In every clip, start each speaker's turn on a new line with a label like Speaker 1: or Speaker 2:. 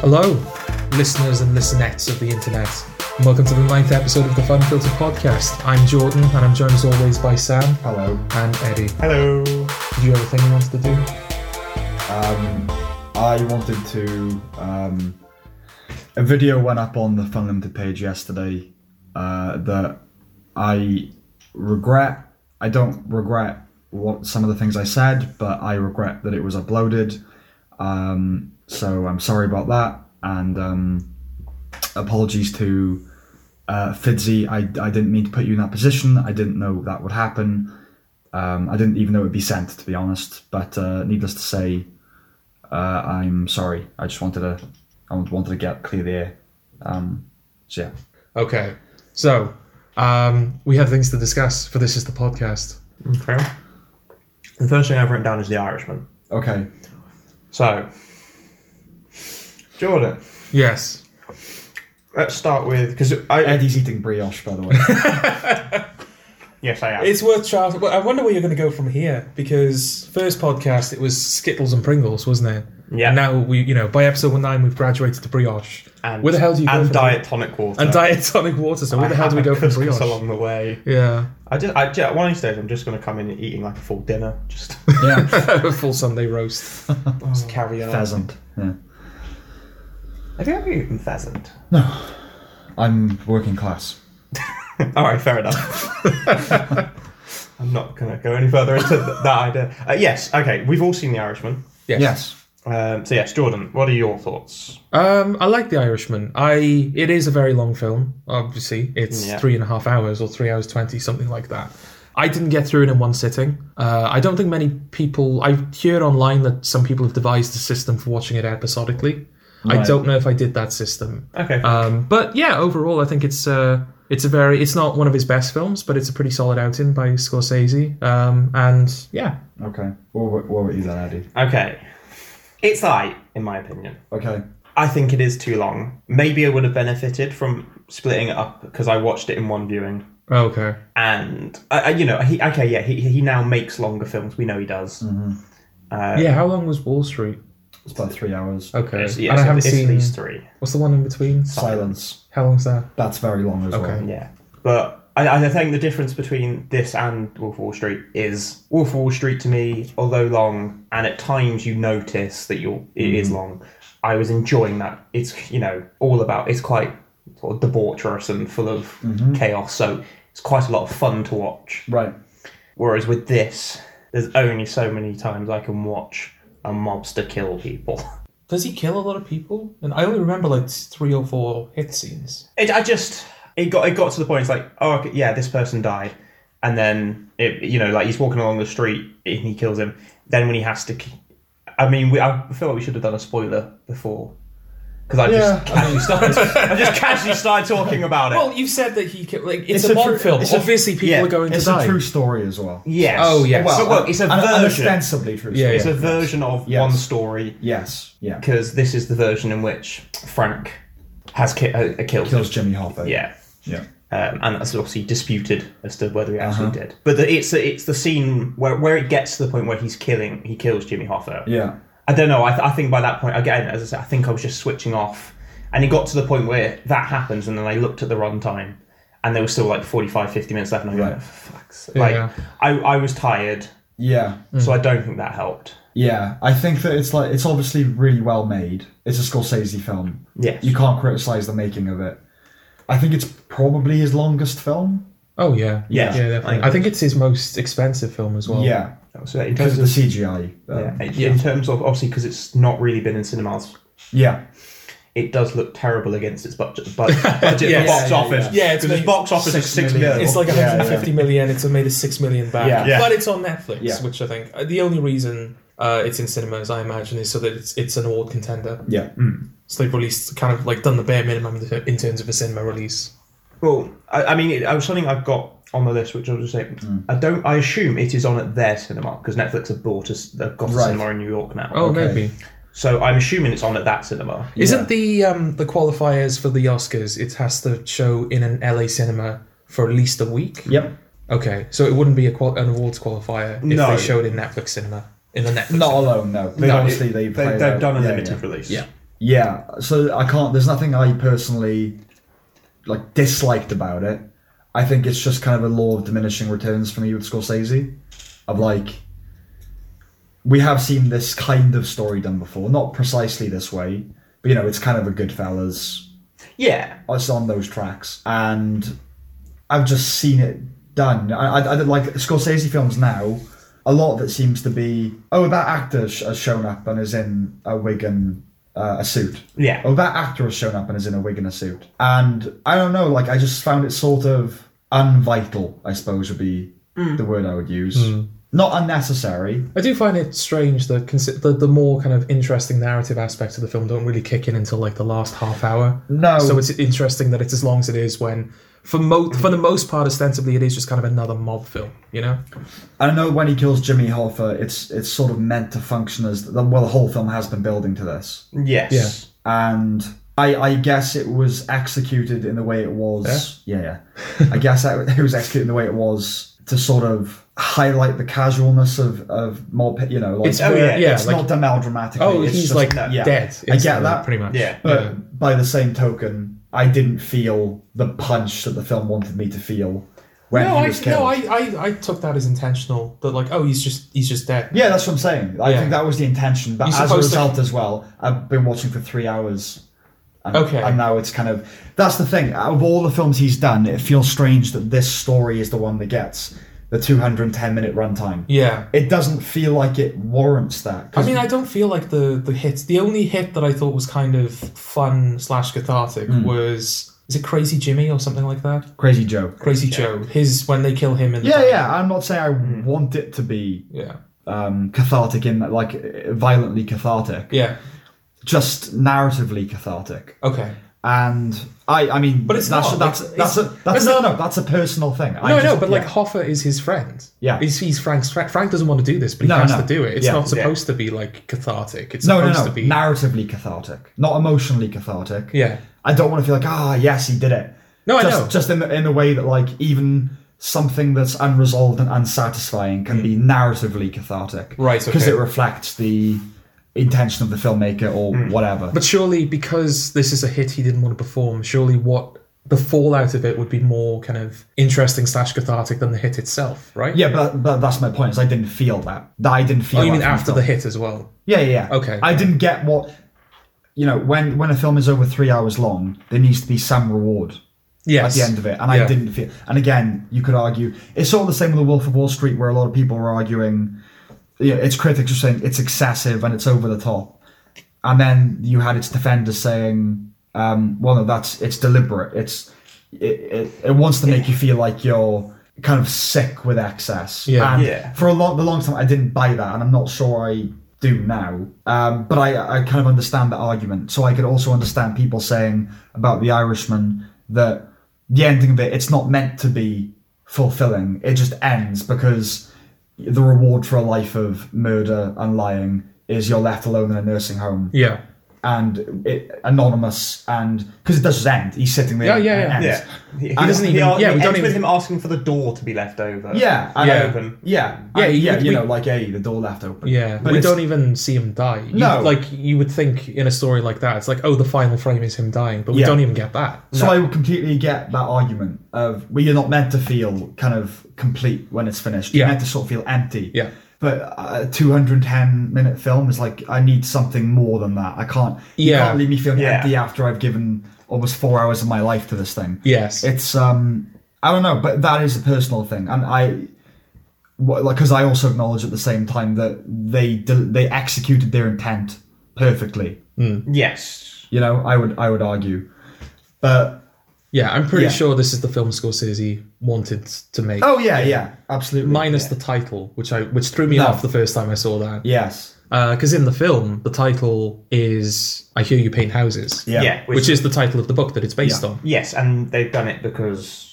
Speaker 1: Hello, listeners and listenettes of the internet, and welcome to the ninth episode of the Fun Filter podcast. I'm Jordan, and I'm joined as always by Sam
Speaker 2: Hello.
Speaker 1: and Eddie.
Speaker 3: Hello.
Speaker 1: Did you have a thing you wanted to do?
Speaker 2: Um, I wanted to. Um, a video went up on the Funlimited page yesterday uh, that I regret. I don't regret what some of the things I said, but I regret that it was uploaded. Um, so I'm sorry about that, and um, apologies to uh, Fidzi. I, I didn't mean to put you in that position. I didn't know that would happen. Um, I didn't even know it would be sent, to be honest. But uh, needless to say, uh, I'm sorry. I just wanted to, I wanted to get clear the air. Um, so yeah,
Speaker 1: Okay, so um, we have things to discuss for this is the podcast.
Speaker 3: Okay. The first thing I've written down is The Irishman.
Speaker 2: okay.
Speaker 3: So, Jordan,
Speaker 1: Yes.
Speaker 3: let's start with because I
Speaker 2: Eddie's eating brioche, by the way.
Speaker 3: yes I am.
Speaker 1: It's worth trying. Well, I wonder where you're going to go from here because first podcast it was Skittles and Pringles, wasn't it?
Speaker 3: Yeah.
Speaker 1: And now we, you know, by episode one nine we've graduated to brioche.
Speaker 3: and
Speaker 1: where the hell do you go
Speaker 3: and
Speaker 1: from
Speaker 3: diet tonic water
Speaker 1: and diet tonic water. So where the hell do we go from brioche?
Speaker 3: along the way?
Speaker 1: Yeah.
Speaker 3: I just I, yeah, one of these days I'm just going to come in eating like a full dinner, just
Speaker 2: yeah,
Speaker 1: Full Sunday roast.
Speaker 3: just carry on.
Speaker 2: pheasant. Yeah,
Speaker 3: Have you ever eaten pheasant?
Speaker 2: I'm working class.
Speaker 3: All right, fair enough. I'm not going to go any further into th- that idea. Uh, yes, okay, we've all seen The Irishman.
Speaker 1: Yes.
Speaker 2: Yes.
Speaker 3: Um, so yes, Jordan, what are your thoughts?
Speaker 1: Um, I like The Irishman. I it is a very long film. Obviously, it's
Speaker 3: Yeah.
Speaker 1: three and a half hours or three hours twenty, something like that. I didn't get through it in one sitting. Uh, I don't think many people. I hear online that some people have devised a system for watching it episodically. I
Speaker 2: Right.
Speaker 1: don't know if I did that system.
Speaker 3: Okay.
Speaker 1: Um, but yeah, overall, I think it's uh, it's a very it's not one of his best films, but it's a pretty solid outing by Scorsese. Um, and yeah,
Speaker 2: Okay. What, what, what were you then, Eddie?
Speaker 3: Okay. It's alright, in my opinion.
Speaker 2: Okay.
Speaker 3: I think it is too long. Maybe I would have benefited from splitting it up because I watched it in one viewing.
Speaker 1: Oh, okay,
Speaker 3: And, I I- you know, he, okay, yeah, he, he now makes longer films. We know he does.
Speaker 1: Mm-hmm. yeah. How long was Wall Street?
Speaker 2: It's about three hours.
Speaker 1: Okay,
Speaker 3: It's, yeah,
Speaker 1: and I
Speaker 3: so
Speaker 1: haven't
Speaker 3: it's
Speaker 1: seen.
Speaker 3: these three.
Speaker 1: What's the one in between?
Speaker 2: Silence.
Speaker 1: How long's that?
Speaker 2: That's very long as
Speaker 1: Okay.
Speaker 2: well.
Speaker 3: Yeah. But I, I think the difference between this and Wolf of Wall Street is Wolf of Wall Street to me, although long, and at times you notice that you're, it is long. I was enjoying that. It's you know all about. It's quite sort of debaucherous and full of chaos. So it's quite a lot of fun to watch.
Speaker 2: Right.
Speaker 3: Whereas with this, there's only so many times I can watch a mobster kill people.
Speaker 1: Does he kill a lot of people? And I only remember like three or four hit scenes.
Speaker 3: It, I just it got it got to the point. It's like, oh okay, yeah, this person died, and then it you know like he's walking along the street and he kills him. Then when he has to, ki- I mean, we, I feel like we should have done a spoiler before because I just
Speaker 1: Yeah.
Speaker 3: casually started. I just casually started talking about it.
Speaker 1: Well, you said that he killed. Like it's,
Speaker 2: It's
Speaker 1: a,
Speaker 2: a
Speaker 1: mob
Speaker 2: true-
Speaker 1: film.
Speaker 2: it's a-
Speaker 1: Obviously, people
Speaker 3: yeah,
Speaker 1: are going
Speaker 2: It's
Speaker 1: to die.
Speaker 2: a true story as well.
Speaker 3: yes.
Speaker 1: oh, yes.
Speaker 3: Well,
Speaker 1: But
Speaker 3: well, it's a
Speaker 2: an, an
Speaker 3: version.
Speaker 2: ostensibly true.
Speaker 1: Yeah,
Speaker 2: story.
Speaker 3: it's a version of
Speaker 2: Yes.
Speaker 3: one story
Speaker 2: Yes. Yeah.
Speaker 3: because this is the version in which Frank has ki- uh, uh, killed.
Speaker 2: Kills Jimmy Hopper.
Speaker 3: Yeah.
Speaker 2: Yeah.
Speaker 3: um, and that's obviously disputed as to whether he actually
Speaker 2: Uh-huh.
Speaker 3: did. But the, it's it's the scene where, where it gets to the point where he's killing he kills Jimmy Hoffa.
Speaker 2: Yeah.
Speaker 3: I don't know. I, th- I think by that point again, as I said, I think I was just switching off, and it got to the point where that happens, and then I looked at the runtime, and there was still like 45, 50 minutes left, and I go,
Speaker 2: Right.
Speaker 3: "Fuck's sake."
Speaker 1: Yeah.
Speaker 3: like I I was tired,
Speaker 2: Yeah.
Speaker 3: so I don't think that helped.
Speaker 2: Yeah, I think that it's like it's obviously really well made. It's a Scorsese film.
Speaker 3: Yes.
Speaker 2: You can't criticize the making of it. I think it's probably his longest film.
Speaker 1: oh yeah,
Speaker 3: Yeah.
Speaker 1: yeah. Definitely. I think it's his most expensive film as well.
Speaker 2: Yeah,
Speaker 3: So in
Speaker 2: because
Speaker 3: terms
Speaker 2: of the
Speaker 3: of
Speaker 2: CGI.
Speaker 3: yeah,
Speaker 2: Um, yeah.
Speaker 3: in terms of obviously because it's not really been in cinemas.
Speaker 2: yeah,
Speaker 3: It does look terrible against its budget, budget, budget
Speaker 1: Yeah,
Speaker 3: for box
Speaker 2: yeah,
Speaker 3: office.
Speaker 1: yeah. Yeah, it's
Speaker 3: because
Speaker 1: made
Speaker 3: its box office is
Speaker 2: six
Speaker 3: six
Speaker 2: million.
Speaker 3: million.
Speaker 1: It's like
Speaker 2: Yeah, yeah.
Speaker 1: 150 million. It's made a six million back,
Speaker 2: Yeah.
Speaker 3: Yeah.
Speaker 1: but it's on Netflix,
Speaker 2: Yeah.
Speaker 1: which I think uh, the only reason uh, it's in cinemas, I imagine, is so that it's it's an award contender.
Speaker 2: yeah, Mm.
Speaker 1: So they've released kind of like done the bare minimum in terms of a cinema release.
Speaker 3: Well, I, I mean, it, I was something I've got on the list, which I'll just say. I don't. I assume it is on at their cinema because Netflix have bought us. They've got a
Speaker 2: Right.
Speaker 3: cinema in New York now.
Speaker 1: Oh,
Speaker 2: Okay.
Speaker 1: maybe.
Speaker 3: So I'm assuming it's on at that cinema.
Speaker 1: Isn't the um, the qualifiers for the Oscars? It has to show in an LA cinema for at least a week.
Speaker 2: Yep.
Speaker 1: Okay, so it wouldn't be a qual- an awards qualifier if
Speaker 3: No.
Speaker 1: they showed in Netflix cinema in the Netflix.
Speaker 2: Not
Speaker 1: cinema.
Speaker 2: alone, no. They
Speaker 1: No,
Speaker 2: obviously
Speaker 3: It-
Speaker 2: they
Speaker 3: they,
Speaker 2: play
Speaker 3: have
Speaker 2: that-
Speaker 3: done a
Speaker 2: yeah,
Speaker 3: limited
Speaker 2: yeah.
Speaker 3: release.
Speaker 1: Yeah.
Speaker 2: yeah, so I can't. There's nothing I personally like disliked about it. I think it's just kind of a law of diminishing returns for me with Scorsese, of like we have seen this kind of story done before, not precisely this way, but you know, it's kind of a Goodfellas.
Speaker 3: Yeah,
Speaker 2: It's on those tracks, and I've just seen it done. I, I, I don't like Scorsese films now. A lot of it seems to be oh that actor sh- has shown up and is in a wig and uh, a suit.
Speaker 3: yeah.
Speaker 2: Oh, that actor has shown up and is in a wig and a suit. And I don't know, like, I just found it sort of unvital, I suppose would be the word I would use.
Speaker 1: Hmm.
Speaker 2: Not unnecessary.
Speaker 1: I do find it strange that consi- the, the more kind of interesting narrative aspects of the film don't really kick in until like the last half hour.
Speaker 2: No.
Speaker 1: So it's interesting that it's as long as it is when, for, mo- for the most part, ostensibly, it is just kind of another mob film, you know?
Speaker 2: I know when he kills Jimmy Hoffa, it's it's sort of meant to function as well. The whole film has been building to this,
Speaker 3: Yes.
Speaker 1: Yeah.
Speaker 2: and I, I guess it was executed in the way it was. Yeah, yeah. I guess that it was executed in the way it was to sort of highlight the casualness of of mob. You know, like
Speaker 1: It's,
Speaker 3: Oh,
Speaker 1: where-
Speaker 3: yeah,
Speaker 1: yeah
Speaker 2: it's
Speaker 1: like,
Speaker 2: not done melodramatically.
Speaker 1: oh,
Speaker 2: it's
Speaker 1: he's
Speaker 2: just-
Speaker 1: like dead.
Speaker 2: yeah. I get
Speaker 1: instantly,
Speaker 2: that,
Speaker 1: Pretty much.
Speaker 3: Yeah.
Speaker 2: but by the same token, I didn't feel the punch that the film wanted me to feel when
Speaker 1: No,
Speaker 2: he
Speaker 1: I,
Speaker 2: was killed.
Speaker 1: no I, I, I took that as intentional. That like, oh, he's just he's just dead.
Speaker 2: Yeah, that's what I'm saying. I
Speaker 1: Yeah.
Speaker 2: think that was the intention, but
Speaker 1: You're
Speaker 2: as a
Speaker 1: supposed to-
Speaker 2: result, as well, I've been watching for three hours. And,
Speaker 1: Okay.
Speaker 2: And now it's kind of that's the thing. Out of all the films he's done, it feels strange that this story is the one that gets the 210 minute runtime.
Speaker 1: Yeah.
Speaker 2: It doesn't feel like it warrants that.
Speaker 1: I
Speaker 2: 'cause-
Speaker 1: mean, I don't feel like the the hit. The only hit that I thought was kind of fun slash cathartic
Speaker 2: Hmm.
Speaker 1: was is it Crazy Jimmy or something like that?
Speaker 2: Crazy Joe.
Speaker 1: Crazy Joe. His when they kill him in the
Speaker 2: Yeah, yeah. I'm not saying I
Speaker 1: Hmm.
Speaker 2: want it to be
Speaker 1: yeah
Speaker 2: um, cathartic in that, like uh, violently cathartic.
Speaker 1: yeah
Speaker 2: just narratively cathartic.
Speaker 1: okay.
Speaker 2: And I, I mean,
Speaker 1: But it's
Speaker 2: that's
Speaker 1: not,
Speaker 2: that's
Speaker 1: like,
Speaker 2: that's,
Speaker 1: it's-
Speaker 2: a, that's
Speaker 1: it's
Speaker 2: no,
Speaker 1: not-
Speaker 2: no, that's a personal thing. I
Speaker 1: No,
Speaker 2: just-
Speaker 1: no, but like
Speaker 2: yeah.
Speaker 1: Hoffa is his friend.
Speaker 2: Yeah.
Speaker 1: he's, he's Frank's friend. Frank doesn't want to do this, but he
Speaker 2: No,
Speaker 1: has
Speaker 2: no.
Speaker 1: to do it. It's
Speaker 2: Yeah,
Speaker 1: not
Speaker 2: yeah.
Speaker 1: supposed to be like cathartic. It's
Speaker 2: no, no,
Speaker 1: supposed
Speaker 2: no,
Speaker 1: to be
Speaker 2: narratively cathartic, not emotionally cathartic.
Speaker 1: yeah.
Speaker 2: I don't want to feel like ah, yes, he did it.
Speaker 1: No, I
Speaker 2: just,
Speaker 1: know.
Speaker 2: Just in the in the way that like even something that's unresolved and unsatisfying can be narratively cathartic,
Speaker 1: Hmm. Right,
Speaker 2: Because
Speaker 1: okay.
Speaker 2: it reflects the intention of the filmmaker or
Speaker 1: Hmm.
Speaker 2: whatever.
Speaker 1: But surely, because this is a hit he didn't want to perform, surely what the fallout of it would be more kind of interesting slash cathartic than the hit itself, right?
Speaker 2: yeah, but, but that's my point. Is I didn't feel that. That I didn't feel.
Speaker 1: Oh, you mean
Speaker 2: that from
Speaker 1: after
Speaker 2: film.
Speaker 1: the hit as well?
Speaker 2: Yeah, yeah. yeah.
Speaker 1: Okay.
Speaker 2: I didn't get what you know when when a film is over three hours long, there needs to be some reward at
Speaker 1: Yes.
Speaker 2: the end of it, and I
Speaker 1: Yeah.
Speaker 2: didn't feel. And again, you could argue it's sort of the same with The Wolf of Wall Street, where a lot of people were arguing, you know, its critics were saying it's excessive and it's over the top, and then you had its defenders saying, um, "Well, no, that's it's deliberate. It's it, it, it wants to make you feel like you're." Kind of sick with excess,
Speaker 1: Yeah.
Speaker 2: And
Speaker 3: Yeah.
Speaker 2: for a long, the long time, I didn't buy that, and I'm not sure I do now. Um, but I, I kind of understand that argument. So I could also understand people saying about The Irishman that the ending of it, it's not meant to be fulfilling. It just ends because the reward for a life of murder and lying is you're left alone in a nursing home
Speaker 1: Yeah.
Speaker 2: and it, anonymous and because it does just end. He's sitting there.
Speaker 1: Yeah, yeah,
Speaker 2: and it
Speaker 1: yeah.
Speaker 2: ends.
Speaker 3: Yeah. He, he
Speaker 2: I
Speaker 3: doesn't
Speaker 1: don't
Speaker 3: even.
Speaker 1: even-
Speaker 3: He,
Speaker 1: yeah,
Speaker 3: it
Speaker 1: we don't
Speaker 3: ends with
Speaker 1: even-
Speaker 3: him asking for the door to be left over.
Speaker 2: Yeah, and-
Speaker 1: Yeah.
Speaker 3: Open.
Speaker 2: yeah,
Speaker 1: Yeah,
Speaker 2: and-
Speaker 1: you-
Speaker 2: yeah. You
Speaker 1: we-
Speaker 2: know, like hey, the door left open.
Speaker 1: Yeah,
Speaker 2: but
Speaker 1: we
Speaker 2: it's-
Speaker 1: don't even see him die. You-
Speaker 2: No.
Speaker 1: like you would think in a story like that, it's like, oh, the final frame is him dying, but we
Speaker 2: Yeah.
Speaker 1: don't even get that.
Speaker 2: So I would completely get that argument of well, you're not meant to feel kind of complete when it's finished. You're
Speaker 1: Yeah.
Speaker 2: meant to sort of feel empty.
Speaker 1: Yeah.
Speaker 2: But a 210 minute film is like I need something more than that. I can't. You
Speaker 1: Yeah.
Speaker 2: can't leave me feeling
Speaker 3: Yeah.
Speaker 2: empty after I've given almost four hours of my life to this thing.
Speaker 1: Yes.
Speaker 2: It's um I don't know, but that is a personal thing, and I. wha- Like, because I also acknowledge at the same time that they del- they executed their intent perfectly.
Speaker 3: Yes.
Speaker 2: You know, I would I would argue, but
Speaker 1: yeah, I'm pretty
Speaker 2: Yeah.
Speaker 1: sure this is the film Scorsese wanted to make,
Speaker 2: Oh yeah, yeah, absolutely.
Speaker 1: minus the title, which I which threw me
Speaker 2: No.
Speaker 1: off the first time I saw that.
Speaker 2: yes.
Speaker 1: because Uh, in the film the title is "I Hear You Paint Houses,"
Speaker 2: Yeah.
Speaker 3: Yeah.
Speaker 1: which, is the title of the book that it's based
Speaker 2: Yeah.
Speaker 1: on.
Speaker 3: Yes, and they've done it because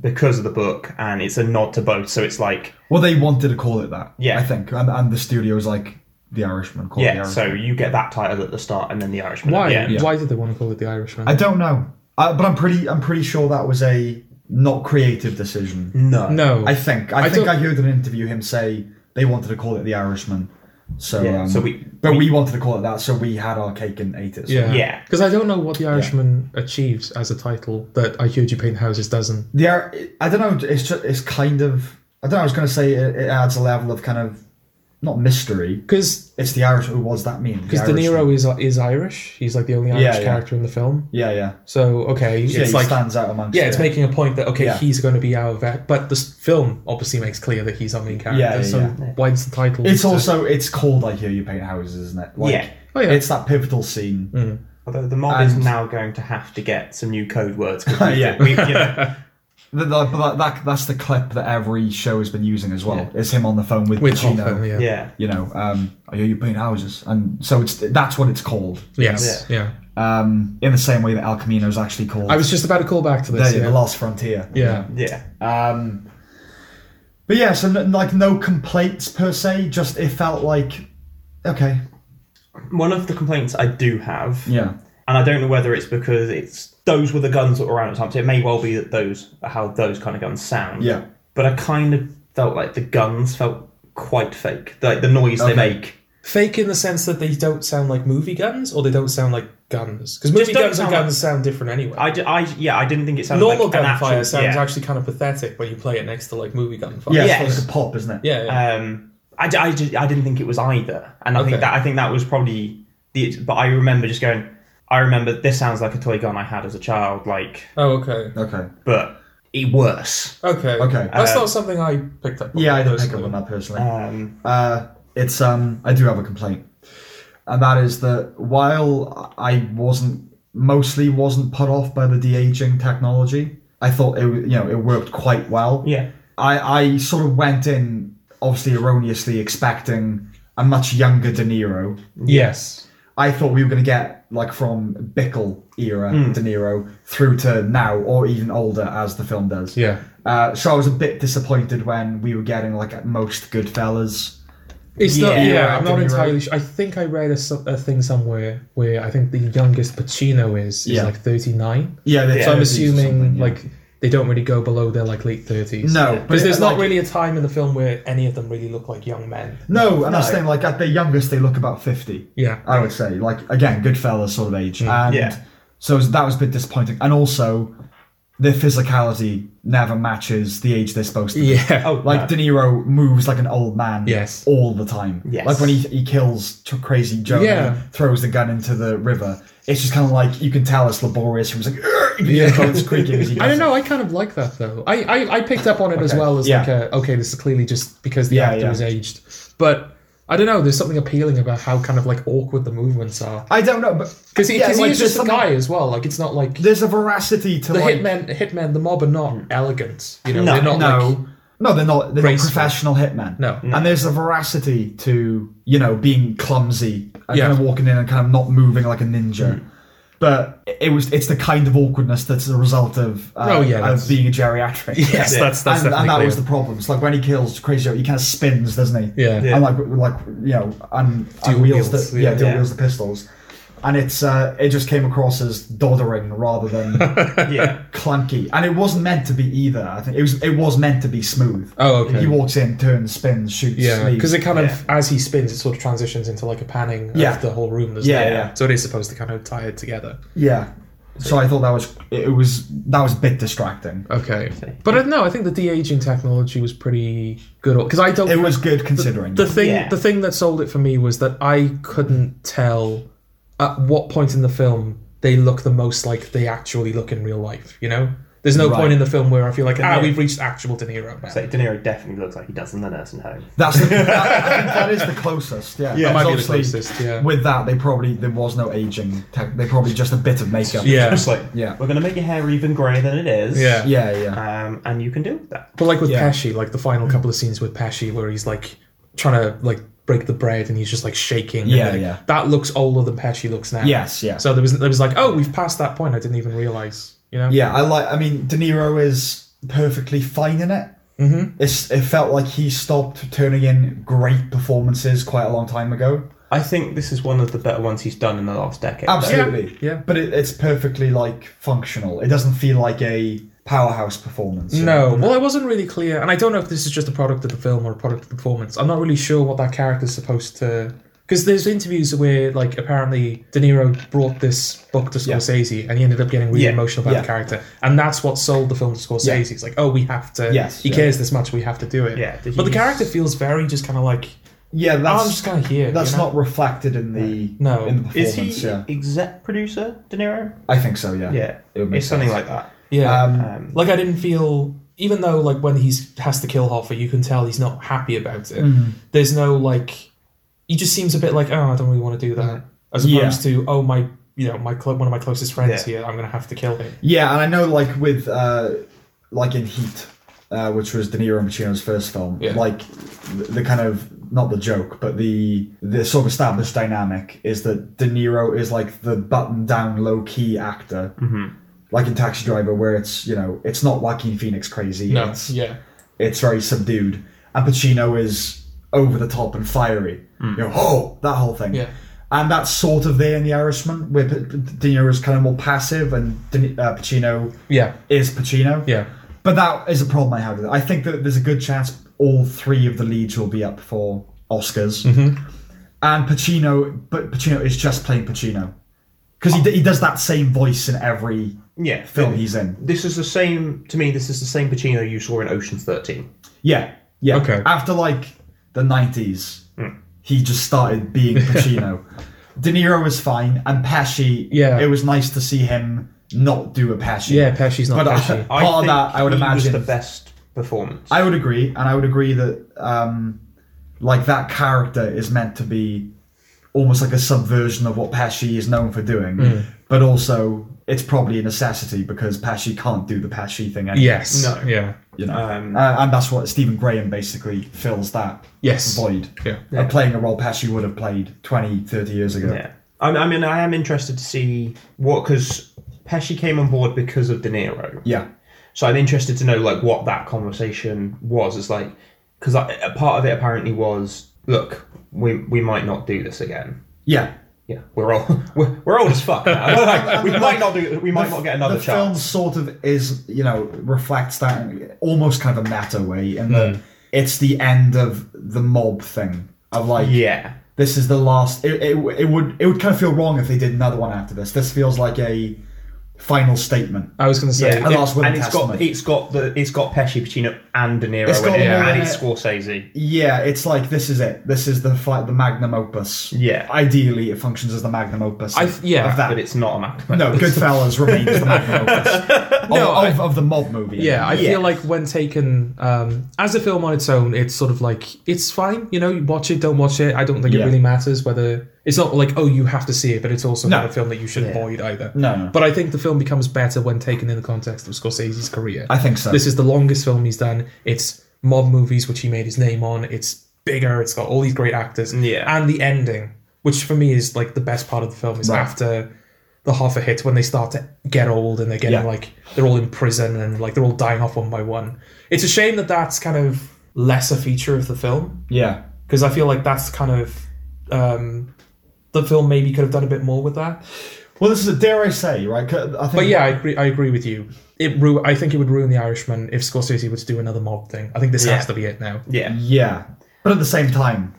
Speaker 3: because of the book, and it's a nod to both. So it's like,
Speaker 2: Well, they wanted to call it that.
Speaker 3: Yeah.
Speaker 2: I think, and, and the studio's like the Irishman. Call it the
Speaker 3: yeah.
Speaker 2: Irishman.
Speaker 3: So you get that title at the start, and then the Irishman.
Speaker 1: Why?
Speaker 3: At the end.
Speaker 1: Why did they want to call it The Irishman?
Speaker 2: I don't know, uh, but I'm pretty, I'm pretty sure that was a not creative decision.
Speaker 3: No.
Speaker 1: no,
Speaker 2: I think, I,
Speaker 1: I
Speaker 2: think
Speaker 1: don't-
Speaker 2: I heard in an interview him say they wanted to call it the Irishman, So,
Speaker 3: Yeah,
Speaker 2: um,
Speaker 3: so we-
Speaker 2: but
Speaker 3: we-
Speaker 2: we, wanted to call it that, so we had our cake and ate it. So.
Speaker 1: Yeah.
Speaker 3: Yeah.
Speaker 1: Because I don't know what The Irishman achieves as a title that I heard you paint houses doesn't.
Speaker 2: The ar- I don't know. It's just, it's kind of I don't know. I was going to say it, it adds a level of kind of not mystery.
Speaker 1: Because
Speaker 2: It's the Irish. oh, What does that mean?
Speaker 1: because De Niro is is Irish. He's like the only Irish
Speaker 2: Yeah, yeah.
Speaker 1: character in the film.
Speaker 2: Yeah, yeah.
Speaker 1: So okay,
Speaker 2: Yeah,
Speaker 1: it's
Speaker 2: he
Speaker 1: like
Speaker 2: stands out amongst.
Speaker 1: yeah, it's
Speaker 2: the-
Speaker 1: making a point that okay,
Speaker 2: Yeah.
Speaker 1: he's going to be our vet, but the s- film obviously makes clear that he's our main character.
Speaker 2: Yeah, yeah,
Speaker 1: so
Speaker 2: yeah.
Speaker 1: why does the title?
Speaker 2: It's
Speaker 1: just-
Speaker 2: also it's called I hear you paint houses, isn't it? Like,
Speaker 3: Yeah.
Speaker 1: Oh, yeah. Mm.
Speaker 2: It's that pivotal scene.
Speaker 3: Although the mob is
Speaker 2: And-
Speaker 3: now going to have to get some new code words. 'cause we-
Speaker 2: Yeah.
Speaker 3: we- you know,
Speaker 2: Th- th- but that, that, that's the clip that every show has been using as well. It's him on the phone with,
Speaker 1: with
Speaker 2: Pacino.
Speaker 1: Hoffman, yeah.
Speaker 3: yeah.
Speaker 2: You know, um, I hear you paint houses, and so it's that's what it's called.
Speaker 1: Yes, yeah.
Speaker 2: Um, in the same way that El Camino is actually called.
Speaker 1: I was just about to call back to
Speaker 2: There
Speaker 1: this.
Speaker 2: you go,
Speaker 1: yeah.
Speaker 2: the Last Frontier.
Speaker 1: yeah.
Speaker 3: Yeah.
Speaker 2: Um, but yeah, so n- like no complaints per se. Just it felt like okay.
Speaker 3: One of the complaints I do have,
Speaker 2: Yeah.
Speaker 3: and I don't know whether it's because it's those were the guns that were around at the time, so it may well be that those are how those kind of guns sound.
Speaker 2: Yeah.
Speaker 3: But I kind of felt like the guns felt quite fake. Like the noise
Speaker 2: Okay.
Speaker 3: they make.
Speaker 1: Fake in the sense that they don't sound like movie guns, or they don't sound like guns. Because movie
Speaker 3: don't
Speaker 1: guns and
Speaker 3: sound like-
Speaker 1: guns sound different anyway.
Speaker 3: I, d- I- yeah, I didn't think it sounded
Speaker 1: Normal
Speaker 3: like an
Speaker 1: gunfire
Speaker 3: actual-
Speaker 1: sounds
Speaker 3: yeah.
Speaker 1: actually kind of pathetic when you play it next to like movie gunfire.
Speaker 2: Yeah.
Speaker 3: Yes.
Speaker 2: It's supposed to pop, isn't it?
Speaker 1: yeah, yeah.
Speaker 3: Um, I, d- I ju- I didn't think it was either, and I
Speaker 1: Okay.
Speaker 3: think that I think that was probably the. But I remember just going. I remember this sounds like a toy gun I had as a child, like,
Speaker 1: oh, okay,
Speaker 2: Okay.
Speaker 3: but it worse.
Speaker 1: okay,
Speaker 2: Okay.
Speaker 1: That's
Speaker 3: Uh,
Speaker 1: not something I picked up. on
Speaker 2: Yeah, I didn't pick up
Speaker 1: personally.
Speaker 2: on that personally.
Speaker 3: Um,
Speaker 2: Uh, it's um, I do have a complaint, and that is that while I wasn't mostly wasn't put off by the de aging technology, I thought it wa- you know it worked quite well.
Speaker 3: yeah,
Speaker 2: I I sort of went in obviously erroneously expecting a much younger De Niro.
Speaker 1: Yes.
Speaker 2: I thought we were going to get like from Bickle era
Speaker 1: Hmm.
Speaker 2: De Niro through to now or even older as the film does.
Speaker 1: Yeah.
Speaker 2: Uh, so I was a bit disappointed when we were getting like at most Goodfellas.
Speaker 1: It's not.
Speaker 3: Yeah.
Speaker 1: Yeah,
Speaker 2: Yeah,
Speaker 1: I'm
Speaker 2: De
Speaker 1: not
Speaker 2: Niro.
Speaker 1: entirely. Sure. I think I read a, so- a thing somewhere where I think the youngest Pacino is is
Speaker 2: Yeah.
Speaker 1: like 39.
Speaker 2: Yeah,
Speaker 3: Yeah.
Speaker 1: So I'm
Speaker 2: 30s or
Speaker 1: assuming
Speaker 2: something, yeah.
Speaker 1: like they don't really go below their like late 30s.
Speaker 2: no,
Speaker 1: because there's not
Speaker 2: like-
Speaker 1: really a time in the film where any of them really look like young men.
Speaker 2: no. And I was
Speaker 3: No.
Speaker 2: saying like at the youngest they look about fifty.
Speaker 1: Yeah.
Speaker 2: I would say like again Goodfellas sort of
Speaker 1: Hmm.
Speaker 2: age, and
Speaker 3: Yeah.
Speaker 2: so that was a bit disappointing. And also, their physicality never matches the age they're supposed to. be.
Speaker 1: Yeah.
Speaker 3: Oh,
Speaker 2: Like De
Speaker 3: no.
Speaker 2: Niro moves like an old man
Speaker 1: Yes.
Speaker 2: all the time.
Speaker 3: Yes.
Speaker 2: Like when he, he kills t- Crazy Joe
Speaker 1: Yeah.
Speaker 2: and throws the gun into the river. It's just kind of like you can tell it's laborious. He was like, "Urgh," you can hear
Speaker 1: Yeah.
Speaker 2: his bones creaking as he
Speaker 1: I
Speaker 2: does
Speaker 1: don't
Speaker 2: it.
Speaker 1: know. I kind of like that though. I I, I picked up on it as
Speaker 2: Okay.
Speaker 1: well as
Speaker 2: Yeah.
Speaker 1: like a, okay, this is clearly just because the
Speaker 2: Yeah,
Speaker 1: actor
Speaker 2: yeah.
Speaker 1: is aged. But I don't know. There's something appealing about how kind of like awkward the movements are
Speaker 2: I don't know, but
Speaker 1: because he,
Speaker 2: yeah,
Speaker 1: 'cause he
Speaker 2: like,
Speaker 1: is just a
Speaker 2: there's
Speaker 1: guy
Speaker 2: something-
Speaker 1: as well. Like it's not like the
Speaker 2: There's a veracity to like
Speaker 1: hitmen, hitmen, the mob are not elegant. You know,
Speaker 3: No,
Speaker 1: they're not
Speaker 2: no,
Speaker 1: like
Speaker 2: no, they're not. They're not
Speaker 1: Graceful.
Speaker 2: professional hitmen.
Speaker 1: No. No.
Speaker 2: and there's a veracity to you know being clumsy and
Speaker 1: Yeah. Mm.
Speaker 2: kind of walking in and kind of not moving like a ninja. But it was it's the kind of awkwardness that's a result of uh,
Speaker 1: Oh, yeah, that's-
Speaker 2: of being a geriatric.
Speaker 1: yes,
Speaker 3: Yeah.
Speaker 1: that's that's
Speaker 2: and, and that
Speaker 1: definitely
Speaker 2: was the
Speaker 1: clear.
Speaker 2: problem. It's like when he kills Crazy Joe, he kind of spins, doesn't he?
Speaker 1: Yeah. Yeah.
Speaker 2: And like, like you know, and, and
Speaker 1: Dual
Speaker 2: wheels,
Speaker 1: wheels,
Speaker 2: the
Speaker 1: yeah.
Speaker 2: yeah, dual
Speaker 3: Yeah.
Speaker 2: wheels the pistols, and it's uh, it just came across as doddering rather than
Speaker 3: yeah,
Speaker 2: clunky, and it wasn't meant to be either. I think it was it was meant to be smooth.
Speaker 1: Oh, okay.
Speaker 2: He walks in, turns, spins, shoots.
Speaker 1: yeah,
Speaker 2: leaves.
Speaker 1: because it kind of
Speaker 3: Yeah.
Speaker 1: as he spins, it sort of transitions into like a panning
Speaker 2: Yeah.
Speaker 1: of the whole room. doesn't
Speaker 2: Yeah,
Speaker 1: it?
Speaker 2: yeah.
Speaker 1: So it is supposed to kind of tie it together.
Speaker 2: yeah. So I thought that was it was that was a bit distracting.
Speaker 1: Okay, but I don't know. I think the de aging technology was pretty good because I don't.
Speaker 2: It was good considering.
Speaker 1: The thing,
Speaker 3: Yeah.
Speaker 1: the thing that sold it for me was that I couldn't tell at what point in the film they look the most like they actually look in real life. You know, there's no
Speaker 2: Right.
Speaker 1: point in the film where I feel like ah,
Speaker 3: Niro.
Speaker 1: we've reached actual De Niro now.
Speaker 3: so De Niro definitely looks like he does in the nursing home.
Speaker 2: That's the, that, I think that is the closest. Yeah,
Speaker 1: That might be the
Speaker 2: Obviously,
Speaker 1: closest. Yeah,
Speaker 2: With that, they probably there was no aging. Tech, they probably just a bit of makeup.
Speaker 1: yeah,
Speaker 3: It's like,
Speaker 2: yeah,
Speaker 3: we're gonna make your hair even greyer than it is.
Speaker 1: yeah.
Speaker 2: yeah, yeah.
Speaker 3: um, and you can deal with that.
Speaker 1: But like with
Speaker 2: Yeah. Mm.
Speaker 1: Pesci, like the final couple of scenes with Pesci where he's like trying to like break the bread and he's just like shaking. and,
Speaker 2: Yeah,
Speaker 1: like,
Speaker 2: yeah.
Speaker 1: That looks older than Pesci looks now.
Speaker 2: Yes, yeah.
Speaker 1: So there was there was like, oh, we've passed that point. I didn't even realize. You know.
Speaker 2: Yeah, I like. I mean, De Niro is perfectly fine in it. Mm-hmm. It's, it felt like he stopped turning in great performances quite a long time ago.
Speaker 3: I think this is one of the better ones he's done in the last decade. though.
Speaker 2: Absolutely,
Speaker 1: Yeah, yeah.
Speaker 2: But it, it's perfectly like functional. It doesn't feel like a powerhouse performance. you know?
Speaker 1: No, well, I wasn't really clear, and I don't know if this is just a product of the film or a product of the performance. I'm not really sure what that character's supposed to. Because there's interviews where, like, apparently De Niro brought this book to Scorsese, and he ended up getting really
Speaker 3: Yeah,
Speaker 1: emotional about
Speaker 2: yeah.
Speaker 1: the character, and that's what sold the film to Scorsese.
Speaker 2: Yeah.
Speaker 1: It's like, oh, we have to.
Speaker 2: Yes,
Speaker 1: he
Speaker 2: yeah.
Speaker 1: cares this much, we have to do it.
Speaker 3: Yeah, the
Speaker 1: but the
Speaker 3: huge-
Speaker 1: character feels very just kind of like,
Speaker 2: Yeah,
Speaker 1: oh,
Speaker 2: that's
Speaker 1: I'm just kind of here.
Speaker 2: that's
Speaker 1: you know?
Speaker 2: not reflected in the
Speaker 1: No.
Speaker 2: in the performance.
Speaker 3: Is he
Speaker 2: Yeah,
Speaker 3: exec producer, De Niro?
Speaker 2: I think so. Yeah,
Speaker 3: Yeah,
Speaker 2: It would make
Speaker 3: it's something
Speaker 2: sense.
Speaker 3: like that.
Speaker 1: Yeah.
Speaker 2: Um,
Speaker 3: Um,
Speaker 1: like I didn't feel even though like when he's has to kill Hoffa, you can tell he's not happy about it. There's no like he just seems a bit like, oh I don't really want to do that. As
Speaker 2: Yeah.
Speaker 1: opposed to, oh my you know, my clo- one of my closest friends
Speaker 3: Yeah.
Speaker 1: here, I'm gonna have to kill him.
Speaker 2: Yeah, and I know, like with uh, like in Heat, uh, which was De Niro and Pacino's first film,
Speaker 1: Yeah.
Speaker 2: like the, the kind of not the joke, but the the sort of established dynamic is that De Niro is like the button down, low key actor,
Speaker 1: Mm-hmm.
Speaker 2: like in Taxi Driver, where it's you know it's not Joaquin Phoenix crazy,
Speaker 1: No.
Speaker 2: it's
Speaker 1: Yeah.
Speaker 2: it's very subdued, and Pacino is over the top and fiery, you know, oh that whole thing,
Speaker 1: Hmm. Yeah.
Speaker 2: and that's sort of there in The Irishman, where P- P- De Niro is kind of more passive and De, Ni- uh, Pacino
Speaker 1: Yeah.
Speaker 2: is Pacino.
Speaker 1: Yeah.
Speaker 2: But that is a problem I have with it. I think that there's a good chance all three of the leads will be up for Oscars.
Speaker 1: Mm-hmm.
Speaker 2: And Pacino, but Pacino is just playing Pacino. Because he,
Speaker 1: Oh.
Speaker 2: d- he does that same voice in every
Speaker 3: yeah,
Speaker 2: film he's in.
Speaker 3: This is the same to me. This is the same Pacino you saw in Ocean's Thirteen.
Speaker 2: Yeah, yeah.
Speaker 1: Okay. Hmm.
Speaker 2: After like the 90s, he just started being Pacino. De Niro was fine, and Pesci,
Speaker 1: Yeah.
Speaker 2: it was nice to see him not do a Pesci.
Speaker 1: Yeah, Pesci's not
Speaker 2: But I-
Speaker 1: Pesci.
Speaker 2: Part of that, I would
Speaker 3: he was
Speaker 2: imagine-
Speaker 3: the best performance.
Speaker 2: I would agree, and I would agree that um, like that character is meant to be almost like a subversion of what Pesci is known for doing,
Speaker 1: Hmm.
Speaker 2: but also it's probably a necessity because Pesci can't do the Pesci thing anymore.
Speaker 1: yes.
Speaker 3: No.
Speaker 1: Yeah.
Speaker 2: you know,
Speaker 3: Um,
Speaker 2: Uh, and that's what Stephen Graham basically fills that
Speaker 1: Yes.
Speaker 2: void
Speaker 1: Yeah.
Speaker 2: of playing a role Pesci would have played 20, 30 years ago.
Speaker 3: yeah, I, I mean, I am interested to see what because Pesci came on board because of De Niro.
Speaker 2: Yeah.
Speaker 3: So I'm interested to know like what that conversation was. It's like because a part of it apparently was look, we we might not do this again.
Speaker 2: yeah.
Speaker 3: Yeah, we're all we're, we're old as fuck. Now. Like, we might not do. We might not get another
Speaker 2: the film
Speaker 3: chance.
Speaker 2: sort of is you know reflects that in almost kind of a meta way in
Speaker 3: Mm.
Speaker 2: that it's the end of the mob thing of like
Speaker 3: Yeah,
Speaker 2: this is the last it, it, it would it would kind of feel wrong if they did another one after this this feels like a final statement
Speaker 1: I was gonna say
Speaker 2: Yeah. The last will
Speaker 3: and
Speaker 2: and
Speaker 3: it's got
Speaker 2: testament.
Speaker 3: it's got the it's got Pesci, Pacino, and De Niro
Speaker 2: It's got
Speaker 3: in it,
Speaker 2: them all
Speaker 3: and
Speaker 2: in
Speaker 3: it's
Speaker 2: it.
Speaker 3: Scorsese.
Speaker 2: yeah it's like this is it this is the fi- the magnum opus
Speaker 3: Yeah.
Speaker 2: ideally it functions as the magnum opus
Speaker 1: I-
Speaker 2: of-
Speaker 1: yeah,
Speaker 2: of that
Speaker 3: But it's not a Mac.
Speaker 2: no goodfellas remains the magnum opus
Speaker 1: No,
Speaker 2: of, of, of the mob movie
Speaker 1: Yeah, I
Speaker 3: Yeah.
Speaker 1: feel like when taken um, as a film on its own, it's sort of like it's fine. You know, you watch it, don't watch it. I don't think
Speaker 2: Yeah.
Speaker 1: it really matters whether it's not like oh you have to see it, but it's also
Speaker 2: No.
Speaker 1: not a film that you should avoid either.
Speaker 2: No, no.
Speaker 1: but I think the film becomes better when taken in the context of Scorsese's career.
Speaker 2: I think so.
Speaker 1: This is the longest film he's done. It's mob movies which he made his name on. It's bigger. It's got all these great actors.
Speaker 3: Yeah.
Speaker 1: and the ending, which for me is like the best part of the film, is
Speaker 2: Right.
Speaker 1: after the half a hit when they start to get old and they're getting
Speaker 2: Yeah.
Speaker 1: like they're all in prison and like they're all dying off one by one. It's a shame that that's kind of less a feature of the film
Speaker 2: yeah
Speaker 1: because I feel like that's kind of um, the film maybe could have done a bit more with that.
Speaker 2: well this is a dare i say right 'Cause I think
Speaker 1: But yeah, I agree. I agree with you. It ru- I think it would ruin The Irishman if Scorsese were to do another mob thing. I think this
Speaker 3: Yeah.
Speaker 1: has to be it now.
Speaker 3: Yeah,
Speaker 2: yeah but at the same time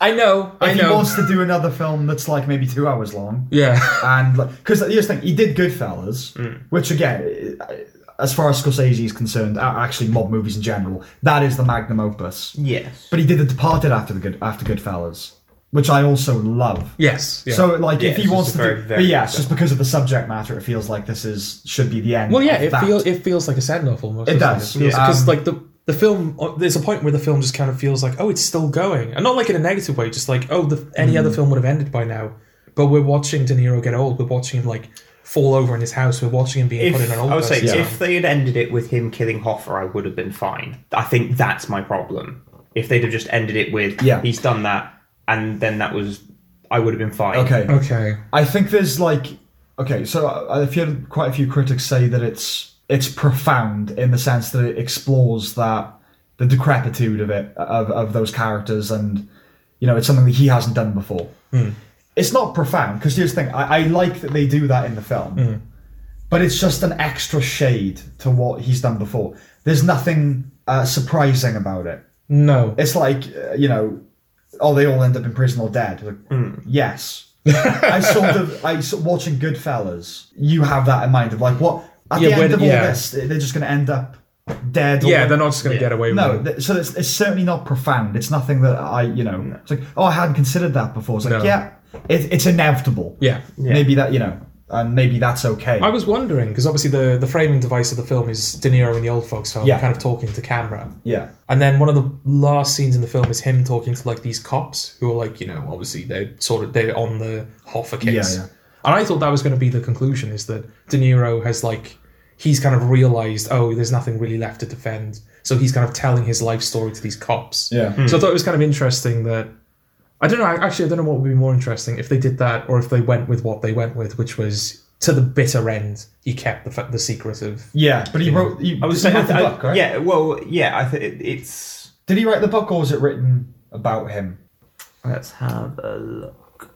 Speaker 1: I know. I
Speaker 2: If
Speaker 1: know.
Speaker 2: he wants to do another film that's like maybe two hours long,
Speaker 1: yeah.
Speaker 2: and because the here's the thing, he did Goodfellas,
Speaker 1: Mm.
Speaker 2: which again, I- as far as Scorsese is concerned, a- actually mob movies in general, that is the magnum opus.
Speaker 3: yes.
Speaker 2: But he did The Departed after the Good after Goodfellas, which I also love.
Speaker 1: yes. Yeah.
Speaker 2: So like,
Speaker 3: Yeah,
Speaker 2: if he
Speaker 3: it's
Speaker 2: wants
Speaker 3: just
Speaker 2: to,
Speaker 3: a very,
Speaker 2: do,
Speaker 3: very
Speaker 2: but yeah,
Speaker 3: good
Speaker 2: it's just because of the subject matter, it feels like this is should be the end.
Speaker 1: Well, yeah,
Speaker 2: of
Speaker 1: it
Speaker 2: that.
Speaker 1: feels it feels like a send off almost.
Speaker 2: It
Speaker 1: doesn't
Speaker 2: does,
Speaker 1: It feels
Speaker 2: yeah.
Speaker 1: because
Speaker 2: Um,
Speaker 1: like the the film. uh, There's a point where the film just kind of feels like oh, it's still going, and not like in a negative way. Just like oh, the, any other
Speaker 2: Mm.
Speaker 1: film would have ended by now, but we're watching De Niro get old. We're watching him like fall over in his house. We're watching him being
Speaker 3: If,
Speaker 1: put in an old.
Speaker 3: I would say
Speaker 1: person's
Speaker 3: if they had ended it with him killing Hoffer, I would have been fine. I think that's my problem. If they'd have just ended it with
Speaker 2: Yeah.
Speaker 3: he's done that, and then that was, I would have been fine.
Speaker 2: okay.
Speaker 1: home. Okay.
Speaker 2: I think there's like okay, so uh, I've heard quite a few critics say that it's it's profound in the sense that it explores that the decrepitude of it of, of those characters and you know it's something that he hasn't done before. It's not profound because here's the thing: I, I like that they do that in the film, but it's just an extra shade to what he's done before. There's nothing uh, surprising about it.
Speaker 1: No.
Speaker 2: It's like uh, you know, oh, they all end up in prison or dead. Like,
Speaker 1: Hmm.
Speaker 2: Yes, I sort of I so- watching Goodfellas. You have that in mind of like what at
Speaker 1: Yeah,
Speaker 2: the
Speaker 1: when-
Speaker 2: end of all
Speaker 1: yeah.
Speaker 2: this, they're just going to end up dead. or-
Speaker 1: Yeah, they're not just going to get away with
Speaker 2: no,
Speaker 1: it.
Speaker 2: th- so it's, it's certainly not profound. It's nothing that I, you know, it's like, oh, I hadn't considered that before. It's like,
Speaker 1: No.
Speaker 2: yeah, it, it's inevitable.
Speaker 1: Yeah.
Speaker 2: Maybe that, you know, and maybe that's okay.
Speaker 1: I was wondering because obviously the the framing device of the film is De Niro in the old folks home,
Speaker 2: Yeah.
Speaker 1: kind of talking to camera,
Speaker 2: yeah.
Speaker 1: and then one of the last scenes in the film is him talking to like these cops who are like you know obviously they're sort of they're on the Hoffa case,
Speaker 2: Yeah, yeah.
Speaker 1: and I thought that was going to be the conclusion is that De Niro has like he's kind of realized oh there's nothing really left to defend, so he's kind of telling his life story to these cops.
Speaker 2: Yeah.
Speaker 1: So I thought it was kind of interesting that I don't know. I- Actually, I don't know what would be more interesting if they did that or if they went with what they went with, which was to the bitter end. He kept the fa- the secret of
Speaker 2: Yeah, but he wrote, he,
Speaker 3: I was
Speaker 2: he
Speaker 3: saying,
Speaker 2: wrote the
Speaker 3: I- I-
Speaker 2: book, right?
Speaker 3: yeah. Well, yeah. I think it, it's.
Speaker 2: Did he write the book or was it written about him?
Speaker 3: Let's have a look.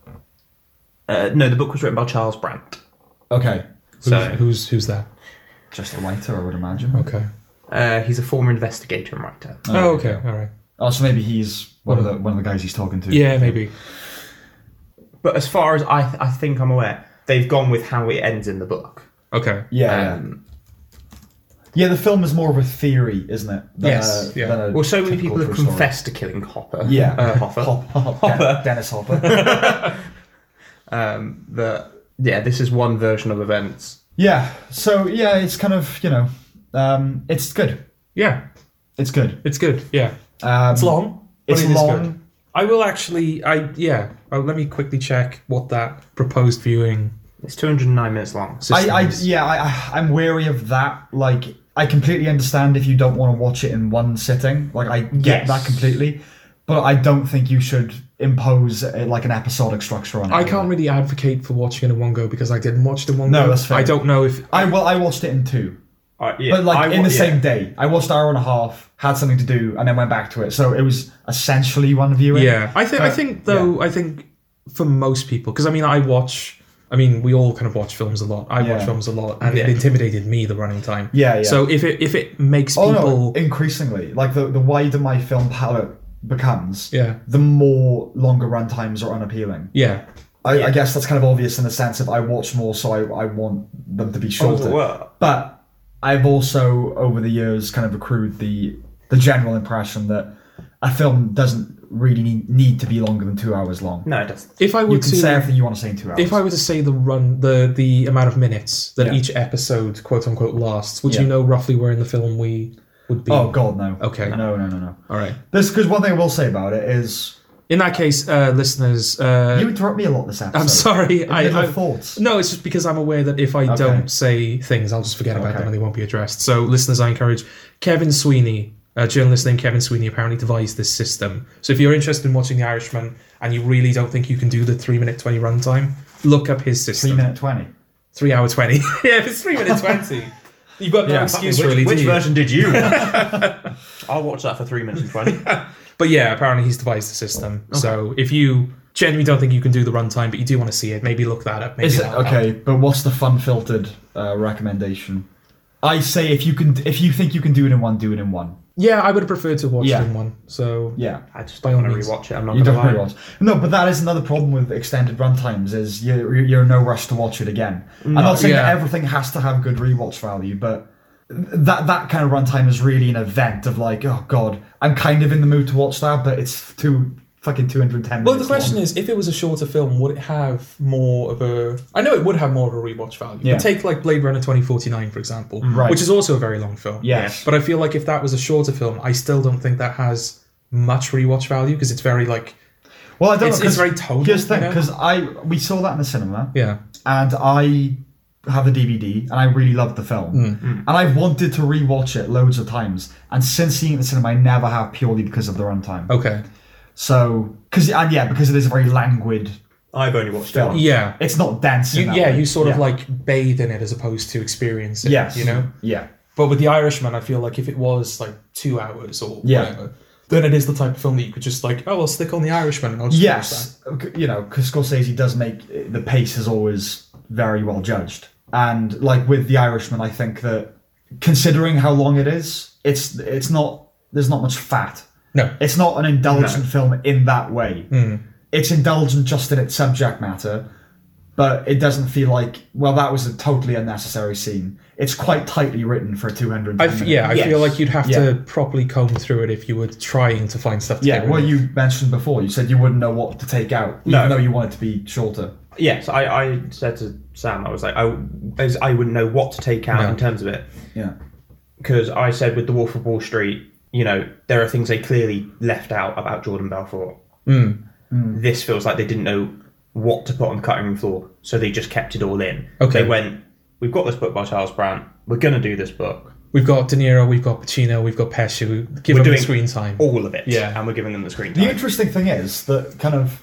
Speaker 3: Uh, no, the book was written by Charles Brandt.
Speaker 2: Okay.
Speaker 1: who's
Speaker 3: So-
Speaker 1: who's, who's that?
Speaker 2: Just a writer, I would imagine.
Speaker 1: Okay.
Speaker 3: Uh, he's a former investigator and writer.
Speaker 1: Oh, okay. All right.
Speaker 2: Oh, so maybe he's one of the one of the guys he's talking to.
Speaker 1: Yeah, maybe.
Speaker 3: But as far as I, I think I'm aware, they've gone with how it ends in the book.
Speaker 1: Okay.
Speaker 2: Yeah. yeah.
Speaker 3: Um,
Speaker 2: Yeah, the film is more of a theory, isn't it? Than
Speaker 1: Yes, yeah.
Speaker 2: than a
Speaker 3: well, so many
Speaker 2: typical
Speaker 3: people have
Speaker 2: true story.
Speaker 3: confessed to killing Hopper.
Speaker 2: Yeah.
Speaker 3: Uh, Hoffa.
Speaker 2: Hop, hop, Hopper. Dennis Hopper.
Speaker 3: Um, that yeah, this is one version of events.
Speaker 2: Yeah. So yeah, it's kind of you know, um, it's good.
Speaker 1: Yeah,
Speaker 2: It's good.
Speaker 1: it's good. Yeah,
Speaker 2: Um,
Speaker 1: it's long. but
Speaker 2: It's
Speaker 1: it is
Speaker 2: long.
Speaker 1: good. I will actually. I yeah. Uh, let me quickly check what that proposed viewing
Speaker 3: It's 209 minutes long.
Speaker 2: I,
Speaker 1: system
Speaker 2: I
Speaker 1: is.
Speaker 2: yeah, I, I I'm wary of that. Like, I completely understand if you don't want to watch it in one sitting. Like, I get
Speaker 3: Yes.
Speaker 2: that completely, but I don't think you should impose uh like an episodic structure on it.
Speaker 1: I can't really advocate for watching it in one go because I didn't watch it in one
Speaker 2: No,
Speaker 1: go.
Speaker 2: that's fair.
Speaker 1: I don't know if
Speaker 2: I well, I watched it in two,
Speaker 3: Uh, yeah,
Speaker 2: but like
Speaker 3: I
Speaker 2: in
Speaker 3: wa-
Speaker 2: the
Speaker 3: yeah.
Speaker 2: same day. I watched hour and a half, had something to do, and then went back to it. So it was essentially one viewing.
Speaker 1: Yeah, I think I
Speaker 2: But-
Speaker 1: think though I think for most people because I mean I watch I mean we all kind of watch films a lot. I watch
Speaker 2: Yeah.
Speaker 1: films a lot, and it
Speaker 3: Yeah.
Speaker 1: intimidated me the running time.
Speaker 2: Yeah, yeah.
Speaker 1: So if it if it makes
Speaker 2: Oh
Speaker 1: people
Speaker 2: no, increasingly. Like the, the wider my film palette becomes,
Speaker 1: Yeah.
Speaker 2: the more longer run times are unappealing.
Speaker 1: yeah
Speaker 2: I, I guess that's kind of obvious in the sense of I watch more, so I, I want them to be shorter.
Speaker 3: well.
Speaker 2: But I've also over the years kind of accrued the the general impression that a film doesn't really need, need to be longer than two hours long.
Speaker 3: No, it doesn't.
Speaker 1: if I were
Speaker 2: you
Speaker 1: to
Speaker 2: can say everything you want to say in two hours.
Speaker 1: if I were to say the run the the amount of minutes that
Speaker 2: Yeah.
Speaker 1: each episode quote unquote lasts, would you
Speaker 2: Yeah.
Speaker 1: know roughly where in the film we would be?
Speaker 2: oh god, no.
Speaker 1: Okay.
Speaker 2: No, no, no, no.
Speaker 1: all right.
Speaker 2: This because one thing I will say about it is
Speaker 1: In that case, uh, listeners, uh,
Speaker 2: you interrupt me a lot this episode.
Speaker 1: I'm sorry.
Speaker 2: Middle
Speaker 1: I, I
Speaker 2: thoughts.
Speaker 1: No, it's just because I'm aware that if I don't say things, I'll just forget about them
Speaker 2: Okay.
Speaker 1: and they won't be addressed. So, listeners, I encourage Kevin Sweeney, a journalist named Kevin Sweeney, apparently devised this system. So, if you're interested in watching The Irishman and you really don't think you can do the three minute 20 runtime, look up his
Speaker 2: Three
Speaker 1: system. Three,
Speaker 2: minute twenty.
Speaker 1: hour 20. yeah, if it's three minute 20, you've got no excuse,
Speaker 3: which,
Speaker 1: really, do
Speaker 3: which
Speaker 1: you?
Speaker 3: version did you? I'll watch that for three minutes and twenty.
Speaker 1: But yeah, apparently he's devised the system. So, if you genuinely don't think you can do the runtime, but you do want to see it, maybe look that up. Maybe
Speaker 2: Is it
Speaker 1: that'll help.
Speaker 2: okay? But what's the fun filtered uh, recommendation? I say if you can, if you think you can do it in one, do it in one.
Speaker 1: Yeah, I would have preferred to watch
Speaker 2: Yeah.
Speaker 1: it in one. So,
Speaker 2: Yeah,
Speaker 3: I just
Speaker 1: By
Speaker 3: don't
Speaker 1: all
Speaker 3: want
Speaker 1: means.
Speaker 3: to rewatch it. I'm not
Speaker 2: you
Speaker 3: gonna
Speaker 2: don't
Speaker 3: lie.
Speaker 2: rewatch. No, but that is another problem with extended runtimes is you're you're in no rush to watch it again. I'm not saying
Speaker 1: Yeah.
Speaker 2: that everything has to have good rewatch value, but that that kind of runtime is really an event of like, oh god, I'm kind of in the mood to watch that, but it's too fucking two hundred ten.
Speaker 1: Well, the question is, if it was a shorter film, would it have more of a? I know it would have more of a rewatch value.
Speaker 2: Yeah.
Speaker 1: But take like Blade Runner twenty forty nine for example,
Speaker 2: Right.
Speaker 1: which is also a very long film.
Speaker 2: yes,
Speaker 1: But I feel like if that was a shorter film, I still don't think that has much rewatch value because it's very like
Speaker 2: well, I don't
Speaker 1: it's-
Speaker 2: know. 'cause
Speaker 1: it's very tonal,
Speaker 2: Here's the thing,
Speaker 1: you know?
Speaker 2: because I we saw that in the cinema.
Speaker 1: yeah,
Speaker 2: and I have the DVD and I really loved the film.
Speaker 1: Mm.
Speaker 2: And I've wanted to rewatch it loads of times. And since seeing it in the cinema, I never have purely because of the runtime.
Speaker 1: okay,
Speaker 2: So, because, and yeah, because it is a very languid
Speaker 3: I've only watched it.
Speaker 2: film.
Speaker 3: once.
Speaker 1: yeah,
Speaker 2: It's not dense. in
Speaker 1: You-
Speaker 2: that
Speaker 1: yeah.
Speaker 2: way.
Speaker 1: You sort of
Speaker 2: Yeah.
Speaker 1: like bathe in it as opposed to experience it.
Speaker 2: Yes.
Speaker 1: you know.
Speaker 2: Yeah.
Speaker 1: But with The Irishman, I feel like if it was like two hours or
Speaker 2: Yeah.
Speaker 1: whatever, then it is the type of film that you could just like, oh, I'll stick on The Irishman and I'll just watch that.
Speaker 2: eh, Yes. You know, because Scorsese does make the pace is always very well judged. and like with the Irishman, I think that considering how long it is, it's it's not there's not much fat.
Speaker 1: No.
Speaker 2: It's not an indulgent film in that way.
Speaker 1: Hmm.
Speaker 2: It's indulgent just in its subject matter, but it doesn't feel like well that was a totally unnecessary scene. It's quite tightly written for a two hundred.
Speaker 1: I f- yeah, I
Speaker 3: Yes.
Speaker 1: feel like you'd have
Speaker 2: Yeah.
Speaker 1: to properly comb through it if you were trying to find stuff to
Speaker 2: Yeah,
Speaker 1: get rid
Speaker 2: well,
Speaker 1: of.
Speaker 2: you mentioned before, you said you wouldn't know what to take out,
Speaker 3: No.
Speaker 2: even though you want it to be shorter.
Speaker 3: Yes, I, I said to Sam, I was like, I, as I wouldn't know what to take out
Speaker 1: No.
Speaker 3: in terms of it.
Speaker 2: Yeah.
Speaker 3: Because I said with The Wolf of Wall Street, you know, there are things they clearly left out about Jordan Belfort.
Speaker 1: Hmm.
Speaker 3: This feels like they didn't know what to put on the cutting room floor, so they just kept it all in.
Speaker 1: Okay.
Speaker 3: They went, we've got this book by Charles Brandt, we're going to do this book.
Speaker 1: We've got De Niro, we've got Pacino, we've got Pesci. We give
Speaker 3: We're
Speaker 1: them the
Speaker 3: doing
Speaker 1: screen time.
Speaker 3: All of it.
Speaker 1: Yeah.
Speaker 3: And we're giving them the screen
Speaker 2: The
Speaker 3: time.
Speaker 2: interesting thing is that kind of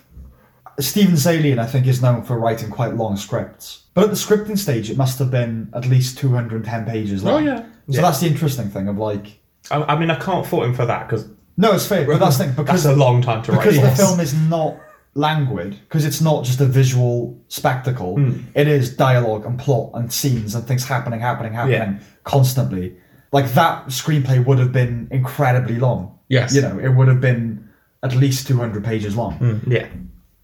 Speaker 2: Stephen Zalian, I think, is known for writing quite long scripts. But at the scripting stage, it must have been at least 210 pages long.
Speaker 1: Oh, yeah.
Speaker 2: So that's the interesting thing of like,
Speaker 3: I, I mean, I can't fault him for that, because
Speaker 2: no, it's fair, but that's the thing
Speaker 3: that's
Speaker 2: because
Speaker 3: a long time to write.
Speaker 2: because
Speaker 3: this.
Speaker 2: the film is not languid because it's not just a visual spectacle it is dialogue and plot and scenes and things happening happening happening constantly like that screenplay would have been incredibly long
Speaker 1: Yes.
Speaker 2: you know it would have been at least 200 pages long
Speaker 3: Yeah.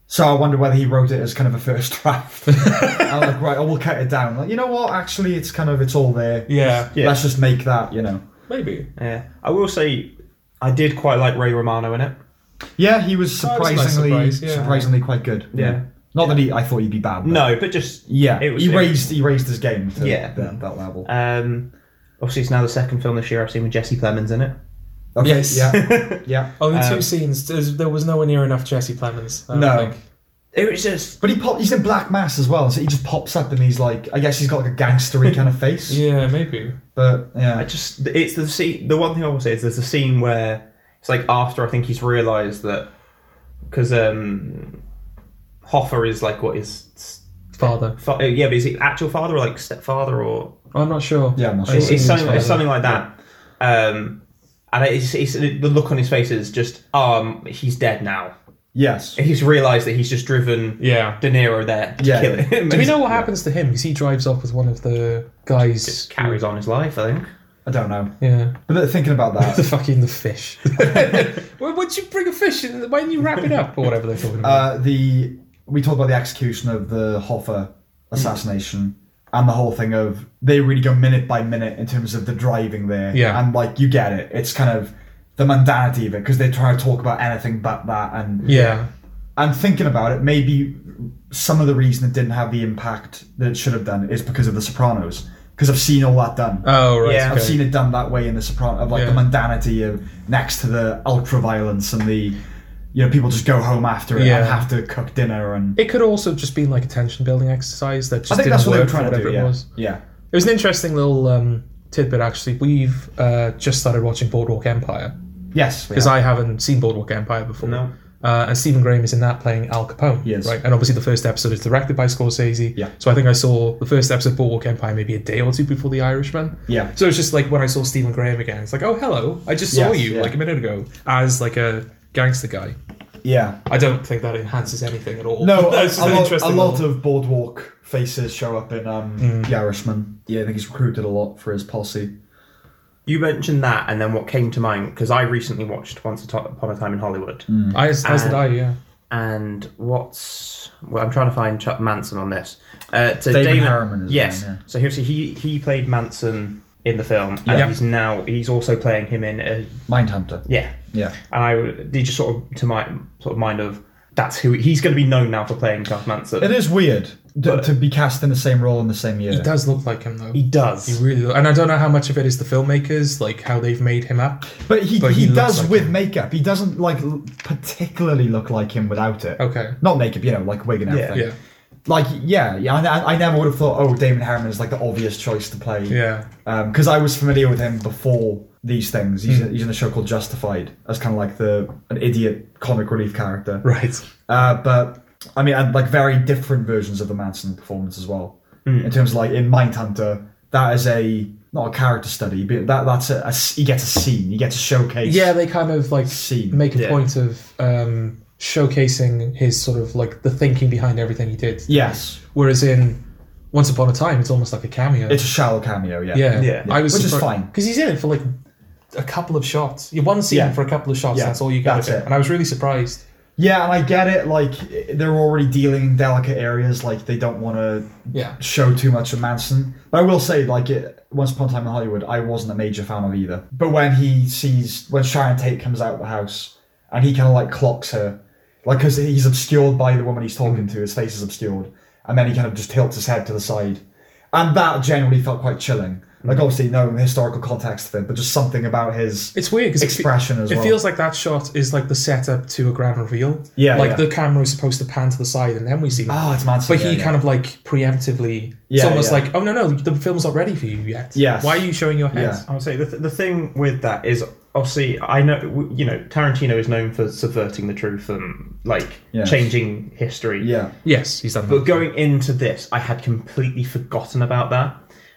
Speaker 2: so i wonder whether he wrote it as kind of a first draft i'm like right oh we'll cut it down like you know what actually it's kind of it's all there
Speaker 1: Yeah.
Speaker 3: Yeah.
Speaker 2: let's just make that you know
Speaker 1: Maybe.
Speaker 3: Yeah. I will say, I did quite like Ray Romano in it.
Speaker 2: yeah he was
Speaker 1: Oh, it's a nice
Speaker 2: surprisingly
Speaker 1: surprise, yeah.
Speaker 2: surprisingly quite good
Speaker 3: Yeah.
Speaker 2: not that he i thought he'd be bad but
Speaker 3: No, but just
Speaker 2: Yeah,
Speaker 3: It was,
Speaker 2: he raised he raised his game to
Speaker 3: Yeah.
Speaker 2: that, that level.
Speaker 3: Um, obviously, it's now the second film this year I've seen with Jesse Plemons in it.
Speaker 2: Okay,
Speaker 1: yes.
Speaker 2: yeah, yeah.
Speaker 1: Only Oh, two scenes. There's, there was nowhere near enough Jesse Plemons. I don't
Speaker 2: Um, No.
Speaker 1: think.
Speaker 3: It was just
Speaker 2: But he pop, he's in Black Mass as well, so he just pops up and he's like, I guess he's got like a gangstery kind of face.
Speaker 1: Yeah, maybe.
Speaker 2: But
Speaker 3: I
Speaker 2: yeah,
Speaker 3: just it's the scene. The one thing I will say is there's a scene where it's like after I think he's realised that because um, Hoffer is like what is
Speaker 1: Father.
Speaker 3: fa- uh, yeah, but is he actual father or like stepfather or
Speaker 1: I'm not sure.
Speaker 2: yeah, I'm not sure.
Speaker 3: it's, it's
Speaker 1: his
Speaker 3: something, it's
Speaker 1: father.
Speaker 3: something like that. Um, and it's, it's the look on his face is just um he's dead now.
Speaker 2: yes,
Speaker 3: He's realised that he's just driven
Speaker 1: Yeah.
Speaker 3: De Niro there to
Speaker 2: Yeah.
Speaker 3: kill him.
Speaker 1: Do we know what happens to him? Because he drives off with one of the guys.
Speaker 3: Just carries on his life, I think.
Speaker 2: I don't know.
Speaker 1: Yeah.
Speaker 2: But then thinking about
Speaker 1: The
Speaker 2: that,
Speaker 1: fucking the fish. Why would you bring a fish? In? Why didn't you wrap it up or whatever they're talking about?
Speaker 2: uh, the we talked about the execution of the Hoffa assassination and the whole thing of they really go minute by minute in terms of the driving there.
Speaker 1: Yeah.
Speaker 2: and like you get it. It's kind of the mundanity of it because they try to talk about anything but that and
Speaker 1: yeah.
Speaker 2: I'm thinking about it. Maybe some of the reason it didn't have the impact that it should have done is because of The Sopranos. Because I've seen all that done.
Speaker 1: Oh right.
Speaker 3: Yeah,
Speaker 1: okay.
Speaker 2: I've seen it done that way in The Sopranos, of like the
Speaker 1: Yeah.
Speaker 2: mundanity of next to the ultra violence and the, you know, people just go home after it
Speaker 1: Yeah.
Speaker 2: and have to cook dinner and.
Speaker 1: It could also just be like a tension building exercise that just
Speaker 2: I think
Speaker 1: didn't
Speaker 2: that's what they were
Speaker 1: work for
Speaker 2: trying to
Speaker 1: whatever
Speaker 2: do.
Speaker 1: it
Speaker 2: Yeah.
Speaker 1: was.
Speaker 2: yeah.
Speaker 1: It was an interesting little um, tidbit actually. We've uh, just started watching Boardwalk Empire
Speaker 2: Yes. we
Speaker 1: because
Speaker 2: are.
Speaker 1: I haven't seen Boardwalk Empire before.
Speaker 3: No.
Speaker 1: Uh, and Stephen Graham is in that playing Al Capone.
Speaker 2: Yes.
Speaker 1: Right. And obviously the first episode is directed by Scorsese.
Speaker 2: Yeah.
Speaker 1: So I think I saw the first episode of Boardwalk Empire maybe a day or two before The Irishman.
Speaker 2: Yeah.
Speaker 1: So it's just like when I saw Stephen Graham again, it's like, oh hello, I just saw
Speaker 2: Yes,
Speaker 1: you
Speaker 2: yeah.
Speaker 1: like a minute ago as like a gangster guy.
Speaker 2: Yeah.
Speaker 1: I don't think that enhances anything at all.
Speaker 2: No, a,
Speaker 1: That's
Speaker 2: a
Speaker 1: an
Speaker 2: lot, a
Speaker 1: interesting Hmm.
Speaker 2: lot
Speaker 1: little-
Speaker 2: of boardwalk faces show up in um, The Irishman. Yeah, I think he's recruited a lot for his posse.
Speaker 3: You mentioned that, and then what came to mind because I recently watched Once Ato- Upon a Time in Hollywood,
Speaker 2: Hmm.
Speaker 1: I, as did
Speaker 3: and-
Speaker 1: I, yeah.
Speaker 3: and what's well, I'm trying to find Chuck Manson on this. Uh, so
Speaker 2: Damon Harriman is
Speaker 3: yes.
Speaker 2: the man,
Speaker 3: So here's he he played Manson in the film, and
Speaker 2: Yeah.
Speaker 3: he's now he's also playing him in a,
Speaker 2: Mindhunter.
Speaker 3: yeah.
Speaker 2: Yeah.
Speaker 3: And I they just sort of to my sort of mind of that's who he's going to be known now for playing Chuck Manson.
Speaker 2: It is weird to, to be cast in the same role in the same year.
Speaker 1: He does look like him though.
Speaker 3: he does.
Speaker 1: He really, and I don't know how much of it is the filmmakers, like how they've made him up.
Speaker 2: But he,
Speaker 1: But
Speaker 2: he,
Speaker 1: he looks
Speaker 2: does
Speaker 1: like
Speaker 2: with
Speaker 1: him.
Speaker 2: makeup. He doesn't like l- particularly look like him without it.
Speaker 1: Okay.
Speaker 2: Not makeup, you know, like wig and
Speaker 3: Yeah.
Speaker 2: everything.
Speaker 1: Yeah,
Speaker 2: Like yeah, yeah. I, I- I never would have thought. Oh, Damon Harriman is like the obvious choice to play.
Speaker 1: yeah,
Speaker 2: Because I was familiar with him before these things. He's,
Speaker 1: Hmm.
Speaker 2: he's in a show called Justified as kind of like the an idiot comic relief character.
Speaker 1: right.
Speaker 2: Uh, but I mean, and like very different versions of the Manson performance as well.
Speaker 1: Hmm.
Speaker 2: In terms of like in Mindhunter, that is a not a character study, but that that's a, a s- he gets a scene, he gets a showcase.
Speaker 1: Yeah, they kind of like
Speaker 2: Scene.
Speaker 1: make a
Speaker 3: Yeah.
Speaker 1: point of um, showcasing his sort of like the thinking behind everything he did.
Speaker 2: Yes.
Speaker 1: Whereas in Once Upon a Time, it's almost like a cameo.
Speaker 2: It's a shallow cameo, yeah.
Speaker 1: yeah.
Speaker 3: Yeah.
Speaker 1: I was
Speaker 2: Which is fine.
Speaker 1: because he's in it for like a couple of shots. You one scene
Speaker 2: Yeah.
Speaker 1: for a couple of shots.
Speaker 2: Yeah,
Speaker 1: That's all you got.
Speaker 2: that's
Speaker 1: of it.
Speaker 2: it.
Speaker 1: And I was really surprised.
Speaker 2: Yeah, and I get it. Like they're already dealing in delicate areas. Like they don't want to
Speaker 1: Yeah.
Speaker 2: show too much of Manson. But I will say, like it, Once Upon a Time in Hollywood, I wasn't a major fan of either. But when he sees when Sharon Tate comes out of the house and he kind of like clocks her, like because he's obscured by the woman he's talking to, his face is obscured, and then he kind of just tilts his head to the side, and that generally felt quite chilling.
Speaker 1: Mm.
Speaker 2: Like obviously no historical context of it, but just something about his
Speaker 1: It's weird because
Speaker 2: expression as
Speaker 1: It
Speaker 2: well.
Speaker 1: feels like that shot is like the setup to a grand reveal.
Speaker 2: Yeah,
Speaker 1: Like
Speaker 2: yeah.
Speaker 1: the camera is supposed to pan to the side and then we see.
Speaker 2: oh, it's Manson.
Speaker 1: but he kind of like preemptively. it's
Speaker 2: Yeah,
Speaker 1: almost
Speaker 2: yeah.
Speaker 1: like, oh no, no, the film's not ready for you yet.
Speaker 2: Yes.
Speaker 1: Why are you showing your head?
Speaker 2: Yeah.
Speaker 3: I would say the, th- the thing with that is obviously I know w- you know Tarantino is known for subverting the truth and like
Speaker 2: Yes.
Speaker 3: changing history.
Speaker 2: yeah.
Speaker 1: Yes, he's done that.
Speaker 3: But going into this, I had completely forgotten about that.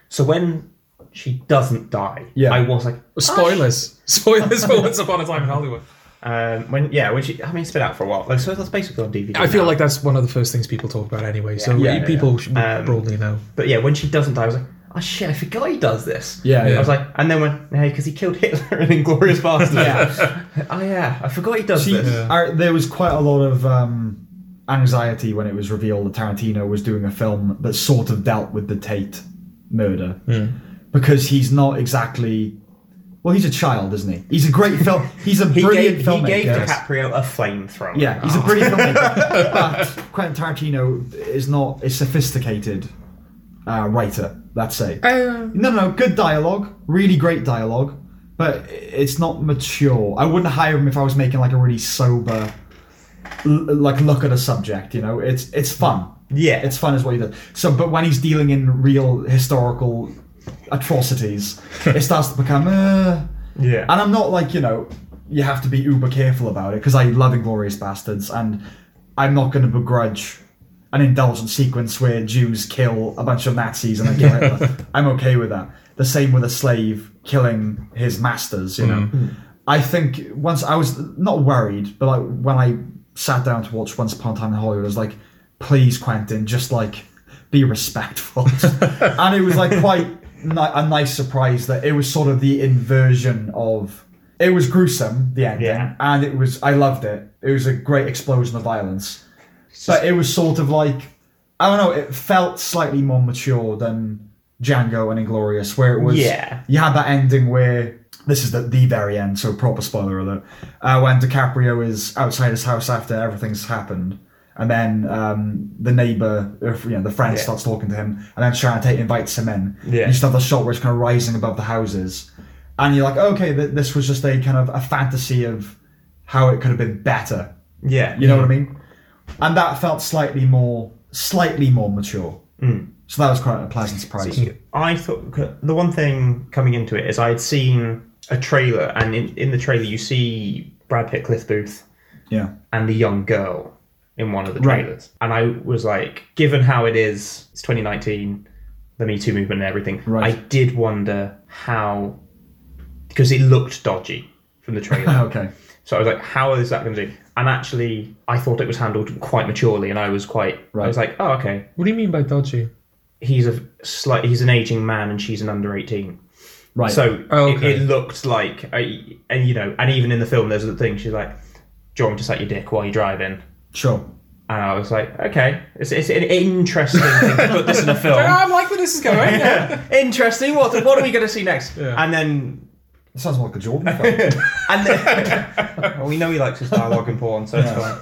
Speaker 3: So when she doesn't die,
Speaker 2: Yeah.
Speaker 3: I was like
Speaker 2: Ah.
Speaker 1: Spoilers. Spoilers for Once Upon a Time in Hollywood.
Speaker 3: Um, when yeah, when she I mean it's been out for a while. Like so that's basically on DVD.
Speaker 1: I feel
Speaker 3: now.
Speaker 1: like that's one of the first things people talk about anyway. so
Speaker 2: Yeah, yeah,
Speaker 1: people should
Speaker 3: Um,
Speaker 1: broadly know.
Speaker 3: But yeah, when she doesn't die, I was like, oh shit, I forgot he does this.
Speaker 2: Yeah,
Speaker 3: I
Speaker 2: yeah.
Speaker 3: was like, and then went, hey, because he killed Hitler in Inglorious Bastards. oh yeah, I forgot he does
Speaker 2: See,
Speaker 3: this.
Speaker 2: I- there was quite a lot of um, anxiety when it was revealed that Tarantino was doing a film that sort of dealt with the Tate murder
Speaker 3: Hmm.
Speaker 2: because he's not exactly. Well, he's a child, isn't he? He's a great film. He's a
Speaker 3: He
Speaker 2: brilliant
Speaker 3: gave, Oh. he
Speaker 2: filmmaker.
Speaker 3: gave DiCaprio a flamethrower.
Speaker 2: yeah, he's a brilliant filmmaker. But Quentin Tarantino is not a sophisticated uh, writer. Let's say. No, no, no. Good dialogue. Really great dialogue. But it's not mature. I wouldn't hire him if I was making like a really sober, l- like look at a subject. You know, it's it's fun.
Speaker 3: Yeah.
Speaker 2: it's fun is what he does. So, but when he's dealing in real historical atrocities, it starts to become. Uh,
Speaker 3: Yeah.
Speaker 2: and I'm not like you know, you have to be uber careful about it because I love Inglorious Bastards, and I'm not going to begrudge an indulgent sequence where Jews kill a bunch of Nazis and then kill Hitler. I'm okay with that. The same with a slave killing his masters. You know, I think once I was not worried, but like when I sat down to watch Once Upon a Time in Hollywood, I was like, please, Quentin, just like be respectful. and it was like quite ni- a nice surprise that it was sort of the inversion of. It was gruesome, the ending,
Speaker 3: Yeah.
Speaker 2: and it was. I loved it. It was a great explosion of violence, but it was sort of like I don't know. It felt slightly more mature than Django and Inglorious, where it was.
Speaker 3: Yeah.
Speaker 2: You had that ending where this is the, the very end, so proper spoiler alert. Uh, when DiCaprio is outside his house after everything's happened, and then um, the neighbor, or, you know, the friend
Speaker 3: Yeah.
Speaker 2: starts talking to him, and then Sharon Tate invites him in.
Speaker 3: Yeah.
Speaker 2: You just have the shot where it's kind of rising above the houses, and you're like, okay, th- this was just a kind of a fantasy of how it could have been better.
Speaker 3: yeah.
Speaker 2: You know what I mean? And that felt slightly more, slightly more mature.
Speaker 3: Hmm.
Speaker 2: So that was quite a pleasant surprise.
Speaker 3: I thought the one thing coming into it is I had seen a trailer, and in, in the trailer you see Brad Pitt, Cliff Booth,
Speaker 2: Yeah.
Speaker 3: and the young girl in one of the
Speaker 2: Right.
Speaker 3: trailers. And I was like, given how it is, it's 2019, the Me Too movement and everything,
Speaker 2: Right.
Speaker 3: I did wonder how, because it looked dodgy from the trailer.
Speaker 2: Okay.
Speaker 3: so I was like, how is that going to do? And actually, I thought it was handled quite maturely, and I was quite, I
Speaker 2: Right.
Speaker 3: was like, oh, okay,
Speaker 1: What do you mean by dodgy?
Speaker 3: he's a slight, he's an aging man, and she's an under 18.
Speaker 2: Right.
Speaker 3: So
Speaker 1: Oh,
Speaker 3: it-
Speaker 1: okay.
Speaker 3: it, looked like, I, and you know, and even in the film, there's a thing. She's like, "Do you want me to suck your dick while you're driving?"
Speaker 2: sure.
Speaker 3: And I was like, "Okay, it's, it's an interesting thing to put this in a
Speaker 2: Oh.
Speaker 3: film.
Speaker 1: Oh, I'm like where this is going. yeah.
Speaker 3: interesting. What what are we going to see next?"
Speaker 1: Yeah.
Speaker 3: And then,
Speaker 2: That sounds like a Jordan film.
Speaker 3: and then, well, we know he likes his dialogue in porn, so it's fine.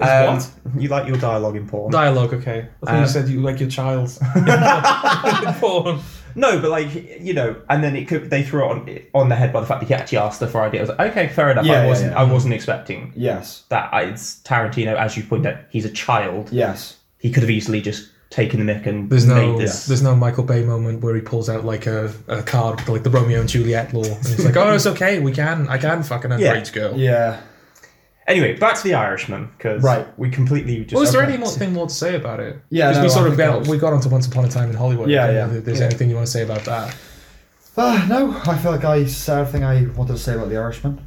Speaker 1: His
Speaker 3: what? You like your dialogue in porn?
Speaker 1: Dialogue, okay. I thought you
Speaker 3: Um,
Speaker 1: said you like your child. Porn.
Speaker 3: No, but like you know, and then it could they threw it on on the head by the fact that he actually asked her for ideas. I was like, okay, fair enough.
Speaker 2: Yeah,
Speaker 3: I
Speaker 2: yeah,
Speaker 3: wasn't
Speaker 2: yeah.
Speaker 3: I wasn't expecting
Speaker 2: yes.
Speaker 3: that. I, it's Tarantino, as you point out, he's a child.
Speaker 2: Yes.
Speaker 3: He could have easily just taken the mick and
Speaker 1: There's
Speaker 3: made
Speaker 1: no,
Speaker 3: this.
Speaker 1: there's no Michael Bay moment where he pulls out like a, a card with like the Romeo and Juliet law, and he's like, "Oh, it's okay, we can, I can fuck an
Speaker 3: Yeah.
Speaker 1: underage girl."
Speaker 2: Yeah.
Speaker 3: Anyway, back to the Irishman because
Speaker 2: Right.
Speaker 3: we completely just.
Speaker 1: Well, is there
Speaker 2: Okay.
Speaker 1: any more thing more to say about it?
Speaker 2: Yeah,
Speaker 1: 'Cause we
Speaker 2: no,
Speaker 1: sort
Speaker 2: I
Speaker 1: of
Speaker 2: think
Speaker 1: got,
Speaker 2: that was-
Speaker 1: we got onto Once Upon a Time in Hollywood.
Speaker 2: Yeah,
Speaker 1: I don't
Speaker 2: yeah.
Speaker 1: know If there's anything you want to say about that,
Speaker 2: Uh, no, I feel like I said everything I wanted to say about The Irishman.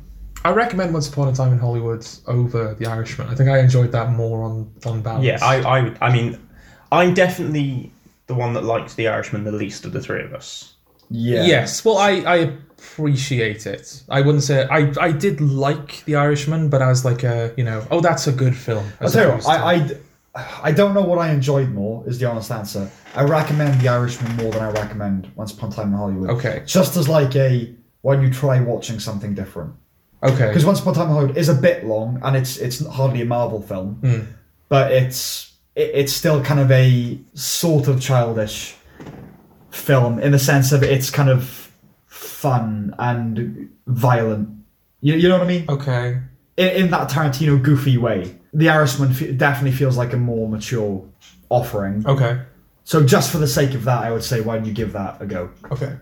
Speaker 1: I recommend Once Upon a Time in Hollywood over The Irishman. I think I enjoyed that more on on balance.
Speaker 3: Yeah, I, I, would- I mean, I'm definitely the one that likes The Irishman the least of the three of us.
Speaker 2: Yeah.
Speaker 1: Yes. Well, I, I appreciate it. I wouldn't say I I did like The Irishman, but as like a you know, oh, that's a good film.
Speaker 2: I'll
Speaker 1: as
Speaker 2: tell you
Speaker 1: opposed
Speaker 2: what, I, I d- I don't know what I enjoyed more, is the honest answer. I recommend The Irishman more than I recommend Once Upon a Time in Hollywood.
Speaker 1: to- okay,
Speaker 2: Just as like a, why don't you try watching something different?
Speaker 1: okay,
Speaker 2: Because Once Upon a Time in Hollywood is a bit long, and it's it's hardly a Marvel film, but it's it, it's still kind of a sort of childish film in the sense of it's kind of fun and violent. You, you know what I mean?
Speaker 1: okay.
Speaker 2: in, in that Tarantino goofy way. The Irishman fe- definitely feels like a more mature offering.
Speaker 1: Okay.
Speaker 2: So just for the sake of that, I would say why don't you give that a go?
Speaker 1: Okay.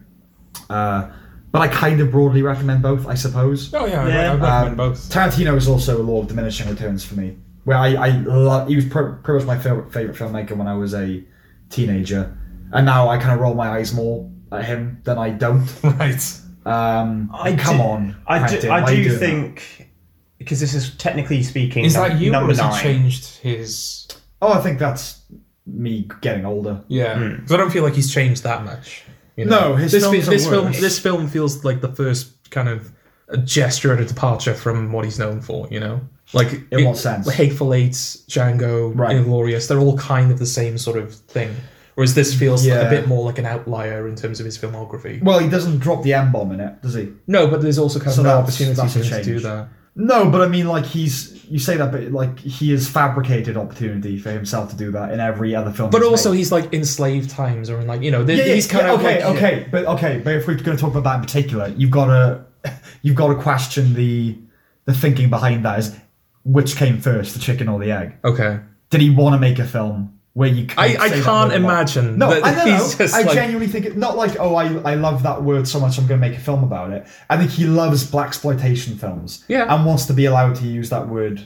Speaker 2: Uh, but I kind of broadly recommend both, I suppose.
Speaker 1: Oh yeah,
Speaker 3: Yeah.
Speaker 1: I, I recommend
Speaker 2: Um,
Speaker 1: both.
Speaker 2: Tarantino is also a law of diminishing returns for me. Where I, I love, he was pr- pretty much my favorite, favorite filmmaker when I was a teenager, and now I kind of roll my eyes more at him than I don't.
Speaker 1: Right.
Speaker 2: Um,
Speaker 3: I
Speaker 2: and come
Speaker 3: do-
Speaker 2: on,
Speaker 3: I do,
Speaker 2: Tarantino,
Speaker 3: I
Speaker 2: why are you
Speaker 3: do
Speaker 2: doing that?
Speaker 3: think because this is technically speaking
Speaker 1: Is
Speaker 3: num-
Speaker 1: that you, or
Speaker 3: number
Speaker 1: has he
Speaker 3: nine.
Speaker 1: changed his?
Speaker 2: Oh, I think that's me getting older.
Speaker 1: Yeah,
Speaker 2: Hmm.
Speaker 1: because I don't feel like he's changed that much. you
Speaker 2: No,
Speaker 1: know?
Speaker 2: his
Speaker 1: this,
Speaker 2: films
Speaker 1: fi-
Speaker 2: are
Speaker 1: this film
Speaker 2: worse.
Speaker 1: this film feels like the first kind of a gesture at a departure from what he's known for. You know, like
Speaker 2: In what sense?
Speaker 1: Hateful Eight, Django,
Speaker 2: Right.
Speaker 1: Inglorious, they're all kind of the same sort of thing. Whereas this feels like
Speaker 2: Yeah.
Speaker 1: a bit more like an outlier in terms of his filmography.
Speaker 2: Well, he doesn't drop the M bomb in it, does he?
Speaker 1: No, but there's also kind of
Speaker 2: So
Speaker 1: no
Speaker 2: that's-
Speaker 1: opportunity
Speaker 2: that's
Speaker 1: for
Speaker 2: a
Speaker 1: him to do
Speaker 2: change.
Speaker 1: that.
Speaker 2: No, but I mean, like he's you say that, but like he has fabricated opportunity for himself to do that in every other film.
Speaker 1: But
Speaker 2: he's
Speaker 1: also,
Speaker 2: made.
Speaker 1: he's like in slave times or in like you know, th-
Speaker 2: yeah, yeah,
Speaker 1: he's kind
Speaker 2: yeah,
Speaker 1: of
Speaker 2: okay,
Speaker 1: like,
Speaker 2: okay, but okay, but if we're going to talk about that in particular, you've got to you've got to question the the thinking behind that is which came first, the chicken or the egg?
Speaker 1: okay.
Speaker 2: Did he want to make a film where you?
Speaker 1: I-
Speaker 2: can't
Speaker 1: I
Speaker 2: say that
Speaker 1: can't
Speaker 2: word a lot?
Speaker 1: imagine
Speaker 2: No,
Speaker 1: that
Speaker 2: I don't
Speaker 1: he's
Speaker 2: know.
Speaker 1: just
Speaker 2: I
Speaker 1: like-
Speaker 2: genuinely think it, not like oh, I I love that word so much, I'm going to make a film about it. I think he loves black exploitation films,
Speaker 1: Yeah.
Speaker 2: and wants to be allowed to use that word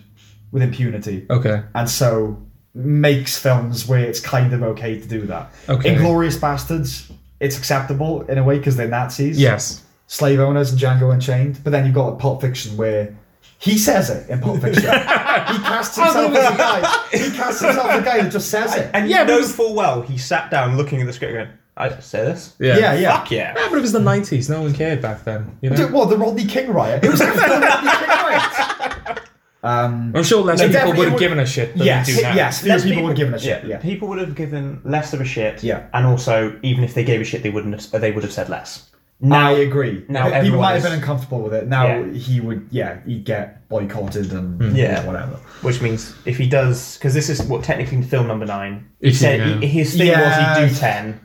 Speaker 2: with impunity,
Speaker 1: Okay.
Speaker 2: and so makes films where it's kind of okay to do that.
Speaker 1: Okay.
Speaker 2: Inglorious Bastards, it's acceptable in a way because they're Nazis,
Speaker 1: Yes.
Speaker 2: slave owners and Django Unchained, but then you've got Pulp Fiction where he says it in Pulp Fiction. he casts himself as a guy. He casts himself as a guy who just says it.
Speaker 3: And
Speaker 1: Yeah,
Speaker 3: you
Speaker 1: but
Speaker 3: know
Speaker 1: it's-
Speaker 3: full well he sat down looking at the script going, I didn't say this.
Speaker 1: Yeah.
Speaker 2: Yeah, yeah.
Speaker 3: Fuck yeah.
Speaker 1: Yeah, but it was the '90s. No one cared back then. You know.
Speaker 2: Dude, what the Rodney King riot? It was like the Rodney King riot. Um,
Speaker 1: I'm sure less
Speaker 2: No,
Speaker 1: people
Speaker 2: definitely
Speaker 1: would have
Speaker 2: would-
Speaker 1: given a shit than
Speaker 2: yes,
Speaker 1: they do now.
Speaker 2: yes. Fewer
Speaker 3: Less
Speaker 2: people would have given a shit. Yeah.
Speaker 3: People would have given less of a shit.
Speaker 2: Yeah.
Speaker 3: And also, even if they gave a shit, they wouldn't. Have, they would have said less.
Speaker 2: I agree.
Speaker 3: now
Speaker 2: people
Speaker 3: everyone
Speaker 2: might
Speaker 3: is-
Speaker 2: have been uncomfortable with it. Now
Speaker 3: Yeah. Mm.
Speaker 2: he would, yeah, he'd get boycotted and
Speaker 3: Yeah.
Speaker 2: whatever.
Speaker 3: Which means if he does, because this is what technically film number nine. He
Speaker 1: If he
Speaker 3: said
Speaker 1: can.
Speaker 3: he, his thing was he'd do
Speaker 2: Yeah.
Speaker 3: ten.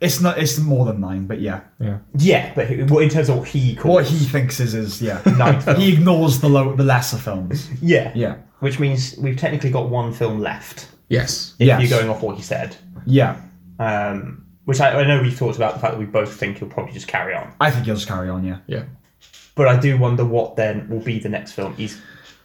Speaker 2: It's not. It's more than nine, but yeah.
Speaker 1: Yeah.
Speaker 3: Yeah, but he- well, in terms of what he calls
Speaker 2: What he thinks is is yeah.
Speaker 3: ninth film.
Speaker 2: he ignores the low, the lesser films.
Speaker 3: yeah,
Speaker 2: Yeah.
Speaker 3: Which means we've technically got one film left.
Speaker 1: Yes.
Speaker 3: If
Speaker 2: Yes.
Speaker 3: you're going off what he said,
Speaker 2: Yeah.
Speaker 3: um, which I, I know we've talked about the fact that we both think he'll probably just carry on.
Speaker 2: I think he'll just carry on. Yeah.
Speaker 1: Yeah.
Speaker 3: But I do wonder what then will be the next film. He's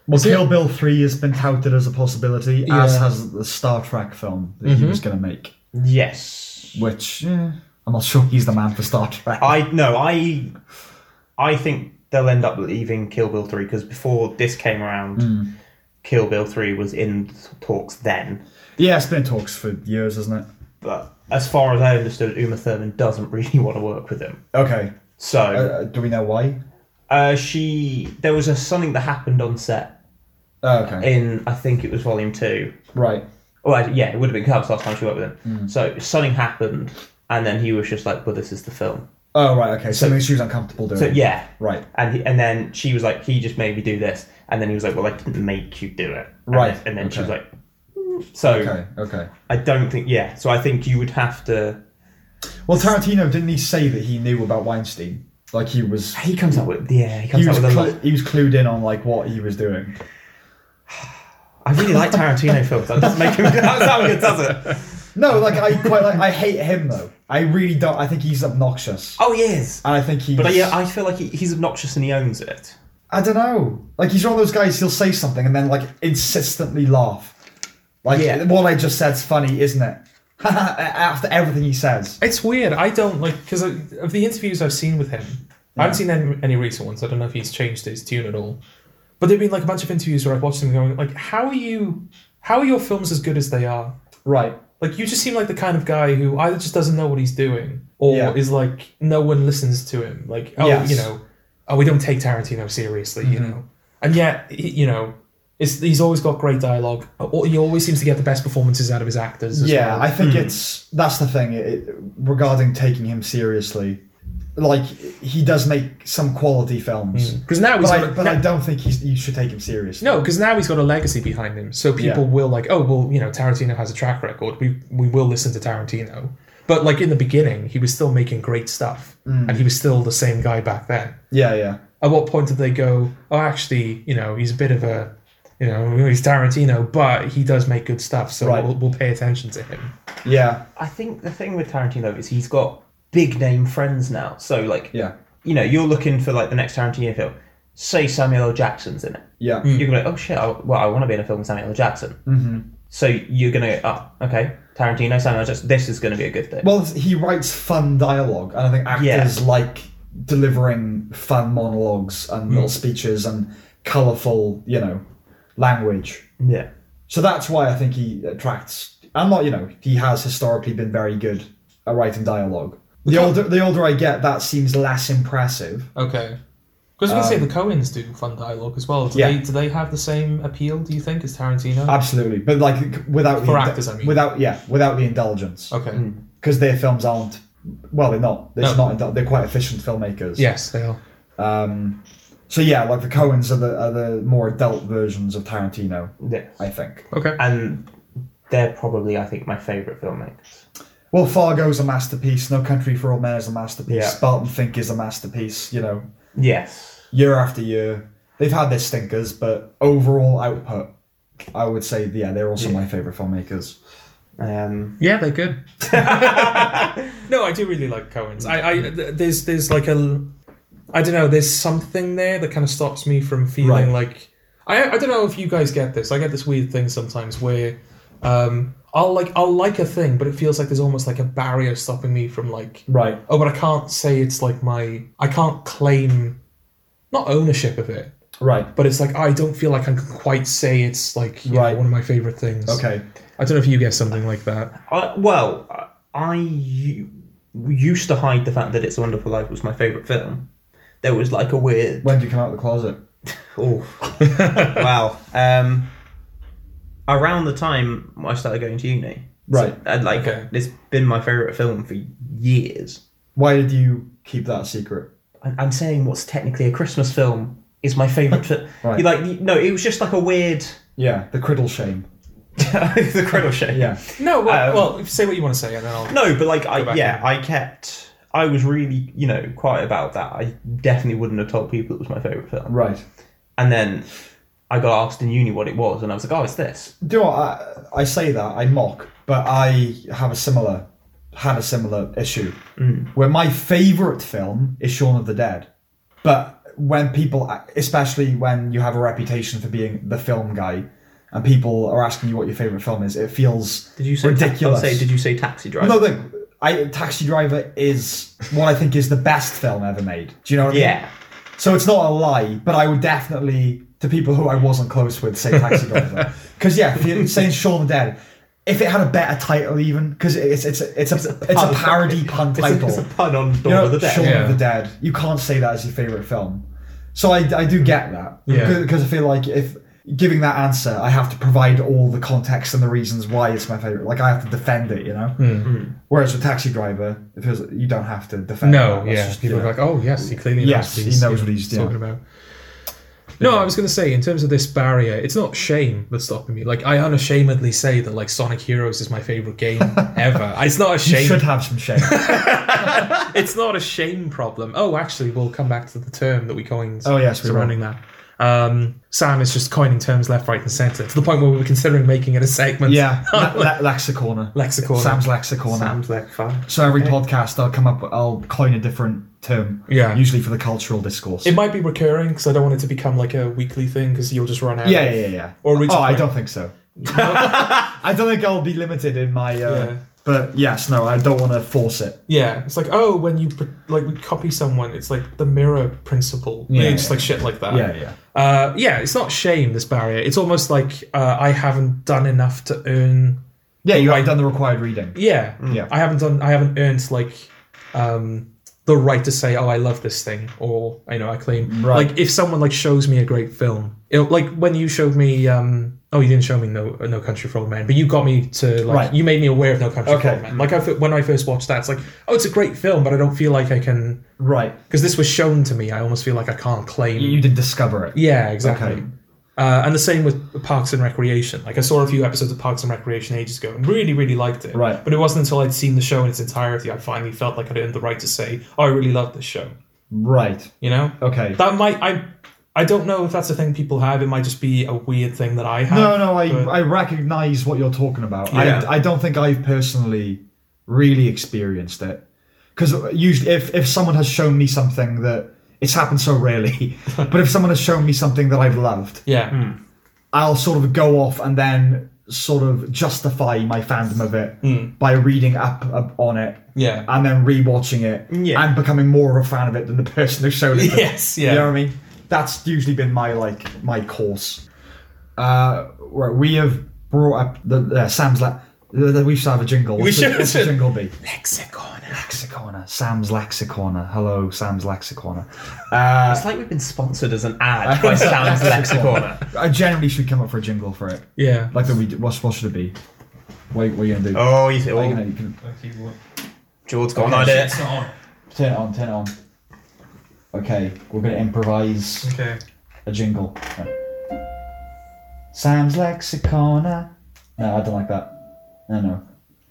Speaker 2: Well, Kill Bill Three has been touted as a possibility, as
Speaker 1: Yeah.
Speaker 2: has the Star Trek film that he was going to make.
Speaker 3: yes,
Speaker 2: Which eh, I'm not sure he's the man for Star Trek.
Speaker 3: I no, I I think they'll end up leaving Kill Bill three because before this came around, Kill Bill three was in talks then.
Speaker 2: Yeah, it's been in talks for years, isn't it?
Speaker 3: But as far as I understood, Uma Thurman doesn't really want to work with him.
Speaker 2: Okay.
Speaker 3: So
Speaker 2: Uh, do we know why?
Speaker 3: uh, she there was a something that happened on set
Speaker 2: Oh, okay.
Speaker 3: in I think it was volume two
Speaker 2: right.
Speaker 3: Well, yeah, it would have been Cubs last time she worked with him. So something happened, and then he was just like, "Well, this is the film."
Speaker 2: Oh, right. Okay. Something she was uncomfortable doing.
Speaker 3: So yeah,
Speaker 2: Right.
Speaker 3: and he, and then she was like, "He just made me do this," and then he was like, "Well, I didn't make you do it." And
Speaker 2: Right,
Speaker 3: then- And, then she was
Speaker 2: okay.
Speaker 3: like, "Mm." "So
Speaker 2: Okay. Okay.
Speaker 3: I don't think yeah." So I think you would have to.
Speaker 2: Well, Tarantino didn't he say that he knew about Weinstein? Like he was.
Speaker 3: He comes up with yeah. He comes
Speaker 2: He was,
Speaker 3: up with a
Speaker 2: clu-
Speaker 3: lot.
Speaker 2: he was clued in on like what he was doing.
Speaker 3: I really like Tarantino films. That doesn't make him. That's how good, does it?
Speaker 2: No, like I quite like I hate him though. I really don't. I think he's obnoxious,
Speaker 3: Oh, he is.
Speaker 2: and I think he's.
Speaker 3: But yeah, I feel like he, he's obnoxious and he owns it.
Speaker 2: I don't know. Like he's one of those guys. He'll say something and then like insistently laugh. Like
Speaker 3: Yeah.
Speaker 2: what I just said's funny, isn't it? After everything he says.
Speaker 1: It's weird. I don't like because of the interviews I've seen with him. I haven't seen any, any recent ones. I don't know if he's changed his tune at all. But there've been like a bunch of interviews where I've watched him going like, "How are you? How are your films as good as they are?"
Speaker 2: Right.
Speaker 1: Like you just seem like the kind of guy who either just doesn't know what he's doing or
Speaker 2: Yeah.
Speaker 1: is like no one listens to him. Like oh
Speaker 2: Yes. Mm-hmm.
Speaker 1: you know oh we don't take Tarantino seriously you know and yet he, you know it's, he's always got great dialogue. Or He always seems to get the best performances out of his actors. As
Speaker 2: yeah,
Speaker 1: well.
Speaker 2: I
Speaker 3: Hmm.
Speaker 2: think it's that's the thing it, it- regarding taking him seriously. Like he does make some quality films,
Speaker 3: Hmm.
Speaker 1: because now he's
Speaker 2: but,
Speaker 1: got
Speaker 2: I,
Speaker 1: a-
Speaker 2: but I don't think he's, you should take him seriously.
Speaker 1: No, because now he's got a legacy behind him, so people
Speaker 2: Yeah.
Speaker 1: will like, oh well, you know, Tarantino has a track record. We we will listen to Tarantino. But like in the beginning, he was still making great stuff,
Speaker 2: Mm.
Speaker 1: and he was still the same guy back then.
Speaker 2: Yeah, yeah,
Speaker 1: At what point did they go? Oh, actually, you know, he's a bit of a, you know, he's Tarantino, but he does make good stuff, so
Speaker 2: Right.
Speaker 1: we'll, we'll pay attention to him.
Speaker 2: yeah,
Speaker 3: I think the thing with Tarantino is he's got big name friends now. So like,
Speaker 2: yeah,
Speaker 3: you know, you're looking for like the next Tarantino film. Say Samuel L. Jackson's in it.
Speaker 2: yeah.
Speaker 1: Hmm.
Speaker 3: You're gonna, oh shit, I, well, I want to be in a film with Samuel L. Jackson. Mm-hmm. So you're gonna, oh, okay, Tarantino, Samuel L. Jackson. This is gonna be a good thing.
Speaker 2: Well, he writes fun dialogue, and I think actors like delivering fun monologues
Speaker 1: Hmm.
Speaker 2: and little speeches and colourful, you know, language.
Speaker 3: yeah,
Speaker 2: So that's why I think he attracts. I'm not, you know, he has historically been very good at writing dialogue. The older, the older I get, that seems less impressive.
Speaker 1: Okay. Because we can say the Coens do fun dialogue as well. Do
Speaker 2: Yeah.
Speaker 1: they do they have the same appeal? Do you think as Tarantino?
Speaker 2: Absolutely, but like without
Speaker 1: For
Speaker 2: the,
Speaker 1: actors, I mean.
Speaker 2: without yeah, without the indulgence,
Speaker 1: okay.
Speaker 2: because their films aren't. Well, they're not. They're just
Speaker 1: No.
Speaker 2: not. indul- They're quite efficient filmmakers.
Speaker 1: Yes, they are.
Speaker 2: Um, so yeah, like the Coens are the are the more adult versions of Tarantino,
Speaker 3: yeah.
Speaker 2: I think.
Speaker 1: Okay.
Speaker 3: And they're probably, I think, my favorite filmmakers.
Speaker 2: Well, Fargo's a masterpiece. No Country for Old Men is a masterpiece.
Speaker 3: Yeah.
Speaker 2: Spartan Fink is a masterpiece. You know,
Speaker 3: Yes.
Speaker 2: year after year, they've had their stinkers, but overall output, I would say yeah, they're also my favorite filmmakers.
Speaker 3: Um,
Speaker 1: Yeah, they're good. no, I do really like Cohen's. I, I th- there's there's like a I don't know. There's something there that kind of stops me from feeling
Speaker 2: Right.
Speaker 1: like I I don't know if you guys get this. I get this weird thing sometimes where um I'll like I'll like a thing, but it feels like there's almost like a barrier stopping me from like
Speaker 2: Right.
Speaker 1: oh, but I can't say it's like my I can't claim not ownership of it,
Speaker 2: Right.
Speaker 1: but it's like I don't feel like I can quite say it's like you know,
Speaker 2: Right.
Speaker 1: one of my favorite things.
Speaker 2: Okay.
Speaker 1: I don't know if you get something like that.
Speaker 3: I, well, I- I u- used to hide the fact that It's a Wonderful Life was my favorite film. There was like a weird
Speaker 2: When do you come out of the closet?
Speaker 3: Oh, wow. Um, around the time I started going to uni,
Speaker 2: Right.
Speaker 3: and like
Speaker 1: Okay.
Speaker 3: it's been my favorite film for years.
Speaker 2: Why did you keep that a secret?
Speaker 3: I'm, I'm saying what's technically a Christmas film is my favorite film.
Speaker 2: Right.
Speaker 3: Like you- no, it was just like a weird
Speaker 2: Yeah, the criddle shame.
Speaker 3: the cradle shake.
Speaker 2: Yeah.
Speaker 1: No, well,
Speaker 3: Um,
Speaker 1: well, say what you want to say, and then I'll.
Speaker 3: No, but like I
Speaker 1: back
Speaker 3: yeah,
Speaker 1: in.
Speaker 3: I kept. I was really you know quiet about that. I definitely wouldn't have told people it was my favorite film.
Speaker 2: Right.
Speaker 3: And then I got asked in uni what it was, and I was like, oh, it's this.
Speaker 2: Do you know what? I, I say that I mock, but I have a similar had a similar issue
Speaker 3: Mm.
Speaker 2: where my favorite film is Shaun of the Dead, but when people, especially when you have a reputation for being the film guy, and people are asking you what your favorite film is, it feels
Speaker 3: Did you say
Speaker 2: ridiculous.
Speaker 3: Say, did you say Taxi Driver?
Speaker 2: no, look, I, Taxi Driver is what I think is the best film ever made. Do you know what I mean?
Speaker 3: Yeah.
Speaker 2: So it's not a lie, but I would definitely, to people who I wasn't close with, say Taxi Driver. Because yeah, if you're saying Shaun of the Dead, if it had a better title even, because it's it's a, it's a it's a,
Speaker 3: pun.
Speaker 2: parody pun
Speaker 3: It's a,
Speaker 2: title.
Speaker 3: it's a pun on Dawn
Speaker 2: you know,
Speaker 3: of the Dead.
Speaker 2: Shaun
Speaker 1: Yeah.
Speaker 2: of the Dead. You can't say that as your favorite film. So I, I do get that.
Speaker 1: Yeah.
Speaker 2: Because I feel like if giving that answer, I have to provide all the context and the reasons why it's my favorite. Like I have to defend it, you know. Whereas with Taxi Driver, it feels you don't have to defend.
Speaker 1: No,
Speaker 2: that. That's
Speaker 1: yeah.
Speaker 2: just, you
Speaker 1: People
Speaker 2: know.
Speaker 1: are like, oh, yes, he clearly
Speaker 2: Yes,
Speaker 1: knows
Speaker 2: he knows what he's
Speaker 1: talking
Speaker 2: doing.
Speaker 1: about. No, I was going to say, in terms of this barrier, it's not shame that's stopping me. Like, I unashamedly say that, like, Sonic Heroes is my favorite game ever. It's not a
Speaker 2: you
Speaker 1: shame.
Speaker 2: should have some shame.
Speaker 1: It's not a shame problem. Oh, actually, we'll come back to the term that we coined
Speaker 2: Oh, yes, we will.
Speaker 1: surrounding that. Um, Sam is just coining terms left, right, and centre to the point where we were considering making it a segment.
Speaker 2: Yeah, le- le- Lexicorner.
Speaker 1: Lexicorner.
Speaker 2: Sam's Lexicorner.
Speaker 3: Sam's like, fun.
Speaker 2: So every podcast, I'll come up, I'll coin a different term.
Speaker 1: Yeah.
Speaker 2: Usually for the cultural discourse.
Speaker 1: It might be recurring because I don't want it to become like a weekly thing because you'll just run out.
Speaker 2: yeah, yeah, yeah, yeah.
Speaker 1: Or reach
Speaker 2: oh,
Speaker 1: a
Speaker 2: I
Speaker 1: point.
Speaker 2: don't think so. I don't think I'll be limited in my. Uh,
Speaker 1: Yeah.
Speaker 2: But yes, no, I don't want to force it.
Speaker 1: Yeah, it's like oh, when you pr- like we copy someone, it's like the mirror principle.
Speaker 2: Yeah.
Speaker 1: Yeah, just like shit like that.
Speaker 2: Yeah, yeah.
Speaker 1: uh, yeah. It's not shame this barrier. It's almost like uh, I haven't done enough to earn
Speaker 2: Yeah, you haven't done the required reading.
Speaker 1: Yeah,
Speaker 2: Yeah.
Speaker 1: I haven't done. I haven't earned like um, the right to say, "Oh, I love this thing," or you know, I claim.
Speaker 2: Right.
Speaker 1: Like if someone like shows me a great film, it, like when you showed me. Um, oh, you didn't show me No No Country for Old Men, but you got me to like
Speaker 2: Right.
Speaker 1: you made me aware of No Country for
Speaker 2: Okay.
Speaker 1: Old Men. Like I, f- when I first watched that, it's like, oh, it's a great film, but I don't feel like I can
Speaker 2: Right.
Speaker 1: because this was shown to me. I almost feel like I can't claim.
Speaker 2: You did discover it.
Speaker 1: yeah, exactly.
Speaker 2: Okay.
Speaker 1: Uh, and the same with Parks and Recreation. Like I saw a few episodes of Parks and Recreation ages ago and really, really liked it.
Speaker 2: Right.
Speaker 1: But it wasn't until I'd seen the show in its entirety I finally felt like I'd earned the right to say, oh, I really love this show.
Speaker 2: Right.
Speaker 1: You know?
Speaker 2: Okay.
Speaker 1: That might I I don't know if that's a thing people have. It might just be a weird thing that I have.
Speaker 2: No, no, I,
Speaker 1: but-
Speaker 2: I recognize what you're talking about.
Speaker 1: Yeah.
Speaker 2: I, I don't think I've personally really experienced it. Because usually, if, if someone has shown me something that it's happened so rarely, but if someone has shown me something that I've loved,
Speaker 1: Yeah.
Speaker 2: Hmm. I'll sort of go off and then sort of justify my fandom of it
Speaker 1: Hmm.
Speaker 2: by reading up, up on it
Speaker 1: Yeah.
Speaker 2: and then rewatching it
Speaker 3: Yeah.
Speaker 2: and becoming more of a fan of it than the person who showed it. to me.
Speaker 1: Yes, yeah.
Speaker 2: You know what I mean? That's usually been my like my course. Uh, right, we have brought up the uh, Sam's la- the, the, we should have a jingle. What's
Speaker 1: should-
Speaker 2: the, what's the
Speaker 1: should.
Speaker 2: jingle be?
Speaker 1: Hexagon.
Speaker 2: Lexicorner, Sam's Lexicorner. Hello, Sam's Lexicorner. Uh,
Speaker 3: It's like we've been sponsored as an ad by Sam's Lexicorner.
Speaker 2: I generally should come up for a jingle for it.
Speaker 1: Yeah.
Speaker 2: Like that we do, what, what should it be? Wait, what are you gonna do?
Speaker 3: Oh, you see,
Speaker 2: Are you gonna-
Speaker 3: oh,
Speaker 2: you can-
Speaker 3: George's got an
Speaker 2: Okay,
Speaker 3: idea.
Speaker 1: on.
Speaker 2: turn it on, turn it on. Okay, we're gonna improvise.
Speaker 1: Okay.
Speaker 2: a jingle. No. Sam's Lexicorner. No, I don't like that. No, no.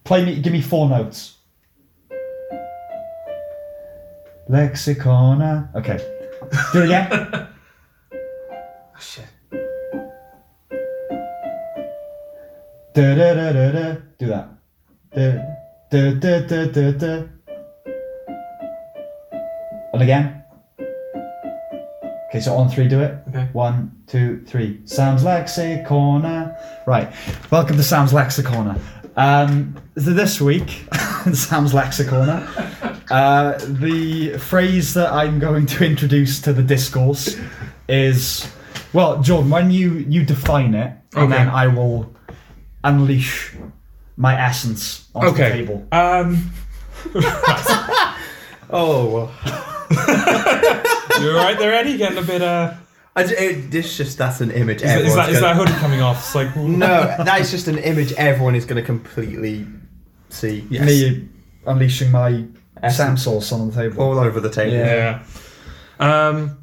Speaker 2: Play me. Give me four notes. Lexicorner. Okay. Do it again.
Speaker 1: Oh, shit.
Speaker 2: da, da, da, da, da. Do that. Da, da, da, da, da, da. And again. Okay, so on three, do it.
Speaker 1: Okay.
Speaker 2: One, two, three. Sam's Lexicorner. Right. Welcome to Sam's Lexicorner. Um, so this week, in Sam's Lexicorner, uh, the phrase that I'm going to introduce to the discourse is, well, Jordan, when you you define it,
Speaker 1: Okay.
Speaker 2: and then I will unleash my essence onto
Speaker 1: Okay.
Speaker 2: the table.
Speaker 1: Um
Speaker 3: Oh, well.
Speaker 1: You're right there, Eddie, getting a bit uh
Speaker 4: I ju- it, it's just that's an image.
Speaker 1: is, that- is
Speaker 4: everyone's
Speaker 1: that is
Speaker 4: gonna-
Speaker 1: that hoodie coming off? It's like
Speaker 4: no, that is just an image everyone is going to completely see
Speaker 1: Yes.
Speaker 2: Me unleashing my
Speaker 3: Essence.
Speaker 2: Sam sauce on the table.
Speaker 4: all over the table.
Speaker 2: Yeah.
Speaker 1: Yeah. Um,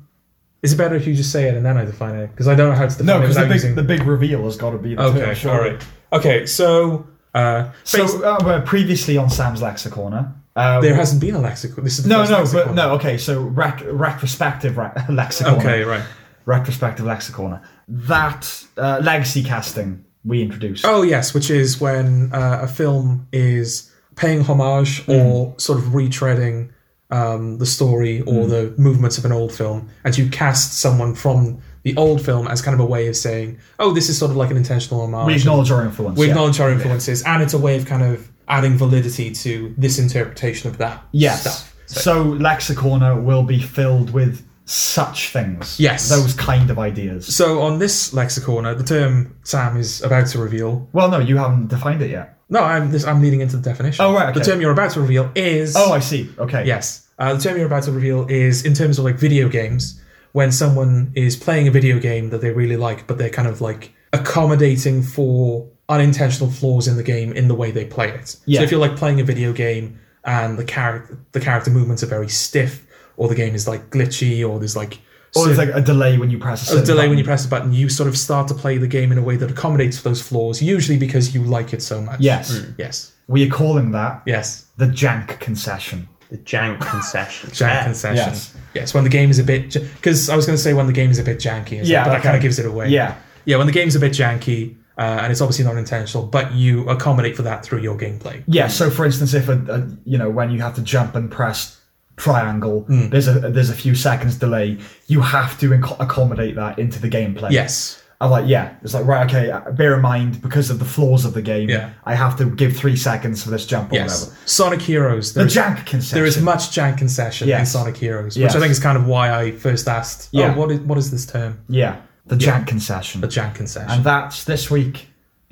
Speaker 1: is it better if you just say it and then I define it? Because I don't know how to define
Speaker 2: No,
Speaker 1: it
Speaker 2: because the
Speaker 1: without
Speaker 2: big
Speaker 1: using.
Speaker 2: the big reveal has got to be the
Speaker 1: okay,
Speaker 2: term, surely.
Speaker 1: all right. Okay, so uh,
Speaker 2: So uh, well, previously on Sam's Lexicorner, um,
Speaker 1: there hasn't been a lexicon. This is the
Speaker 2: no,
Speaker 1: first
Speaker 2: no,
Speaker 1: lexicon.
Speaker 2: but no. Okay, so ret- retrospective re- Lexicorner,
Speaker 1: Okay, right.
Speaker 2: retrospective Lexicorner. That uh, legacy casting we introduced.
Speaker 1: Oh yes, which is when uh, a film is paying homage
Speaker 2: Hmm.
Speaker 1: or sort of retreading um, the story
Speaker 2: Hmm.
Speaker 1: or the movements of an old film, and you cast someone from the old film as kind of a way of saying, "Oh, this is sort of like an intentional homage."
Speaker 2: we acknowledge our influence.
Speaker 1: we
Speaker 2: yeah.
Speaker 1: acknowledge our influences, and it's a way of kind of adding validity to this interpretation of that
Speaker 2: yes.
Speaker 1: stuff.
Speaker 2: So Lexicorner will be filled with such things.
Speaker 1: Yes.
Speaker 2: those kind of ideas.
Speaker 1: So on this lexicorner, the term Sam is about to reveal.
Speaker 2: Well, no, you haven't defined it yet.
Speaker 1: No, I'm this, I'm leading into the definition.
Speaker 2: Oh, right,
Speaker 1: The
Speaker 2: okay.
Speaker 1: term you're about to reveal is.
Speaker 2: Oh, I see. Okay.
Speaker 1: yes. Uh, the term you're about to reveal is in terms of like video games when someone is playing a video game that they really like, but they're kind of like accommodating for unintentional flaws in the game in the way they play it.
Speaker 2: Yeah.
Speaker 1: So if you're like playing a video game and the character the character movements are very stiff, or the game is like glitchy, or there's like
Speaker 2: Or
Speaker 1: certain-
Speaker 2: there's like a delay when you press a
Speaker 1: a
Speaker 2: certain
Speaker 1: delay when
Speaker 2: button.
Speaker 1: you press the button, you sort of start to play the game in a way that accommodates for those flaws, usually because you like it so much. Mm.
Speaker 2: Yes.
Speaker 1: Yes.
Speaker 2: We are calling that
Speaker 1: Yes.
Speaker 2: the jank concession.
Speaker 3: The jank concession.
Speaker 1: Jank
Speaker 3: Yeah.
Speaker 1: concession.
Speaker 2: Ah, Yes.
Speaker 1: Yes. When the game is a bit, because I was going to say when the game is a bit janky, as
Speaker 2: Yeah,
Speaker 1: well, but that
Speaker 2: okay.
Speaker 1: kind of gives it away.
Speaker 2: Yeah.
Speaker 1: Yeah. When the game's a bit janky, uh, and it's obviously not intentional, but you accommodate for that through your gameplay.
Speaker 2: Yeah. So, for instance, if a, a you know when you have to jump and press triangle,
Speaker 1: Hmm.
Speaker 2: there's a there's a few seconds delay. You have to inco- accommodate that into the gameplay.
Speaker 1: Yes.
Speaker 2: I'm like, yeah. It's like right, okay. uh, Bear in mind because of the flaws of the game,
Speaker 1: Yeah.
Speaker 2: I have to give three seconds for this jump or
Speaker 1: Yes.
Speaker 2: whatever.
Speaker 1: Sonic Heroes.
Speaker 2: The
Speaker 1: There is,
Speaker 2: jank concession.
Speaker 1: there is much jank concession in
Speaker 2: Yes.
Speaker 1: Sonic Heroes, which
Speaker 2: Yes.
Speaker 1: I think is kind of why I first asked.
Speaker 2: Yeah.
Speaker 1: Oh, what is what is this term?
Speaker 2: yeah, the jank concession,
Speaker 1: The jank concession.
Speaker 2: and that's this week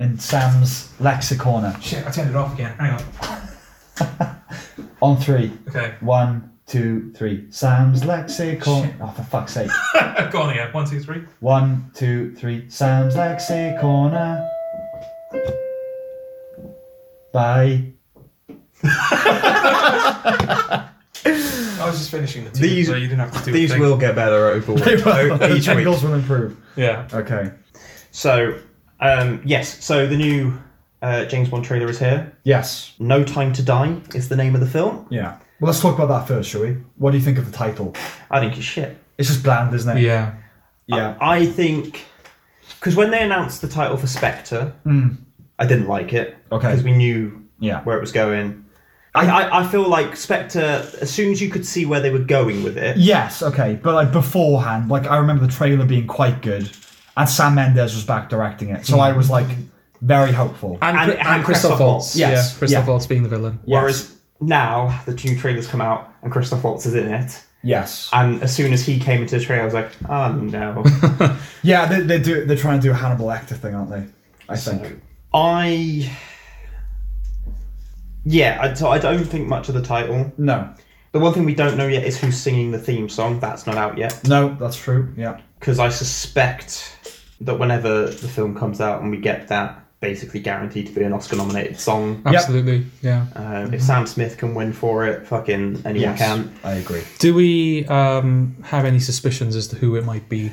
Speaker 2: in Sam's lexicorner.
Speaker 1: Shit, I turned it off again. Hang on.
Speaker 2: On three.
Speaker 1: Okay.
Speaker 2: One, two, three. Sam's lexicon. Oh, for fuck's sake.
Speaker 1: Go on again. One, two, three.
Speaker 2: One, two, three. Sam's lexicorner. Bye.
Speaker 1: I was just finishing the two,
Speaker 3: These-
Speaker 1: so you didn't have to do
Speaker 3: These
Speaker 1: a thing.
Speaker 3: will get better over
Speaker 2: The
Speaker 3: Oh, each week.
Speaker 2: jingles will improve.
Speaker 1: Yeah.
Speaker 2: Okay.
Speaker 3: So, um, yes, so the new uh, James Bond trailer is here.
Speaker 2: Yes.
Speaker 3: No Time to Die is the name of the film.
Speaker 2: Yeah. Well, let's talk about that first, shall we? What do you think of the title?
Speaker 3: I think it's shit.
Speaker 2: It's just bland, isn't it?
Speaker 1: Yeah.
Speaker 2: Yeah.
Speaker 3: I think because when they announced the title for Spectre,
Speaker 4: Hmm.
Speaker 3: I didn't like it.
Speaker 2: Okay.
Speaker 3: because we knew
Speaker 2: Yeah.
Speaker 3: where it was going. I, I, I feel like Spectre, as soon as you could see where they were going with it,
Speaker 2: Yes, okay, but like beforehand, like I remember the trailer being quite good, and Sam Mendes was back directing it, so I was like very hopeful.
Speaker 1: And,
Speaker 3: And-
Speaker 1: Cri-
Speaker 3: and
Speaker 1: and Christoph
Speaker 3: Christoph
Speaker 1: Waltz.
Speaker 3: Waltz.
Speaker 2: Yes.
Speaker 1: Yeah. Christoph
Speaker 2: Yeah.
Speaker 1: Waltz being the villain.
Speaker 3: whereas now the two trailers come out and Christoph Waltz is in it,
Speaker 2: yes,
Speaker 3: and as soon as he came into the trailer, I was like, oh no.
Speaker 2: yeah, they, they do. They're trying to do a Hannibal Lecter thing, aren't they? I think.
Speaker 3: I. Yeah, I, so I don't think much of the title.
Speaker 2: no,
Speaker 3: The one thing we don't know yet is who's singing the theme song. That's not out yet.
Speaker 2: no, that's true. Yeah,
Speaker 3: because I suspect that whenever the film comes out and we get that basically guaranteed to be an Oscar nominated song,
Speaker 1: Absolutely. Yeah.
Speaker 3: um,
Speaker 2: Mhm.
Speaker 3: if Sam Smith can win for it, fucking anyone can.
Speaker 2: I agree.
Speaker 1: Do we um, have any suspicions as to who it might be?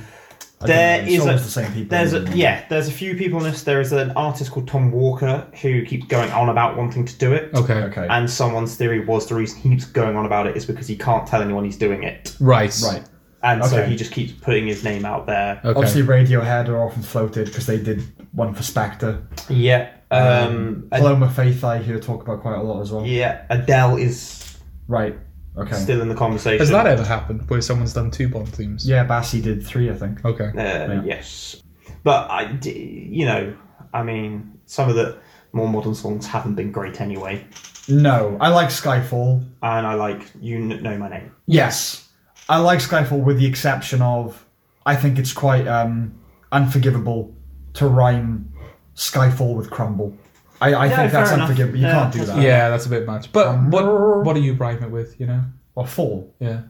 Speaker 2: I
Speaker 3: There
Speaker 2: don't know, it's
Speaker 3: is a,
Speaker 2: always the same people.
Speaker 3: there's a,
Speaker 2: isn't it?
Speaker 3: yeah, there's a few people on this. There is an artist called Tom Walker who keeps going on about wanting to do it.
Speaker 1: Okay.
Speaker 2: Okay.
Speaker 3: And someone's theory was the reason he keeps going on about it is because he can't tell anyone he's doing it,
Speaker 1: Right.
Speaker 2: right.
Speaker 3: and so
Speaker 2: Okay.
Speaker 3: he just keeps putting his name out there.
Speaker 1: Okay.
Speaker 2: Obviously, Radiohead are often floated because they did one for Spectre.
Speaker 3: Yeah, um, Ad-
Speaker 2: Paloma Faith, I hear talk about quite a lot as well.
Speaker 3: yeah, Adele is
Speaker 2: Right. Okay.
Speaker 3: still in the conversation.
Speaker 1: Has that ever happened where someone's done two Bond themes?
Speaker 2: yeah, Bassi did three, I think.
Speaker 1: Okay.
Speaker 3: Uh, Yes, but I, d- you know, I mean, some of the more modern songs haven't been great anyway,
Speaker 2: No, I like Skyfall.
Speaker 3: and I like you Kn- know my name.
Speaker 2: Yes, I like Skyfall with the exception of I think it's quite um, unforgivable to rhyme Skyfall with crumble. I, I think that's
Speaker 3: fair enough.
Speaker 2: unforgivable. You
Speaker 3: Yeah,
Speaker 2: can't do
Speaker 3: that's
Speaker 2: that.
Speaker 3: fair.
Speaker 1: Yeah, that's a bit much. But
Speaker 2: Um,
Speaker 1: what what do you rhyme it with? You know?
Speaker 2: Or fall.
Speaker 1: Yeah.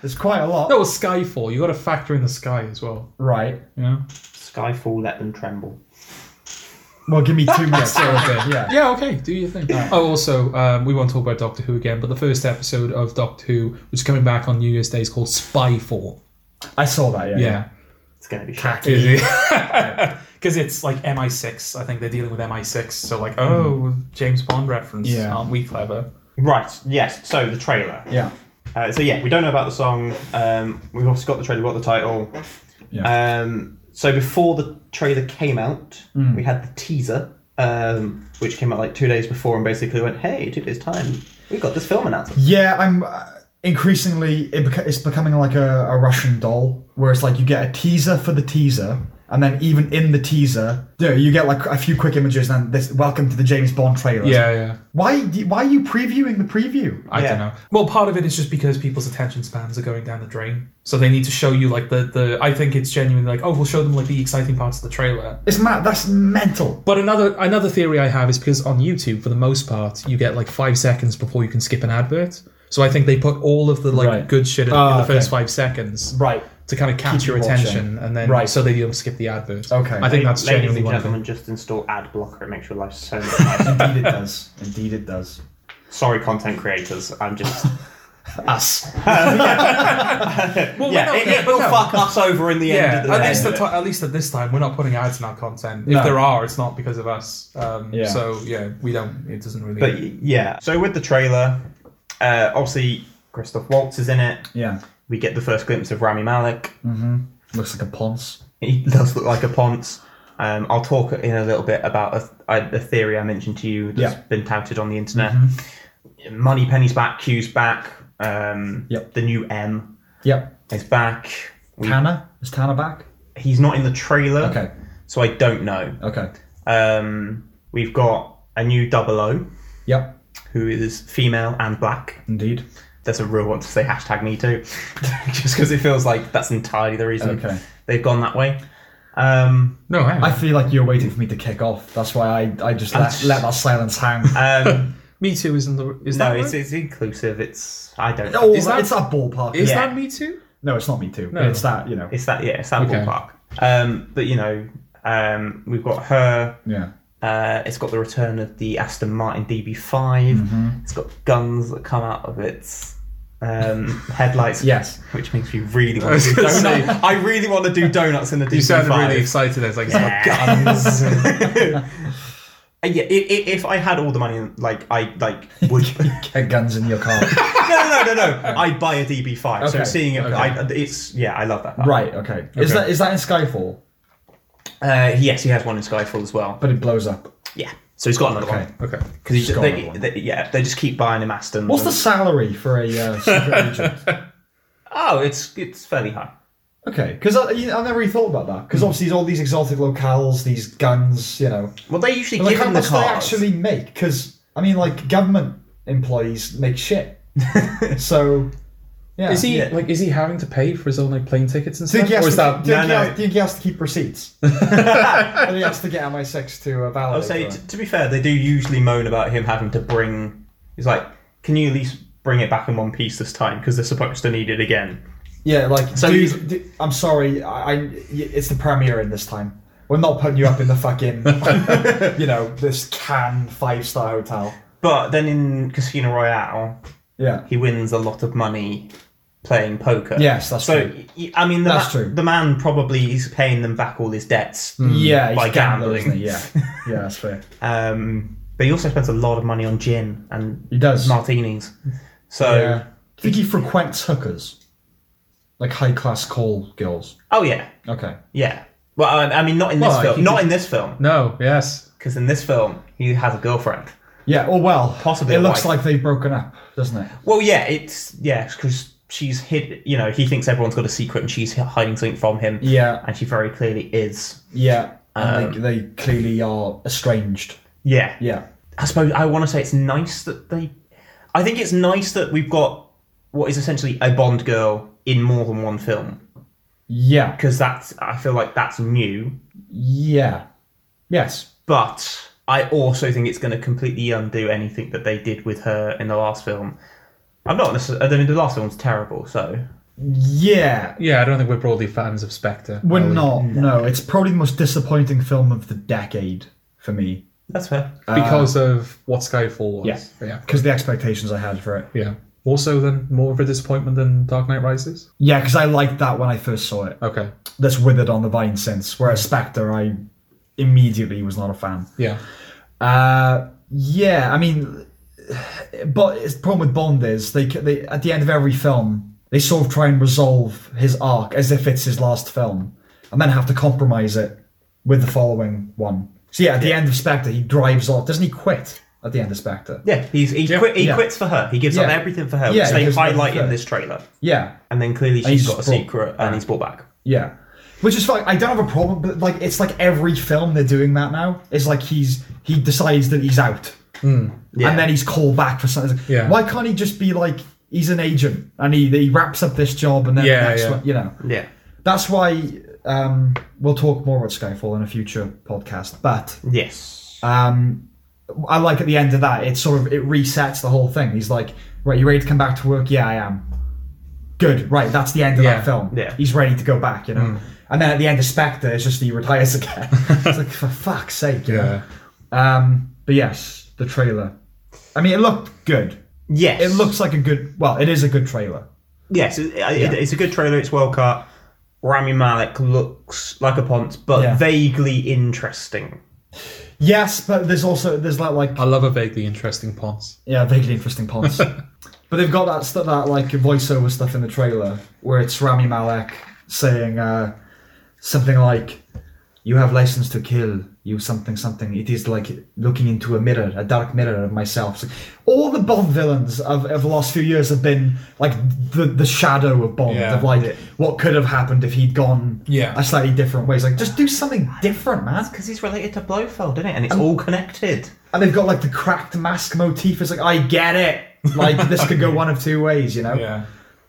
Speaker 2: There's quite a lot.
Speaker 1: No, well, Skyfall. You got to factor in the sky as well.
Speaker 2: Right.
Speaker 1: You know?
Speaker 3: Skyfall, let them tremble.
Speaker 2: Well, give me two minutes.
Speaker 1: So, okay.
Speaker 2: yeah.
Speaker 1: Yeah. Okay. Do your thing. Oh, also, um, we won't talk about Doctor Who again, but the first episode of Doctor Who, which is coming back on New Year's Day, is called Spyfall.
Speaker 2: I saw that. Yeah.
Speaker 1: Yeah.
Speaker 3: It's gonna be shit.
Speaker 1: Is it? Because it's like MI6. I think they're dealing with MI6. So like, oh, James Bond reference.
Speaker 2: Yeah.
Speaker 1: Aren't we clever?
Speaker 3: Right. Yes. So the trailer.
Speaker 2: Yeah.
Speaker 3: Uh, so yeah, we don't know about the song. Um, we've obviously got the trailer, we've got the title.
Speaker 1: Uh,
Speaker 2: Yeah.
Speaker 3: Um, so before the trailer came out,
Speaker 1: Mm.
Speaker 3: we had the teaser, um, which came out like two days before, and basically went, "Hey, two days time, we've got this film announcement."
Speaker 2: Yeah, I'm uh, increasingly it beca- it's becoming like a, a Russian doll, where it's like you get a teaser for the teaser, and then even in the teaser, you, know, you get like a few quick images, and then this welcome to the James Bond trailer.
Speaker 1: Yeah. Yeah.
Speaker 2: Why do- why are you previewing the preview?
Speaker 1: I
Speaker 3: Yeah.
Speaker 1: don't know. Well, part of it is just because people's attention spans are going down the drain, so they need to show you like the the. I think it's genuinely like, oh, we'll show them like the exciting parts of the trailer.
Speaker 2: It's mad. That's mental.
Speaker 1: But another another theory I have is because on YouTube, for the most part, you get like five seconds before you can skip an advert. So I think they put all of the like
Speaker 2: Right.
Speaker 1: good shit in,
Speaker 2: Ah,
Speaker 1: in the first
Speaker 2: okay.
Speaker 1: five seconds
Speaker 2: Right.
Speaker 1: to kind of catch
Speaker 2: Keep
Speaker 1: your
Speaker 2: you
Speaker 1: attention, and then
Speaker 2: Right.
Speaker 1: so that you don't skip the advert.
Speaker 2: Okay.
Speaker 1: I think that's
Speaker 3: Ladies
Speaker 1: genuinely
Speaker 3: and
Speaker 1: one of
Speaker 3: gentlemen,
Speaker 1: them.
Speaker 3: just install ad blocker. It makes your life so much nicer.
Speaker 2: Indeed, it does. Indeed, it does.
Speaker 3: Sorry, content creators. I'm just.
Speaker 2: Us.
Speaker 1: Well,
Speaker 3: yeah, it, it will fuck us over in the
Speaker 1: Yeah,
Speaker 3: end. Of the
Speaker 1: at least
Speaker 3: day.
Speaker 1: at, at least at this time, we're not putting ads in our content.
Speaker 2: No.
Speaker 1: If there are, it's not because of us. Um,
Speaker 2: Yeah.
Speaker 1: So yeah, we don't. It doesn't really.
Speaker 3: But y- yeah. So with the trailer, uh, obviously Christoph Waltz is in it.
Speaker 2: Yeah.
Speaker 3: We get the first glimpse of Rami Malek.
Speaker 2: Looks like a ponce.
Speaker 3: He does look like a Ponce. Um, I'll talk in a little bit about a, a, a theory I mentioned to you that's
Speaker 2: Yeah. Mm-hmm.
Speaker 3: been touted on the internet. Money Penny's back, Q's back. Um,
Speaker 2: Yep.
Speaker 3: The new M
Speaker 2: Yep.
Speaker 3: is back. We,
Speaker 2: Tanner is Tanner back?
Speaker 3: he's not in the trailer.
Speaker 2: Okay. Oh.
Speaker 3: so I don't know.
Speaker 2: Okay.
Speaker 3: Um, we've got a new double O
Speaker 2: Yep.
Speaker 3: who is female and black.
Speaker 2: Indeed.
Speaker 3: That's a real one to say hashtag me too, just because it feels like that's entirely the reason
Speaker 2: Okay.
Speaker 3: they've gone that way. Um,
Speaker 1: No, hang on.
Speaker 2: I feel like you're waiting for me to kick off. That's why I, I just let, let that silence hang.
Speaker 3: um,
Speaker 1: Me Too isn't the. Is
Speaker 3: no,
Speaker 1: that
Speaker 3: it's,
Speaker 1: right?
Speaker 3: it's inclusive. It's I don't.
Speaker 2: Oh,
Speaker 1: Is that-
Speaker 2: it's that ballpark.
Speaker 1: Is
Speaker 3: yeah.
Speaker 1: that Me Too?
Speaker 2: no, it's not me too.
Speaker 1: No.
Speaker 2: It's that you know.
Speaker 3: It's that yeah, it's that
Speaker 1: Okay.
Speaker 3: ballpark. Um, but you know, um, we've got her.
Speaker 2: yeah.
Speaker 3: Uh, it's got the return of the Aston Martin DB5.
Speaker 1: Mm-hmm.
Speaker 3: It's got guns that come out of its um, headlights.
Speaker 2: Yes.
Speaker 3: which makes me really
Speaker 1: I
Speaker 3: want
Speaker 1: was
Speaker 3: to do
Speaker 1: gonna
Speaker 3: donuts.
Speaker 1: say-
Speaker 3: I really want to do donuts in the DB5.
Speaker 1: You sounded really excited. It's like,
Speaker 2: Oh,
Speaker 3: Yeah.
Speaker 1: it's got guns.
Speaker 3: Uh, yeah, i- i- if I had all the money, like I like would.
Speaker 2: Get guns in your car.
Speaker 3: no, no, no, no, no. I'd buy a DB5. So
Speaker 2: Okay,
Speaker 3: seeing it,
Speaker 1: okay.
Speaker 3: I, it's yeah, I love that. part.
Speaker 2: right. Okay. Is
Speaker 1: Okay.
Speaker 2: that is that in Skyfall?
Speaker 3: Uh, yes, he has one in Skyfall as well.
Speaker 2: But it blows up.
Speaker 3: Yeah. So he's got another
Speaker 2: Okay.
Speaker 3: one.
Speaker 1: oh, okay.
Speaker 3: Because
Speaker 2: He's got
Speaker 3: they,
Speaker 2: another one.
Speaker 3: they- yeah, they just keep buying him Aston.
Speaker 2: What's the salary for a uh, secret agent?
Speaker 3: Oh, it's it's fairly high.
Speaker 2: Okay, because I, you know, I never really thought about that.
Speaker 3: Hmm.
Speaker 2: Because obviously, there's all these exotic locales, these guns, you know.
Speaker 3: Well, they usually
Speaker 2: Like,
Speaker 3: give
Speaker 2: how
Speaker 3: him the
Speaker 2: much do they
Speaker 3: cars.
Speaker 2: actually make? Because I mean, like government employees make shit. so, yeah.
Speaker 1: Is he
Speaker 3: Yeah.
Speaker 1: like? Is he having to pay for his own like plane tickets and
Speaker 2: Do you
Speaker 1: stuff?
Speaker 2: think he has,
Speaker 1: Or is
Speaker 2: to,
Speaker 1: that?
Speaker 2: do you
Speaker 3: No,
Speaker 2: think he has-
Speaker 3: no.
Speaker 2: do you think he has to keep receipts? and he has to get MI6 to uh,
Speaker 3: I'll
Speaker 2: validate.
Speaker 3: say,
Speaker 2: that?
Speaker 3: Oh, t- to be fair, they do usually moan about him having to bring. He's like, can you at least bring it back in one piece this time? Because they're supposed to need it again.
Speaker 2: yeah, like,
Speaker 3: So
Speaker 2: dude,
Speaker 3: he's-
Speaker 2: dude, I'm sorry, I, I, it's the premiere in this time. We're not putting you up in the fucking, you know, this can five star hotel.
Speaker 3: But then in Casino Royale,
Speaker 2: Yeah.
Speaker 3: he wins a lot of money playing poker.
Speaker 2: Yes, that's
Speaker 3: so,
Speaker 2: true.
Speaker 3: y- y- I mean, the,
Speaker 2: That's
Speaker 3: ma-
Speaker 2: true. Mm.
Speaker 3: the man probably is paying them back all his debts.
Speaker 2: Yeah,
Speaker 3: by
Speaker 2: he's a gambler,
Speaker 3: gambling.
Speaker 2: isn't he? Yeah, yeah, that's fair.
Speaker 3: Um, but he also spends a lot of money on gin and
Speaker 2: He does.
Speaker 3: martinis. So,
Speaker 2: Yeah. I think he frequents hookers, like high class call girls.
Speaker 3: oh yeah,
Speaker 2: Okay.
Speaker 3: yeah. Well, I, I mean, not in this
Speaker 2: Well, he
Speaker 3: film. Not in this film,
Speaker 1: No. Yes.
Speaker 3: because in this film he has a girlfriend.
Speaker 2: Yeah. Oh well.
Speaker 3: Possibly
Speaker 2: It
Speaker 3: a
Speaker 2: looks
Speaker 3: wife.
Speaker 2: like they've broken up, doesn't it?
Speaker 3: Well, yeah, it's yeah, because she's hid. You know, he thinks everyone's got a secret, and she's hiding something from him.
Speaker 2: Yeah.
Speaker 3: and she very clearly is.
Speaker 2: Yeah. Um, And they, they clearly are estranged.
Speaker 3: Yeah,
Speaker 2: Yeah.
Speaker 3: I suppose I want to say it's nice that they. I think it's nice that we've got what is essentially a Bond girl in more than one film
Speaker 2: Yeah.
Speaker 3: because that's. I feel like that's new,
Speaker 2: Yeah. Yes.
Speaker 3: but I also think it's going to completely undo anything that they did with her in the last film. I'm not necessarily. I mean, the last film's terrible, so
Speaker 2: Yeah.
Speaker 1: Yeah. I don't think we're broadly fans of Spectre.
Speaker 2: We're
Speaker 1: are we?
Speaker 2: not. No. It's probably the most disappointing film of the decade for me
Speaker 3: that's fair.
Speaker 1: because of what Skyfall was.
Speaker 2: yeah.
Speaker 1: Uh, Yeah.
Speaker 2: because the expectations I had for it.
Speaker 1: Yeah. Also, then more of a disappointment than Dark Knight Rises.
Speaker 2: Yeah, because I liked that when I first saw it.
Speaker 1: Okay.
Speaker 2: That's withered on the vine since. Whereas Spectre, I immediately was not a fan.
Speaker 1: Yeah.
Speaker 2: Uh, yeah, I mean, but it's, the problem with Bond is they, c- they at the end of every film they sort of try and resolve his arc as if it's his last film, and then have to compromise it with the following one. So yeah, at the end of Spectre, he drives off. Doesn't he quit at the end of Spectre?
Speaker 3: Yeah, he's he, quit, he
Speaker 2: yeah.
Speaker 3: quits for her. He gives up
Speaker 2: Yeah.
Speaker 3: everything for her,
Speaker 2: Yeah,
Speaker 3: which
Speaker 2: he
Speaker 3: they
Speaker 2: gives up
Speaker 3: highlight
Speaker 2: everything.
Speaker 3: in this trailer.
Speaker 2: Yeah,
Speaker 3: And then clearly
Speaker 2: he's
Speaker 3: she's got a
Speaker 2: brought-
Speaker 3: secret, and he's brought back.
Speaker 2: yeah. Which is fine. I don't have a problem, but like it's like every film they're doing that now. It's like he's he decides that he's out.
Speaker 3: Yeah.
Speaker 2: and then he's called back for something.
Speaker 1: Hmm. Yeah.
Speaker 2: Why can't he just be like he's an agent and he, he wraps up this job and then
Speaker 1: Yeah,
Speaker 2: the next
Speaker 1: yeah.
Speaker 2: one, you know.
Speaker 3: yeah,
Speaker 2: That's why um, we'll talk more about Skyfall in a future podcast. But
Speaker 3: yes,
Speaker 2: um, I like at the end of that, it sort of it resets the whole thing. He's like, right, you ready to come back to work? Yeah, I am. Good, right. That's the end of
Speaker 1: Yeah,
Speaker 2: that film.
Speaker 3: yeah.
Speaker 2: he's ready to go back, you know. And then at the end of Spectre, it's just he retires again. it's like for fuck's sake, you know? Um, but yes, the trailer. I mean, it looked good.
Speaker 3: yes,
Speaker 2: It looks like a good. Well, it is a good trailer.
Speaker 3: yes. It, it, it's a good trailer. It's well cut. Rami Malek looks like a ponce, but
Speaker 2: Yeah.
Speaker 3: vaguely interesting.
Speaker 2: Yes, but there's also there's that like
Speaker 1: I love a vaguely interesting Ponce.
Speaker 2: yeah vaguely interesting puns. but they've got that stuff that like voiceover stuff in the trailer where it's Rami Malek saying uh, something like, "You have license to kill." You something something. It is like looking into a mirror, a dark mirror of myself. So all the Bond villains of, of the last few years have been like the the shadow of Bond,
Speaker 1: Yeah.
Speaker 2: of like what could have happened if he'd gone
Speaker 1: Yeah.
Speaker 2: a slightly different way. It's like just do something different, man.
Speaker 3: Because he's related to Blofeld, isn't it? And it's all connected.
Speaker 2: and they've got like the cracked mask motif. It's like I get it. Like this could go one of two ways, you know.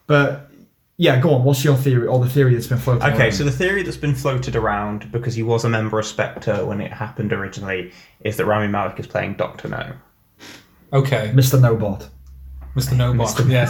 Speaker 2: But yeah, go on. What's your theory or the theory that's been floating?
Speaker 3: Okay,
Speaker 2: around?
Speaker 3: so the theory that's been floated around, because he was a member of Spectre when it happened originally, is that Rami Malek is playing Doctor No.
Speaker 1: Okay,
Speaker 2: Mr. Nobot.
Speaker 1: Mr. Nobot. yeah.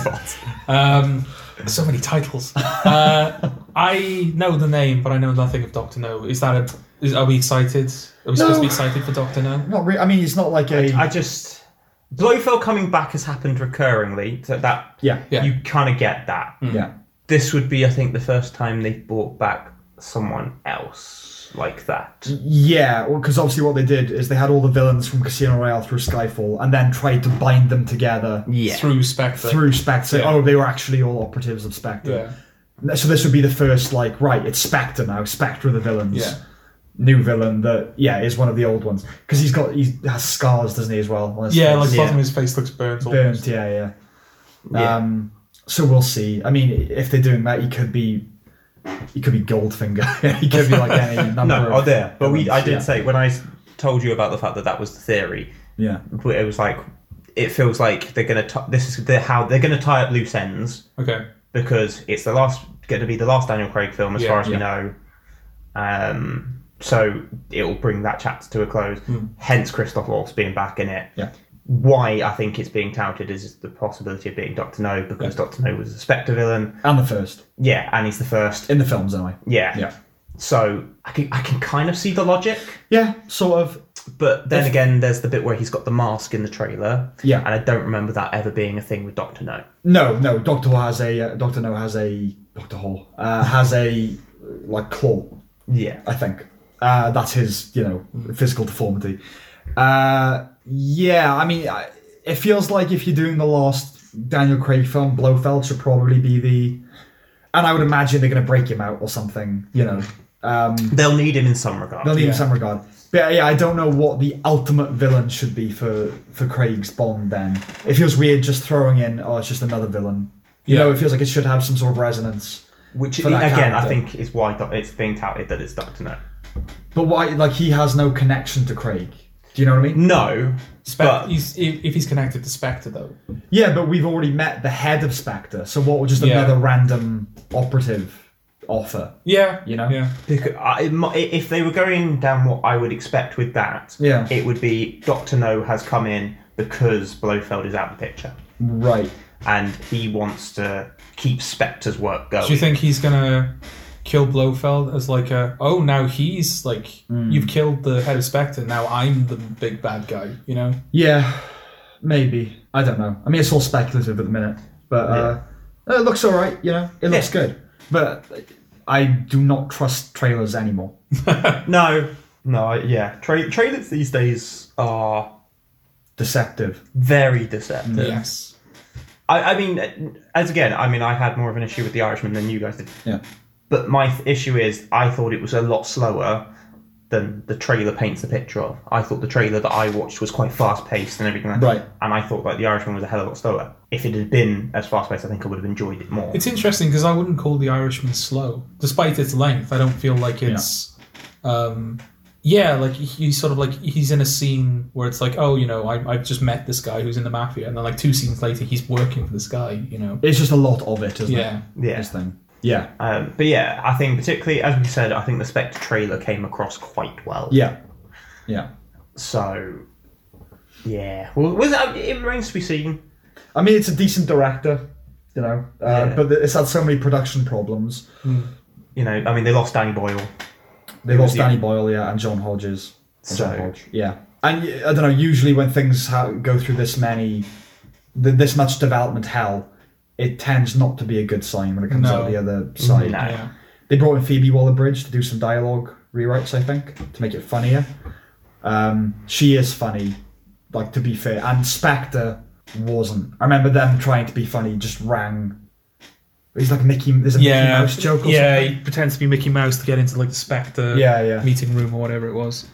Speaker 1: Um, so many titles. Uh, I know the name, but I know nothing of Doctor No. Is that a? Is, are we excited? Are we supposed to be excited for Doctor No?
Speaker 2: Not really. I mean, it's not like a.
Speaker 3: I just Blofeld coming back has happened recurringly. So that
Speaker 2: yeah,
Speaker 1: Yeah.
Speaker 3: you kind of get that.
Speaker 2: yeah.
Speaker 3: This would be, I think, the first time they've brought back someone else like that.
Speaker 2: Yeah, because obviously what they did is they had all the villains from Casino Royale through Skyfall and then tried to bind them together
Speaker 3: Yeah,
Speaker 1: Through Spectre.
Speaker 2: through Spectre.
Speaker 1: Yeah.
Speaker 2: Oh, they were actually all operatives of Spectre.
Speaker 1: Yeah.
Speaker 2: So this would be the first, like, right, it's Spectre now. Spectre are the villains.
Speaker 1: Yeah.
Speaker 2: New villain that, yeah, is one of the old ones. Because he's got, he has scars, doesn't he, as well? on his
Speaker 1: Yeah,
Speaker 2: face?
Speaker 1: like
Speaker 3: Yeah.
Speaker 1: bottom of his face looks burnt.
Speaker 2: burnt,
Speaker 1: almost.
Speaker 2: yeah, yeah.
Speaker 3: Yeah.
Speaker 2: Um, so we'll see. I mean, if they're doing that, he could be, he could be Goldfinger. he could be like any number
Speaker 3: no,
Speaker 2: of
Speaker 3: oh there. But we, I
Speaker 2: villains,
Speaker 3: did
Speaker 2: yeah.
Speaker 3: say when I s- told you about the fact that that was the theory.
Speaker 2: Yeah.
Speaker 3: But it was like it feels like they're gonna. T- this is the, how they're gonna tie up loose ends
Speaker 1: Okay.
Speaker 3: because it's the last going to be the last Daniel Craig film as
Speaker 1: Yeah,
Speaker 3: far as
Speaker 2: yeah.
Speaker 3: we know. Um, so it'll bring that chapter to a close.
Speaker 2: Hmm.
Speaker 3: Hence, Christoph Waltz being back in it.
Speaker 2: Yeah.
Speaker 3: Why I think it's being touted is the possibility of being Doctor No because Doctor No was a Spectre villain.
Speaker 2: And the first.
Speaker 3: Yeah, and he's the first.
Speaker 2: In the films, anyway.
Speaker 3: Yeah.
Speaker 2: Yeah.
Speaker 3: So I can I can kind of see the logic,
Speaker 2: Yeah, sort of.
Speaker 3: but then again, there's the bit where he's got the mask in the trailer.
Speaker 2: Yeah.
Speaker 3: And I don't remember that ever being a thing with Doctor No.
Speaker 2: No, no. Doctor Who has a uh, Doctor No has a Doctor Hall uh, has a like claw.
Speaker 3: Yeah.
Speaker 2: I think uh, that's his you know
Speaker 1: Mm.
Speaker 2: physical deformity. Uh, yeah, I mean, I- it feels like if you're doing the last Daniel Craig film, Blofeld should probably be the, and I would imagine they're going to break him out or something. You know, um,
Speaker 3: They'll need him in some regard.
Speaker 2: they'll need him
Speaker 1: Yeah.
Speaker 2: in some regard. But yeah, I don't know what the ultimate villain should be for for Craig's Bond. Then it feels weird just throwing in, oh, it's just another villain. You
Speaker 1: Yeah.
Speaker 2: know, it feels like it should have some sort of resonance.
Speaker 3: Which
Speaker 2: for that
Speaker 3: again, I
Speaker 2: character.
Speaker 3: think is why doc- it's being touted that it's Doctor No.
Speaker 2: But why? Like he has no connection to Craig. Do you know what I mean?
Speaker 3: No,
Speaker 1: Spec-
Speaker 3: but
Speaker 1: he's, if, if he's connected to Spectre, though.
Speaker 2: Yeah, but we've already met the head of Spectre, so what would just
Speaker 1: Yeah.
Speaker 2: another random operative offer?
Speaker 1: Yeah.
Speaker 2: You know?
Speaker 1: Yeah.
Speaker 3: because I, it mi- if they were going down what I would expect with that,
Speaker 2: Yeah.
Speaker 3: it would be Doctor No has come in because Blofeld is out of the picture
Speaker 2: Right.
Speaker 3: and he wants to keep Spectre's work going.
Speaker 1: Do you think he's gonna kill Blofeld as like a oh now he's like you've killed the head of Spectre now I'm the big bad guy you know
Speaker 2: Yeah, maybe. I don't know. I mean, it's all speculative at the minute, but uh, it looks all right. You know, it looks
Speaker 3: Yeah.
Speaker 2: good. But I do not trust trailers anymore.
Speaker 3: no, no, I- yeah. Tra- trailers these days are
Speaker 2: Deceptive.
Speaker 3: very deceptive.
Speaker 1: yes
Speaker 3: I, I mean, as again, I mean, I had more of an issue with The Irishman than you guys did.
Speaker 2: Yeah.
Speaker 3: But my th- issue is, I thought it was a lot slower than the trailer paints the picture of. I thought the trailer that I watched was quite fast paced and everything like
Speaker 2: Right.
Speaker 3: that. And I thought like The Irishman was a hell of a lot slower. If it had been as fast paced, I think I would have enjoyed it more.
Speaker 1: it's interesting because I wouldn't call The Irishman slow despite its length I don't feel like it's um yeah like he's sort of like he's in a scene where it's like oh you know I, I've just met this guy who's in the mafia and then like two scenes later he's working for this guy you know
Speaker 2: It's just a lot of it, isn't
Speaker 1: Yeah.
Speaker 2: it?
Speaker 3: Yeah.
Speaker 2: This thing. Yeah.
Speaker 3: Um, but yeah, I think particularly as we said, I think the Spectre trailer came across quite well.
Speaker 2: Yeah. Yeah.
Speaker 3: So yeah, well, was that, it remains to be seen.
Speaker 2: I mean, it's a decent director, you know, uh,
Speaker 3: Yeah.
Speaker 2: but it's had so many production problems.
Speaker 3: You know, I mean, they lost Danny Boyle.
Speaker 2: They lost
Speaker 3: Yeah.
Speaker 2: Danny Boyle, yeah, and John Hodges. And
Speaker 3: So-
Speaker 2: John Hodge, yeah. And y- I don't know. Usually, when things ha- go through this many, th- this much development hell, it tends not to be a good sign when it comes
Speaker 1: No.
Speaker 2: out the other side.
Speaker 3: No.
Speaker 1: yeah
Speaker 2: They brought in Phoebe Waller-Bridge to do some dialogue rewrites, I think, to make it funnier. Um, she is funny, like to be fair, and Spectre wasn't. I remember them trying to be funny, just rang. It's like a Mickey. There's a Mickey
Speaker 1: yeah
Speaker 2: Mouse joke. Or
Speaker 1: yeah
Speaker 2: something.
Speaker 1: he pretends to be Mickey Mouse to get into like the Spectre
Speaker 2: Yeah, yeah.
Speaker 1: meeting room or whatever it was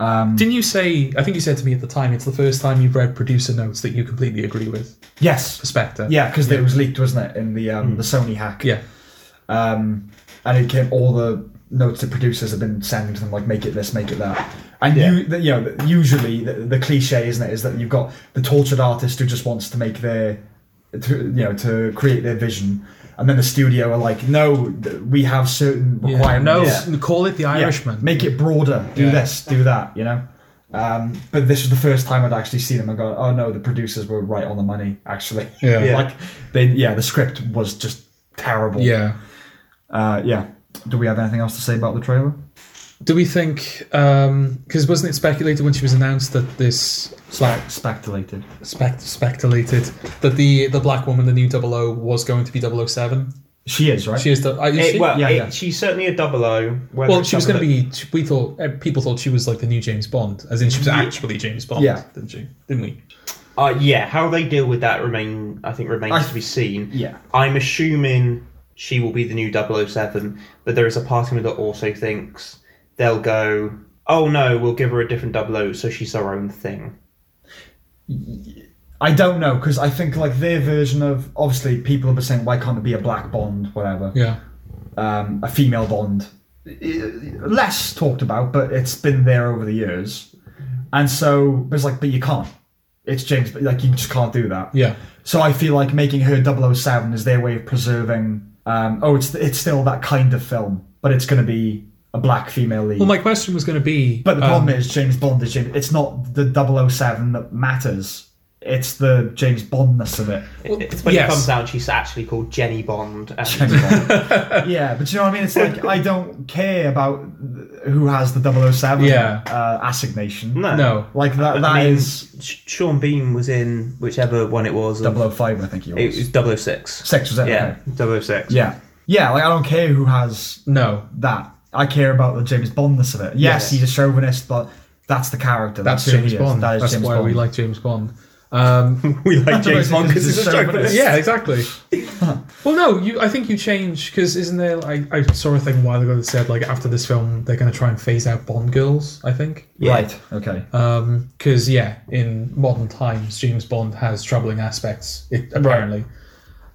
Speaker 2: Um,
Speaker 1: Didn't you say? I think you said to me at the time, it's the first time you've read producer notes that you completely agree with.
Speaker 2: yes.
Speaker 1: Perspective.
Speaker 2: Yeah, because it was leaked, wasn't it, in the um, the Sony hack?
Speaker 1: Yeah.
Speaker 2: Um, and it came all the notes that producers have been sending to them, like make it this, make it that. And
Speaker 3: Yeah.
Speaker 2: you, the, you know, usually the, the cliche, isn't it, is that you've got the tortured artist who just wants to make their to you know to create their vision, and then the studio are like, no, th- we have certain
Speaker 5: Yeah,
Speaker 2: requirements.
Speaker 5: no,
Speaker 2: Yeah.
Speaker 5: call it the
Speaker 2: Yeah,
Speaker 5: Irishman.
Speaker 2: Make it broader. Do
Speaker 5: Yeah.
Speaker 2: this. Do that. You know. Um, but this was the first time I'd actually seen them. I go, oh no, the producers were right on the money. Actually,
Speaker 1: Yeah.
Speaker 3: Yeah.
Speaker 2: like they, yeah, the script was just terrible.
Speaker 1: Yeah.
Speaker 2: uh, yeah. Do we have anything else to say about the trailer?
Speaker 1: Do we think? Because wasn't it speculated when she was announced that this black
Speaker 2: Speculated.
Speaker 1: spec- speculated that the the black woman, the new 00, was going to be 007?
Speaker 2: She is right.
Speaker 1: She is the. Uh, is
Speaker 3: It-
Speaker 1: she?
Speaker 3: well,
Speaker 2: Yeah,
Speaker 3: it-
Speaker 2: yeah.
Speaker 3: she's certainly a double O. whether
Speaker 1: Well,
Speaker 3: it's
Speaker 1: she was going to
Speaker 3: double
Speaker 1: be. We thought uh, people thought she was like the new James Bond, as in she was actually James Bond.
Speaker 2: Yeah.
Speaker 1: didn't she? Didn't we?
Speaker 3: O- Uh, yeah, how they deal with that remain, I think, remains
Speaker 2: I-
Speaker 3: to be seen.
Speaker 2: yeah.
Speaker 3: I'm assuming she will be the new 007, but there is a part of me that also thinks they'll go, oh no, we'll give her a different 00 so she's her own thing.
Speaker 2: I don't know because I think like their version of obviously people have been saying why can't it be a black Bond, whatever,
Speaker 1: Yeah.
Speaker 2: um, a female Bond, I- I- less talked about, but it's been there over the years, and so but it's like but you can't. It's James, but like you just can't do that.
Speaker 1: Yeah.
Speaker 2: So I feel like making her 007 is their way of preserving. Um, oh, it's it's still that kind of film, but it's going to be a black female lead.
Speaker 1: Well, my question was going to be.
Speaker 2: But the
Speaker 1: um,
Speaker 2: problem is James Bond is James. It's not the 007 that matters. It's the James Bondness of it.
Speaker 3: It's when
Speaker 1: yes.
Speaker 3: it comes out, she's actually called Jenny Bond. And
Speaker 2: yeah, but you know what I mean. It's like I don't care about th- who has the 007
Speaker 1: Yeah.
Speaker 2: uh, assignation.
Speaker 3: no.
Speaker 1: no.
Speaker 2: Like that. That
Speaker 3: I mean,
Speaker 2: is
Speaker 3: Sh- Sean Bean was in whichever one it was. of-
Speaker 2: 005, I think he was.
Speaker 3: It was 006.
Speaker 2: Six was it?
Speaker 3: Yeah,
Speaker 2: Okay.
Speaker 3: 006.
Speaker 2: Yeah. Yeah. Like I don't care who has
Speaker 1: No.
Speaker 2: that. I care about the James Bondness of it. Yes,
Speaker 3: Yes.
Speaker 2: he's a chauvinist, but that's the character.
Speaker 1: That's
Speaker 2: who
Speaker 1: James
Speaker 2: he is.
Speaker 1: Bond.
Speaker 2: That is
Speaker 1: That's
Speaker 2: James
Speaker 1: why
Speaker 2: Bond.
Speaker 1: we like James Bond. Um,
Speaker 3: We like James Bond because
Speaker 2: Because
Speaker 3: it's a
Speaker 2: it's so
Speaker 3: joke.
Speaker 2: funny.
Speaker 1: yeah, exactly. well, no, you. I think you change because isn't there? I, I saw a thing a while ago that said like after this film they're going to try and phase out Bond girls. I think
Speaker 3: Yeah.
Speaker 2: Right. Okay.
Speaker 1: Uh, because yeah, in modern times James Bond has troubling aspects. It, apparently.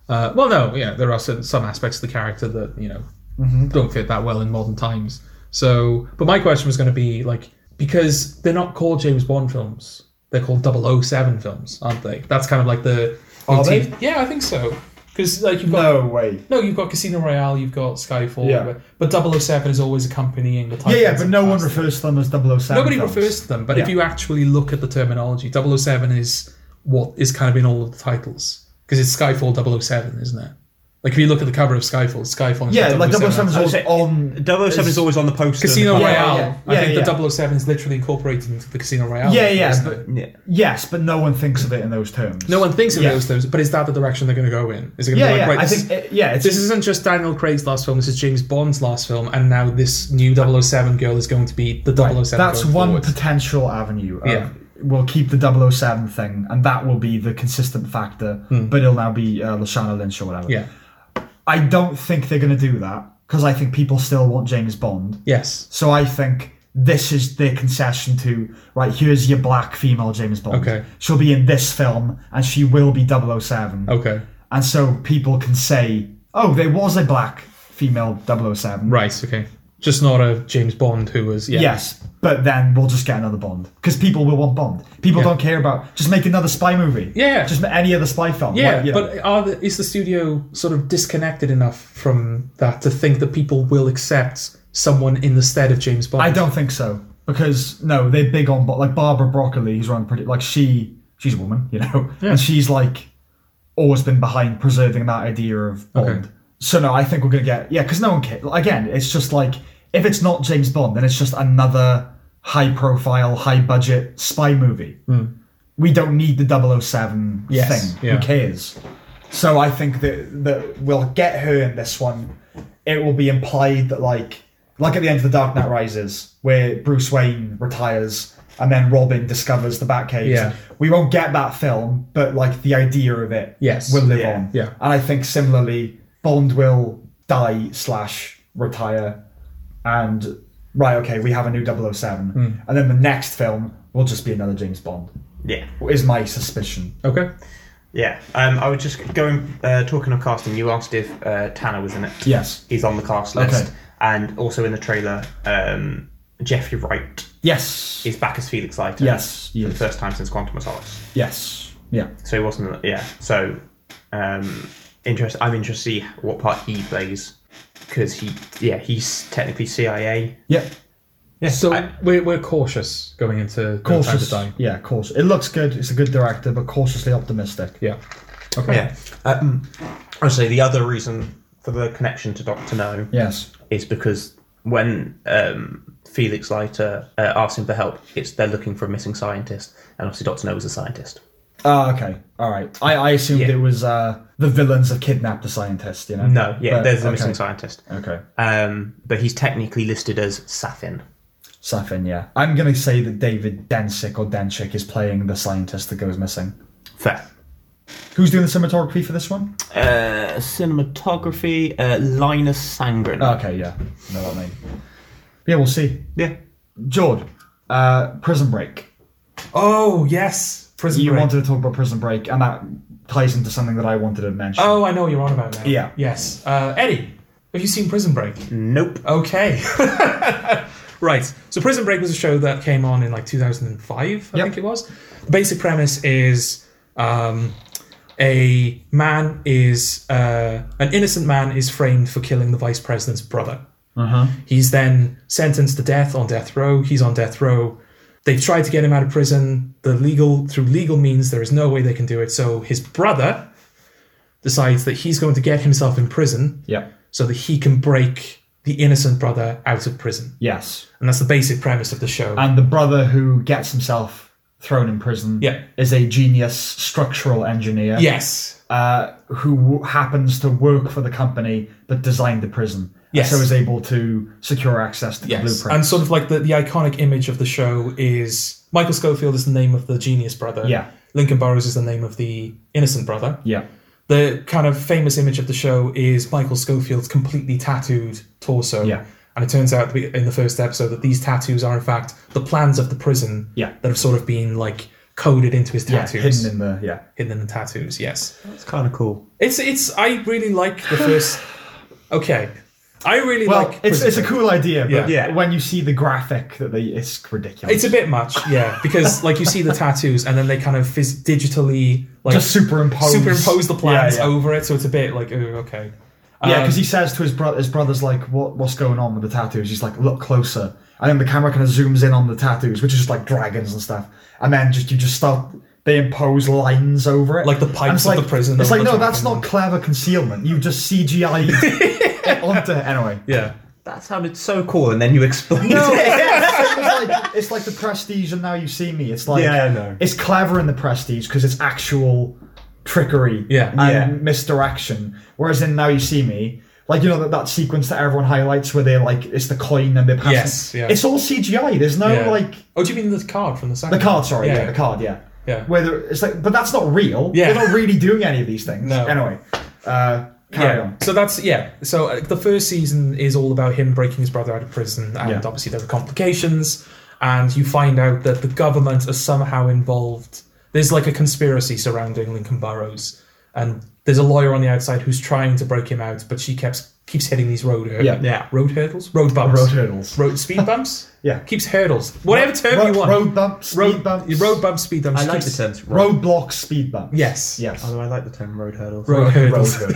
Speaker 1: Uh, well, no, yeah, there are certain, some aspects of the character that you know
Speaker 2: Mm-hmm.
Speaker 1: don't fit that well in modern times. So, but my question was going to be like because they're not called James Bond films; they're called 007 films, aren't they? That's kind of like the
Speaker 2: Are
Speaker 1: OT
Speaker 2: they?
Speaker 1: Yeah, I think so. Because like you've got
Speaker 2: No way.
Speaker 1: No, you've got Casino Royale, you've got Skyfall,
Speaker 2: Yeah.
Speaker 1: but, but 007 is always accompanying the
Speaker 2: Yeah,
Speaker 1: title.
Speaker 2: yeah, but no one refers to them as 007.
Speaker 1: Nobody
Speaker 2: films.
Speaker 1: refers to them, but if
Speaker 2: Yeah.
Speaker 1: you actually look at the terminology, 007 is what is kind of in all of the titles because it's Skyfall 007, isn't it? Like if you look at the cover of Skyfall, it's Skyfall. oh and
Speaker 2: Yeah,
Speaker 1: it's
Speaker 2: like
Speaker 1: 007.
Speaker 2: 007 is
Speaker 3: I would
Speaker 2: always
Speaker 3: say-
Speaker 2: on.
Speaker 3: 007 is
Speaker 2: is-
Speaker 3: always on the poster.
Speaker 1: Casino
Speaker 3: Yeah,
Speaker 2: Yeah,
Speaker 1: Royale.
Speaker 2: yeah,
Speaker 1: I
Speaker 2: yeah,
Speaker 1: think
Speaker 2: yeah.
Speaker 1: the 007 is literally incorporated into the Casino Royale.
Speaker 2: Yeah, yeah,
Speaker 1: isn't it?
Speaker 2: but,
Speaker 3: Yeah.
Speaker 2: yes, but no one thinks of it in those terms.
Speaker 1: no one thinks of
Speaker 2: Yeah.
Speaker 1: those terms, but is that the direction they're going to go in? Is it going to
Speaker 2: Yeah,
Speaker 1: be like
Speaker 2: yeah.
Speaker 1: right?
Speaker 2: I
Speaker 1: this-
Speaker 2: think uh, yeah, it's
Speaker 1: this isn't just Daniel Craig's last film. This is James Bond's last film, and now this new 007 girl is going to be the 007.
Speaker 2: that's
Speaker 1: going
Speaker 2: one
Speaker 1: forward.
Speaker 2: potential avenue. Of,
Speaker 1: Yeah.
Speaker 2: We'll keep the 007 thing, and that will be the consistent factor. But it'll now be uh, Lashana Lynch or whatever.
Speaker 1: Hmm. Yeah.
Speaker 2: I don't think they're going to do that because I think people still want James Bond.
Speaker 1: Yes.
Speaker 2: So I think this is their concession to right. Here's your black female James Bond.
Speaker 1: Okay.
Speaker 2: She'll be in this film, and she will be 007.
Speaker 1: Okay.
Speaker 2: And so people can say, oh, there was a black female 007.
Speaker 1: Right. Okay. Just not a James Bond who was. Yeah.
Speaker 2: Yes, but then we'll just get another Bond because people will want Bond. People
Speaker 1: Yeah.
Speaker 2: don't care about just make another spy movie.
Speaker 1: Yeah.
Speaker 2: just ma- any other spy film.
Speaker 1: Yeah,
Speaker 2: Like, you know.
Speaker 1: but are the, is the studio sort of disconnected enough from that to think that people will accept someone in the stead of James Bond?
Speaker 2: I don't think so because no, they're big on Bo- like Barbara Broccoli. who's run pretty like she she's a woman, you know, and she's like always been behind preserving that idea of Bond. So no, I think we're gonna get yeah because no one cares. Again, it's just like if it's not James Bond, then it's just another high profile, high budget spy movie. We don't need the 007
Speaker 1: Hmm. Yes,
Speaker 2: thing.
Speaker 1: yeah.
Speaker 2: Who cares? So I think that that we'll get her in this one. It will be implied that like like at the end of the Dark Knight Rises, where Bruce Wayne retires and then Robin discovers the Batcave.
Speaker 1: Yeah.
Speaker 2: We won't get that film, but like the idea of it
Speaker 1: Yes.
Speaker 2: will live
Speaker 3: Yeah.
Speaker 2: on.
Speaker 1: Yeah.
Speaker 2: And I think similarly, Bond will die slash retire and right, okay, we have a new 007.
Speaker 1: Hmm.
Speaker 2: And then the next film will just be another James Bond.
Speaker 3: Yeah.
Speaker 2: Is my suspicion.
Speaker 1: Okay.
Speaker 3: Yeah. Um, I was just going, uh, talking of casting, you asked if uh, Tanner was in it.
Speaker 2: Yes.
Speaker 3: He's on the cast
Speaker 2: Okay.
Speaker 3: list. And also in the trailer, um, Jeffrey Wright
Speaker 2: Yes.
Speaker 3: is back as Felix Leiter.
Speaker 2: Yes,
Speaker 3: For
Speaker 2: yes.
Speaker 3: the first time since Quantum of Solace.
Speaker 2: Yes. Yeah.
Speaker 3: So he wasn't, yeah. So Um, interest. I'm interested to see what part he plays because he, yeah, he's technically CIA.
Speaker 2: Yeah,
Speaker 1: Yeah,
Speaker 5: So-
Speaker 1: so we're, we're cautious going into
Speaker 2: cautious.
Speaker 1: cautious time.
Speaker 2: Yeah, cautious. It looks good. It's a good director, but cautiously optimistic.
Speaker 1: Yeah,
Speaker 2: Okay.
Speaker 3: Yeah. Um, honestly, the other reason for the connection to Doctor No
Speaker 2: Yes.
Speaker 3: is because when um, Felix Leiter uh, asks him for help, it's they're looking for a missing scientist, and obviously Doctor No was a scientist.
Speaker 2: Ah, okay. All right. I, I assumed
Speaker 3: Yeah.
Speaker 2: it was uh, the villains have kidnapped the scientist. You know.
Speaker 3: No, yeah,
Speaker 2: But-
Speaker 3: there's a
Speaker 2: okay.
Speaker 3: missing scientist,
Speaker 2: Okay.
Speaker 3: um, but he's technically listed as Safin.
Speaker 2: Safin, yeah. I'm gonna say that David Dansick or Danchik is playing the scientist that goes missing.
Speaker 3: Fair.
Speaker 2: Who's doing the cinematography for this one?
Speaker 3: Uh, cinematography, uh, Linus Sangren.
Speaker 2: Okay, yeah. Know what I mean. Yeah, we'll see.
Speaker 3: yeah.
Speaker 2: Jord, uh, Prison Break.
Speaker 1: Oh yes, prison
Speaker 2: You
Speaker 1: break.
Speaker 2: wanted to talk about Prison Break, and that ties into something that I wanted to mention.
Speaker 1: Oh, I know what you're on about now.
Speaker 2: Yeah.
Speaker 1: Yes. Uh, Eddie, have you seen Prison Break?
Speaker 3: Nope. Oh,
Speaker 1: Okay. right. So Prison Break was a show that came on in like 2005, I
Speaker 2: Yep.
Speaker 1: think it was. The basic premise is um, a man is uh, an innocent man is framed for killing the vice president's brother.
Speaker 2: Uh-huh.
Speaker 1: He's then sentenced to death on death row. He's on death row. They've tried to get him out of prison. The legal through legal means there is no way they can do it. So his brother decides that he's going to get himself in prison
Speaker 2: Yeah.
Speaker 1: so that he can break the innocent brother out of prison.
Speaker 2: Yes.
Speaker 1: And that's the basic premise of the show.
Speaker 2: And the brother who gets himself thrown in prison
Speaker 1: Yeah.
Speaker 2: is a genius structural engineer
Speaker 1: yes.
Speaker 2: uh, who w- happens to work for the company that designed the prison.
Speaker 1: Yes.
Speaker 2: So is able to secure access to the
Speaker 1: Yes.
Speaker 2: blueprint.
Speaker 1: And sort of like the, the iconic image of the show is Michael Schofield is the name of the genius brother.
Speaker 2: Yeah.
Speaker 1: Lincoln Burrows is the name of the innocent brother.
Speaker 2: yeah.
Speaker 1: The kind of famous image of the show is Michael Schofield's completely tattooed torso.
Speaker 2: Yeah.
Speaker 1: And it turns out in the first episode that these tattoos are in fact the plans of the prison
Speaker 2: Yeah.
Speaker 1: that have sort of been like coded into his
Speaker 2: Yeah.
Speaker 1: tattoos.
Speaker 2: Hidden in the yeah.
Speaker 1: hidden in the tattoos, yes.
Speaker 3: That's kind of cool.
Speaker 1: It's it's. I really like the first. Okay, I really
Speaker 2: Well,
Speaker 1: like.
Speaker 2: it's,
Speaker 1: Prison
Speaker 2: it's a
Speaker 1: Break.
Speaker 2: cool idea, but
Speaker 1: Yeah.
Speaker 3: Yeah.
Speaker 2: when you see the graphic that they, it's ridiculous.
Speaker 1: It's a bit much, yeah, because like you see the tattoos and then they kind of phys- digitally like
Speaker 2: just superimpose
Speaker 1: superimpose the plans
Speaker 2: Yeah, yeah.
Speaker 1: over it, so it's a bit like ooh, okay.
Speaker 2: Yeah,
Speaker 1: Um,
Speaker 2: because he says to his brother, his brother's like, "What what's going on with the tattoos?" He's like, "Look closer," and then the camera kind of zooms in on the tattoos, which is just like dragons and stuff, and then just you just start. They impose lines over it,
Speaker 1: Like the
Speaker 2: And
Speaker 1: pipes
Speaker 2: it's
Speaker 1: of
Speaker 2: like-
Speaker 1: the prison
Speaker 2: It's
Speaker 1: over
Speaker 2: like
Speaker 1: the
Speaker 2: no, that's
Speaker 1: dragon.
Speaker 2: not clever concealment. You just CGI it onto anyway.
Speaker 1: yeah,
Speaker 3: That sounded so cool, and then you explained
Speaker 2: No,
Speaker 3: it.
Speaker 2: it's, like, it's like the prestige, and now you see me. It's like
Speaker 3: Yeah, I know.
Speaker 2: It's clever in the prestige because it's actual trickery,
Speaker 1: Yeah.
Speaker 2: and
Speaker 3: Yeah.
Speaker 2: misdirection. Whereas in now you see me, like you know that, that sequence that everyone highlights where they're like it's the coin and they're passing.
Speaker 1: Yes, yeah.
Speaker 2: It's all CGI. There's no
Speaker 1: yeah.
Speaker 2: like
Speaker 1: oh, do you mean the card from the second?
Speaker 2: the card. Sorry, yeah,
Speaker 1: yeah,
Speaker 2: the card. Yeah,
Speaker 1: Yeah.
Speaker 2: Where they're- it's like, but that's not real.
Speaker 1: Yeah.
Speaker 2: they're not really doing any of these things.
Speaker 1: No.
Speaker 2: Anyway, uh, carry
Speaker 1: Yeah,
Speaker 2: on.
Speaker 1: so that's yeah. So uh, the first season is all about him breaking his brother out of prison, and
Speaker 2: Yeah.
Speaker 1: obviously there are complications. And you find out that the government are somehow involved. There's like a conspiracy surrounding Lincoln Burrows, and there's a lawyer on the outside who's trying to break him out, but she keeps keeps hitting these road hurdles.
Speaker 2: Yeah.
Speaker 3: Yeah.
Speaker 1: road hurdles, road bumps,
Speaker 2: Road hurdles.
Speaker 1: road speed bumps.
Speaker 2: Yeah.
Speaker 1: keeps hurdles. Whatever term
Speaker 2: road,
Speaker 1: you want.
Speaker 2: road bumps, speed
Speaker 1: road
Speaker 2: bumps,
Speaker 1: road bumps, speed bumps.
Speaker 3: I
Speaker 1: She
Speaker 3: like the
Speaker 1: keeps-
Speaker 3: terms. Road.
Speaker 2: roadblocks, speed bumps.
Speaker 1: Yes.
Speaker 2: Yes.
Speaker 3: Although I like the term road hurdles.
Speaker 1: Road hurdles.
Speaker 2: Road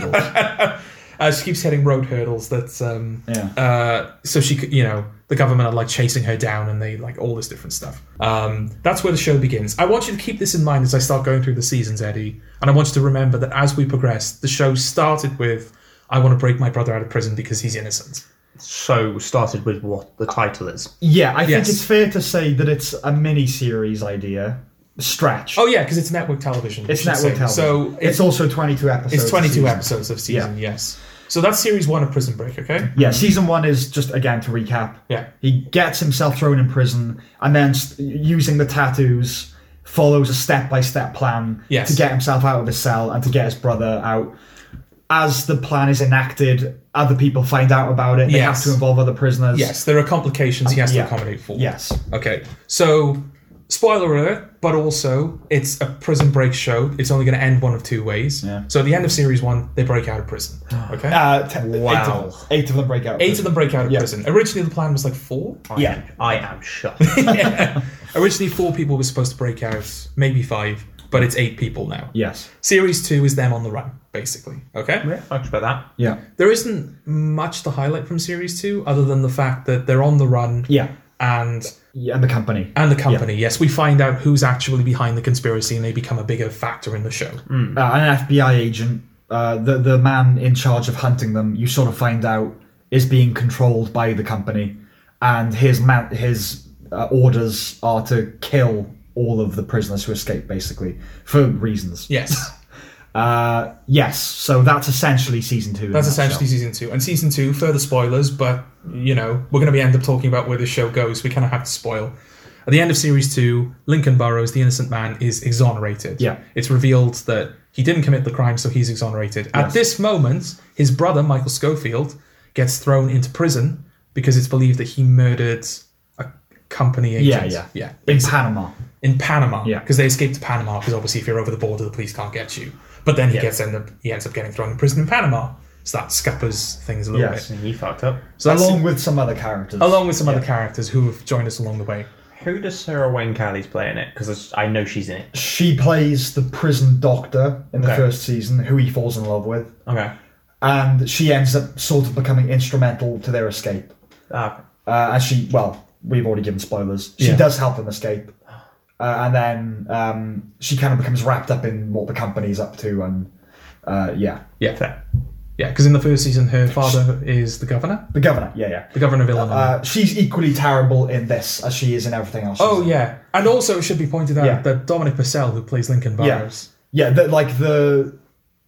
Speaker 2: hurdles.
Speaker 1: Uh, she keeps hitting road hurdles that um,
Speaker 2: Yeah.
Speaker 1: uh, so she could you know the government are like chasing her down and they like all this different stuff um, that's where the show begins i want you to keep this in mind as i start going through the seasons eddie and i want you to remember that as we progress the show started with i want to break my brother out of prison because he's innocent
Speaker 3: So started with what the title is.
Speaker 2: Yeah, I think
Speaker 1: Yes.
Speaker 2: it's fair to say that it's a mini series idea. Stretch.
Speaker 1: oh yeah because it's network television we
Speaker 2: it's
Speaker 1: should
Speaker 2: network
Speaker 1: say.
Speaker 2: television.
Speaker 1: so
Speaker 2: it's,
Speaker 1: it's,
Speaker 2: also 22 episodes.
Speaker 1: it's
Speaker 2: a
Speaker 1: 22
Speaker 2: season.
Speaker 1: episodes of season yes so that's series one of prison break okay
Speaker 2: Yeah, season one is just again to recap.
Speaker 1: Yeah.
Speaker 2: he gets himself thrown in prison, and then s- using the tattoos follows a step-by-step plan
Speaker 1: Yes.
Speaker 2: to get himself out of his cell and to get his brother out. As the plan is enacted, other people find out about it. They
Speaker 1: Yes.
Speaker 2: have to involve other prisoners.
Speaker 1: yes there are complications he has
Speaker 2: Yeah.
Speaker 1: to accommodate for
Speaker 2: Yes.
Speaker 1: Okay, so spoiler alert, but also it's a prison break show. It's only going to end one of two ways.
Speaker 2: Yeah.
Speaker 1: So at the end of series one, they break out of prison. Okay.
Speaker 2: Uh, te- Eight
Speaker 3: Wow.
Speaker 2: of, eight of them break out.
Speaker 1: Eight of them break out of
Speaker 2: Yeah.
Speaker 1: prison. Originally, the plan was like four.
Speaker 2: Yeah.
Speaker 3: I am shocked.
Speaker 1: Originally, four people were supposed to break out, maybe five. but it's eight people now.
Speaker 2: Yes.
Speaker 1: Series two is them on the run, basically. Okay.
Speaker 3: Yeah, thanks about that.
Speaker 2: Yeah.
Speaker 1: There isn't much to highlight from series two, other than the fact that they're on the run.
Speaker 2: Yeah.
Speaker 1: And
Speaker 2: Yeah, and the company. Uh,
Speaker 1: and the company. Yes, we find out who's actually behind the conspiracy, and they become a bigger factor in the show.
Speaker 2: uh, an FBI agent, uh, the the man in charge of hunting them, you sort of find out is being controlled by the company, and his ma- his uh, orders are to kill all of the prisoners who escape, basically for reasons.
Speaker 1: Yes,
Speaker 2: Uh, yes. So that's essentially season two. in a
Speaker 1: that's
Speaker 2: nutshell.
Speaker 1: essentially season two. And season two, further spoilers, but you know we're going to be end up talking about where the show goes. We kind of have to spoil. At the end of series two, Lincoln Burrows, the innocent man, is exonerated.
Speaker 2: Yeah.
Speaker 1: it's revealed that he didn't commit the crime, so he's exonerated. At this moment, his brother Michael Schofield gets thrown into prison because it's believed that he murdered a company
Speaker 2: Yeah,
Speaker 1: agent.
Speaker 2: yeah,
Speaker 1: yeah.
Speaker 2: In Panama.
Speaker 1: in Panama.
Speaker 2: Yeah.
Speaker 1: Because they escaped to Panama because obviously if you're over the border the police can't get you. But then he
Speaker 2: Yeah.
Speaker 1: gets end up he ends up getting thrown in prison in Panama. So that scuppers things a little
Speaker 2: Yes.
Speaker 1: bit.
Speaker 3: And you fucked up.
Speaker 1: So that's
Speaker 2: along with some other characters.
Speaker 1: along with some other characters who have joined us along the way.
Speaker 3: Who does Sarah Wayne Callies play in it? Because I know she's in it.
Speaker 2: She plays the prison doctor in the
Speaker 3: Okay.
Speaker 2: first season, who he falls in love with,
Speaker 3: Okay.
Speaker 2: and she ends up sort of becoming instrumental to their escape.
Speaker 3: Ah,
Speaker 2: uh, and she well we've already given spoilers she
Speaker 1: Yeah.
Speaker 2: does help them escape uh, and then um, she kind of becomes wrapped up in what the company's up to and uh, yeah
Speaker 3: fair.
Speaker 1: Yeah, because in the first season her father is the governor.
Speaker 2: the governor yeah yeah
Speaker 1: The governor of Illinois.
Speaker 2: uh, she's equally terrible in this as she is in everything else she's
Speaker 1: oh
Speaker 2: in.
Speaker 1: yeah. And also it should be pointed out
Speaker 2: Yeah.
Speaker 1: that Dominic Purcell who plays Lincoln Burrows.
Speaker 2: yeah the, like the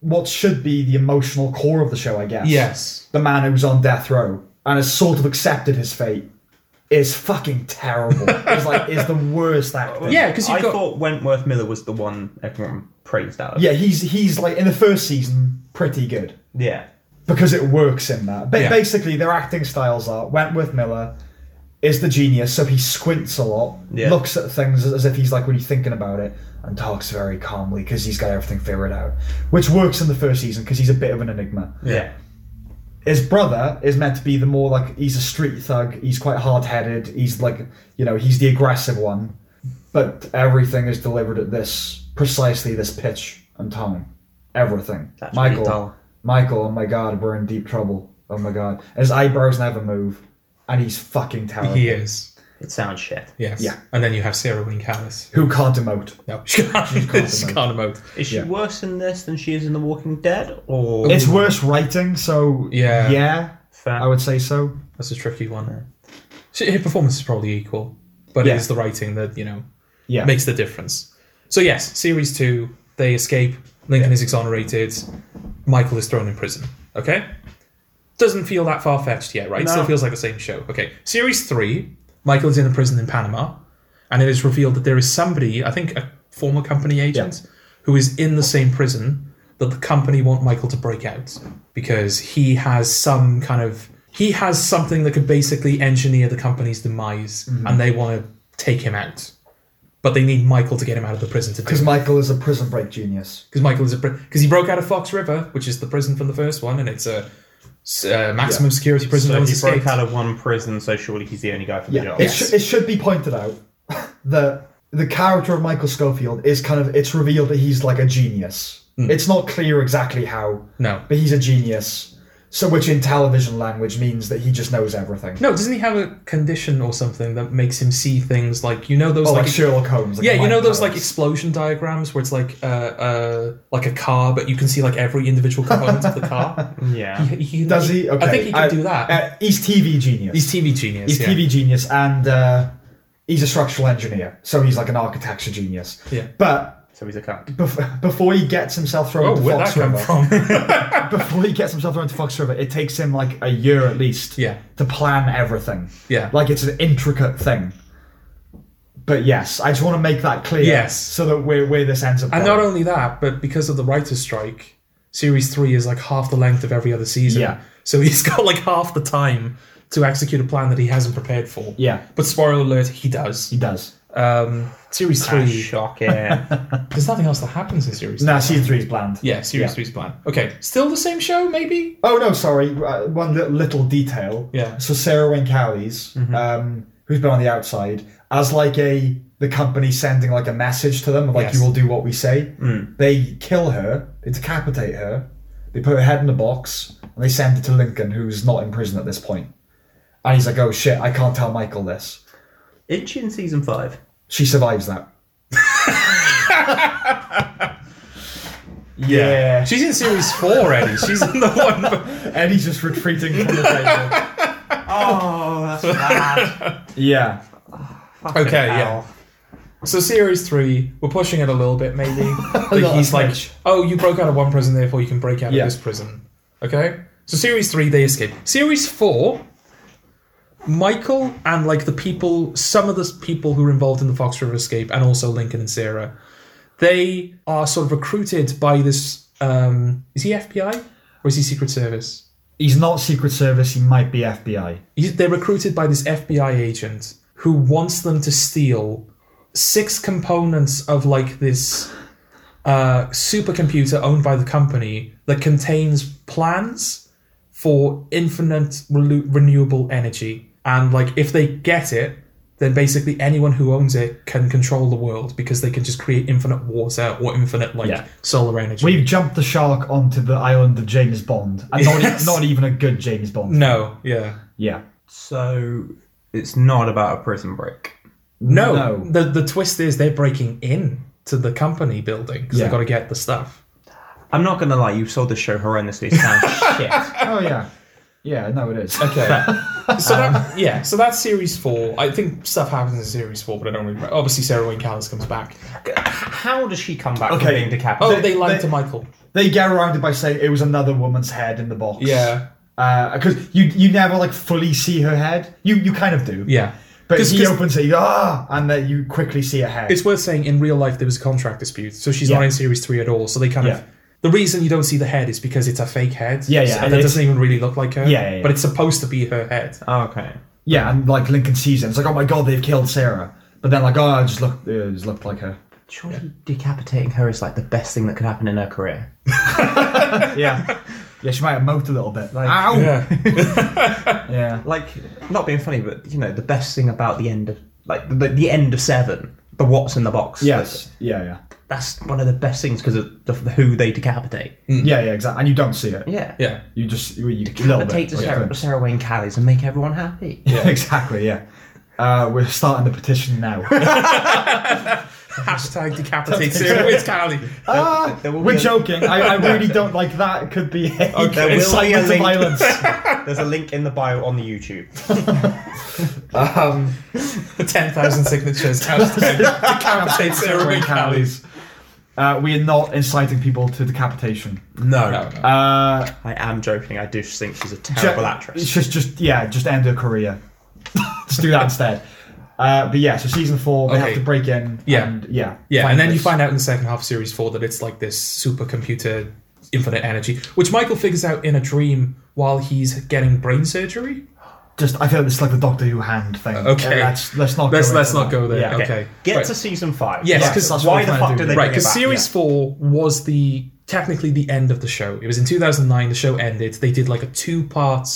Speaker 2: what should be the emotional core of the show i guess
Speaker 1: Yes.
Speaker 2: the man who's on death row and has sort of accepted his fate is fucking terrible it's like is the worst actor
Speaker 1: Yeah, because you've
Speaker 3: I
Speaker 1: got
Speaker 3: thought Wentworth Miller was the one everyone praised out of.
Speaker 2: yeah he's he's like in the first season pretty good
Speaker 3: Yeah.
Speaker 2: because it works in that. But
Speaker 1: Yeah.
Speaker 2: basically, their acting styles are Wentworth Miller is the genius, so he squints a lot,
Speaker 3: Yeah.
Speaker 2: looks at things as if he's like really thinking about it, and talks very calmly because he's got everything figured out, which works in the first season because he's a bit of an enigma.
Speaker 3: Yeah.
Speaker 2: His brother is meant to be the more like he's a street thug, he's quite hard headed, he's like you know he's the aggressive one, but everything is delivered at this precisely this pitch and tone, everything.
Speaker 3: That's pretty
Speaker 2: Michael.
Speaker 3: dull.
Speaker 2: Michael, oh my god, we're in deep trouble. Oh my god. His eyebrows never move. And he's fucking terrible.
Speaker 1: he is.
Speaker 3: It sounds shit.
Speaker 1: Yes.
Speaker 2: Yeah.
Speaker 1: And then you have Sarah Wynne Callis.
Speaker 2: Who can't emote.
Speaker 1: No, she can't, she
Speaker 2: can't emote.
Speaker 1: can't emote.
Speaker 3: Is she
Speaker 2: Yeah.
Speaker 3: worse in this than she is in The Walking Dead? Or
Speaker 2: It's worse writing, so
Speaker 1: Yeah.
Speaker 2: yeah,
Speaker 3: fair.
Speaker 2: I would say so.
Speaker 1: That's a tricky one. So Her performance is probably equal, but
Speaker 2: Yeah.
Speaker 1: it is the writing that you know
Speaker 2: Yeah.
Speaker 1: makes the difference. So yes, series two, they escape. Lincoln is exonerated. Michael is thrown in prison. Okay, doesn't feel that far fetched yet, right?
Speaker 3: No.
Speaker 1: Still feels like the same show. Okay, series three, Michael is in a prison in Panama, and it is revealed that there is somebody, I think, a former company agent, who is in the same prison that the company want Michael to break out because he has some kind of he has something that could basically engineer the company's demise,
Speaker 3: Mm-hmm.
Speaker 1: and they want to take him out. But they need Michael to get him out of the prison to do
Speaker 2: Because Michael is a prison break genius.
Speaker 1: because Michael is a because he broke out of Fox River, which is the prison from the first one, and it's a, s- uh maximum security prison.
Speaker 3: So
Speaker 1: no
Speaker 3: he
Speaker 1: one's
Speaker 3: broke
Speaker 1: escaped.
Speaker 3: out of one prison, so surely he's the only guy for the
Speaker 2: Yeah.
Speaker 3: job.
Speaker 2: It, sh- it should be pointed out that the character of Michael Schofield is kind of it's revealed that he's like a genius.
Speaker 1: Hmm.
Speaker 2: It's not clear exactly how,
Speaker 1: no,
Speaker 2: but he's a genius. So which in television language means that he just knows everything.
Speaker 1: no. Doesn't he have a condition or something that makes him see things like you know those
Speaker 2: Oh, like,
Speaker 1: like
Speaker 2: Sherlock Holmes. like
Speaker 1: yeah you
Speaker 2: mind
Speaker 1: know those like
Speaker 2: powers.
Speaker 1: explosion diagrams where it's like uh, uh like a car, but you can see like every individual component of the car. Mm.
Speaker 3: Yeah.
Speaker 1: He- he-
Speaker 2: Does he? Okay.
Speaker 1: I think he can
Speaker 2: I-
Speaker 1: do that.
Speaker 2: Uh, he's TV genius.
Speaker 1: he's TV genius.
Speaker 2: He's
Speaker 1: yeah.
Speaker 2: TV genius, and uh, he's a structural engineer, so he's like an architecture genius.
Speaker 1: Yeah.
Speaker 2: But
Speaker 3: So he's a cunt.
Speaker 2: bef- before he gets himself thrown
Speaker 1: Oh,
Speaker 2: into
Speaker 1: where'd that
Speaker 2: Fox
Speaker 1: come
Speaker 2: River,
Speaker 1: from?
Speaker 2: before he gets himself thrown into Fox River, it takes him like a year at least.
Speaker 1: Yeah.
Speaker 2: To plan everything.
Speaker 1: Yeah.
Speaker 2: Like it's an intricate thing. But yes, I just want to make that clear.
Speaker 1: Yes.
Speaker 2: So that where where this ends up.
Speaker 1: And
Speaker 2: going.
Speaker 1: not only that, but because of the writer's strike, series three is like half the length of every other season.
Speaker 2: Yeah.
Speaker 1: So he's got like half the time to execute a plan that he hasn't prepared for.
Speaker 2: yeah,
Speaker 1: But spoiler alert, he does.
Speaker 2: he does.
Speaker 1: Um, series
Speaker 3: Ah,
Speaker 1: three,
Speaker 3: Shocking.
Speaker 1: there's nothing else that happens in series.
Speaker 2: Nah, season three is bland.
Speaker 1: Yeah, series
Speaker 2: Yeah.
Speaker 1: three's plan. Okay, still the same show, maybe.
Speaker 2: Oh no, sorry. Uh, one little, little detail.
Speaker 1: Yeah. Mm-hmm.
Speaker 2: So Sarah Wayne Callies, um, who's been on the outside, as like a the company sending like a message to them of like
Speaker 1: Yes. Mm.
Speaker 2: you will do what we say. They kill her, they decapitate her, they put her head in a box, and they send it to Lincoln, who's not in prison at this point. And he's like, "Oh shit, I can't tell Michael this."
Speaker 3: Isn't she in season five?
Speaker 2: She survives that.
Speaker 3: Yeah.
Speaker 1: She's in series four already. She's in the one.
Speaker 2: Eddie's just retreating from the table.
Speaker 3: Oh, that's bad.
Speaker 2: Yeah.
Speaker 1: Okay, yeah. So series three, we're pushing it a little bit, maybe. Like
Speaker 4: Not
Speaker 1: he's
Speaker 4: as
Speaker 1: like,
Speaker 4: much.
Speaker 1: oh, you broke out of one prison, therefore you can break out
Speaker 2: Yeah.
Speaker 1: of this prison. Okay. So series three, they escape. Series four, Michael and like the people, some of the people who were involved in the Fox River escape, and also Lincoln and Sarah, they are sort of recruited by this. Um, is he FBI or is he Secret Service?
Speaker 2: He's not Secret Service, he might be FBI.
Speaker 1: He's- they're recruited by this FBI agent who wants them to steal six components of like this uh, supercomputer owned by the company that contains plans for infinite relu- renewable energy. And like, if they get it, then basically anyone who owns it can control the world because they can just create infinite water or infinite like
Speaker 2: Yeah.
Speaker 1: solar energy.
Speaker 2: We've jumped the shark onto the island of James Bond. And not, e-,
Speaker 1: Yes.
Speaker 2: not even a good James Bond.
Speaker 1: no, yeah.
Speaker 2: Yeah.
Speaker 3: So it's not about a prison break.
Speaker 1: No,
Speaker 2: No.
Speaker 1: The the twist is they're breaking in to the company building because
Speaker 2: Yeah.
Speaker 1: they've got to get the stuff.
Speaker 3: I'm not gonna lie, you sold this show horrendously. It sounds shit.
Speaker 2: Oh, yeah. Yeah, no, it is.
Speaker 1: Okay. so
Speaker 2: Um,
Speaker 1: that yeah, so that's series four. I think stuff happens in series four, but I don't remember. Obviously, Sarah Wayne Callis comes back.
Speaker 3: How does she come back from
Speaker 2: Okay.
Speaker 3: being
Speaker 1: Oh,
Speaker 3: decapitated?
Speaker 1: they, lied
Speaker 2: they-
Speaker 1: to Michael.
Speaker 2: They get around it by saying it was another woman's head in the box.
Speaker 1: Yeah,
Speaker 2: Because you you never like fully see her head. You you kind of do.
Speaker 1: yeah.
Speaker 2: But
Speaker 1: 'Cause-
Speaker 2: he
Speaker 1: 'cause
Speaker 2: opens it, you go, ah, and then you quickly see a head.
Speaker 1: it's worth saying in real life there was a contract dispute, so she's not
Speaker 2: Yeah.
Speaker 1: in series three at all. So they kind
Speaker 2: Yeah.
Speaker 1: of. The reason you don't see the head is because it's a fake head.
Speaker 2: Yeah, yeah,
Speaker 1: so-
Speaker 2: and
Speaker 1: And it
Speaker 2: it's-
Speaker 1: doesn't even really look like her.
Speaker 2: Yeah, yeah, yeah.
Speaker 1: But it's supposed to be her head.
Speaker 3: Oh, okay.
Speaker 2: yeah, and like Lincoln sees it. It's like, oh my god, they've killed Sarah. But then like, oh, it just look, it just looked like her.
Speaker 3: Surely decapitating her is like the best thing that could happen in her career.
Speaker 2: Yeah. yeah, she might have moped a little bit. Like,
Speaker 3: Ow!
Speaker 1: Yeah.
Speaker 2: Yeah.
Speaker 3: Like, not being funny, but you know, the best thing about the end of like the, the end of Seven, the what's in the box.
Speaker 2: Yes. Yeah, yeah.
Speaker 3: Like, that's one of the best things because of the, who they decapitate.
Speaker 2: Yeah, yeah, exactly. And you don't see it.
Speaker 3: Hmm. Yeah.
Speaker 1: Mm. yeah.
Speaker 2: You just you, you a little
Speaker 3: Take
Speaker 2: bit.
Speaker 3: the
Speaker 2: like,
Speaker 3: Sarah,
Speaker 2: glimpse.
Speaker 3: Sarah Wayne Callies and make everyone happy.
Speaker 2: Yeah, exactly. Yeah. Uh, we're starting the petition now.
Speaker 1: Hashtag decapitate Sarah Wayne Callis.
Speaker 2: Ah,
Speaker 3: there will be
Speaker 2: we're
Speaker 3: a- Oh,
Speaker 2: joking. I, I really don't like that. It could be a
Speaker 3: There will be a
Speaker 2: incitement to
Speaker 3: link.
Speaker 2: violence.
Speaker 3: There's a link in the bio on the YouTube.
Speaker 2: Um,
Speaker 1: Ten thousand signatures. Hashtag decapitate Sarah Wayne Callis.
Speaker 2: Uh, we are not inciting people to decapitation.
Speaker 3: No.
Speaker 1: No, no.
Speaker 2: Uh,
Speaker 3: I am joking. I do just think she's a
Speaker 2: ju-
Speaker 3: terrible actress.
Speaker 2: It's just, just yeah, just end her career. just do that instead. Uh, but yeah, so season four, they
Speaker 1: Okay.
Speaker 2: have to break in.
Speaker 1: Yeah.
Speaker 2: and, yeah,
Speaker 1: Yeah, and then you
Speaker 2: this.
Speaker 1: find out in the second half of series four that it's like this supercomputer, infinite energy, which Michael figures out in a dream while he's getting brain surgery.
Speaker 2: just I feel like this is like the Doctor Who hand thing.
Speaker 1: Okay.
Speaker 2: Yeah, let's let's not
Speaker 1: Let's
Speaker 2: go
Speaker 1: let's
Speaker 2: into
Speaker 1: not
Speaker 2: that.
Speaker 1: go there.
Speaker 2: Yeah.
Speaker 1: Okay,
Speaker 3: Get
Speaker 1: right.
Speaker 3: to season five.
Speaker 1: Yes,
Speaker 2: Yeah,
Speaker 1: 'cause
Speaker 2: that's what
Speaker 3: why
Speaker 2: we're
Speaker 3: the
Speaker 2: trying to
Speaker 3: fuck
Speaker 2: do.
Speaker 3: did they
Speaker 1: right
Speaker 3: bring it
Speaker 1: because
Speaker 3: back?
Speaker 1: series four was the technically the end of the show. It was in two thousand nine. The show ended. They did like a two part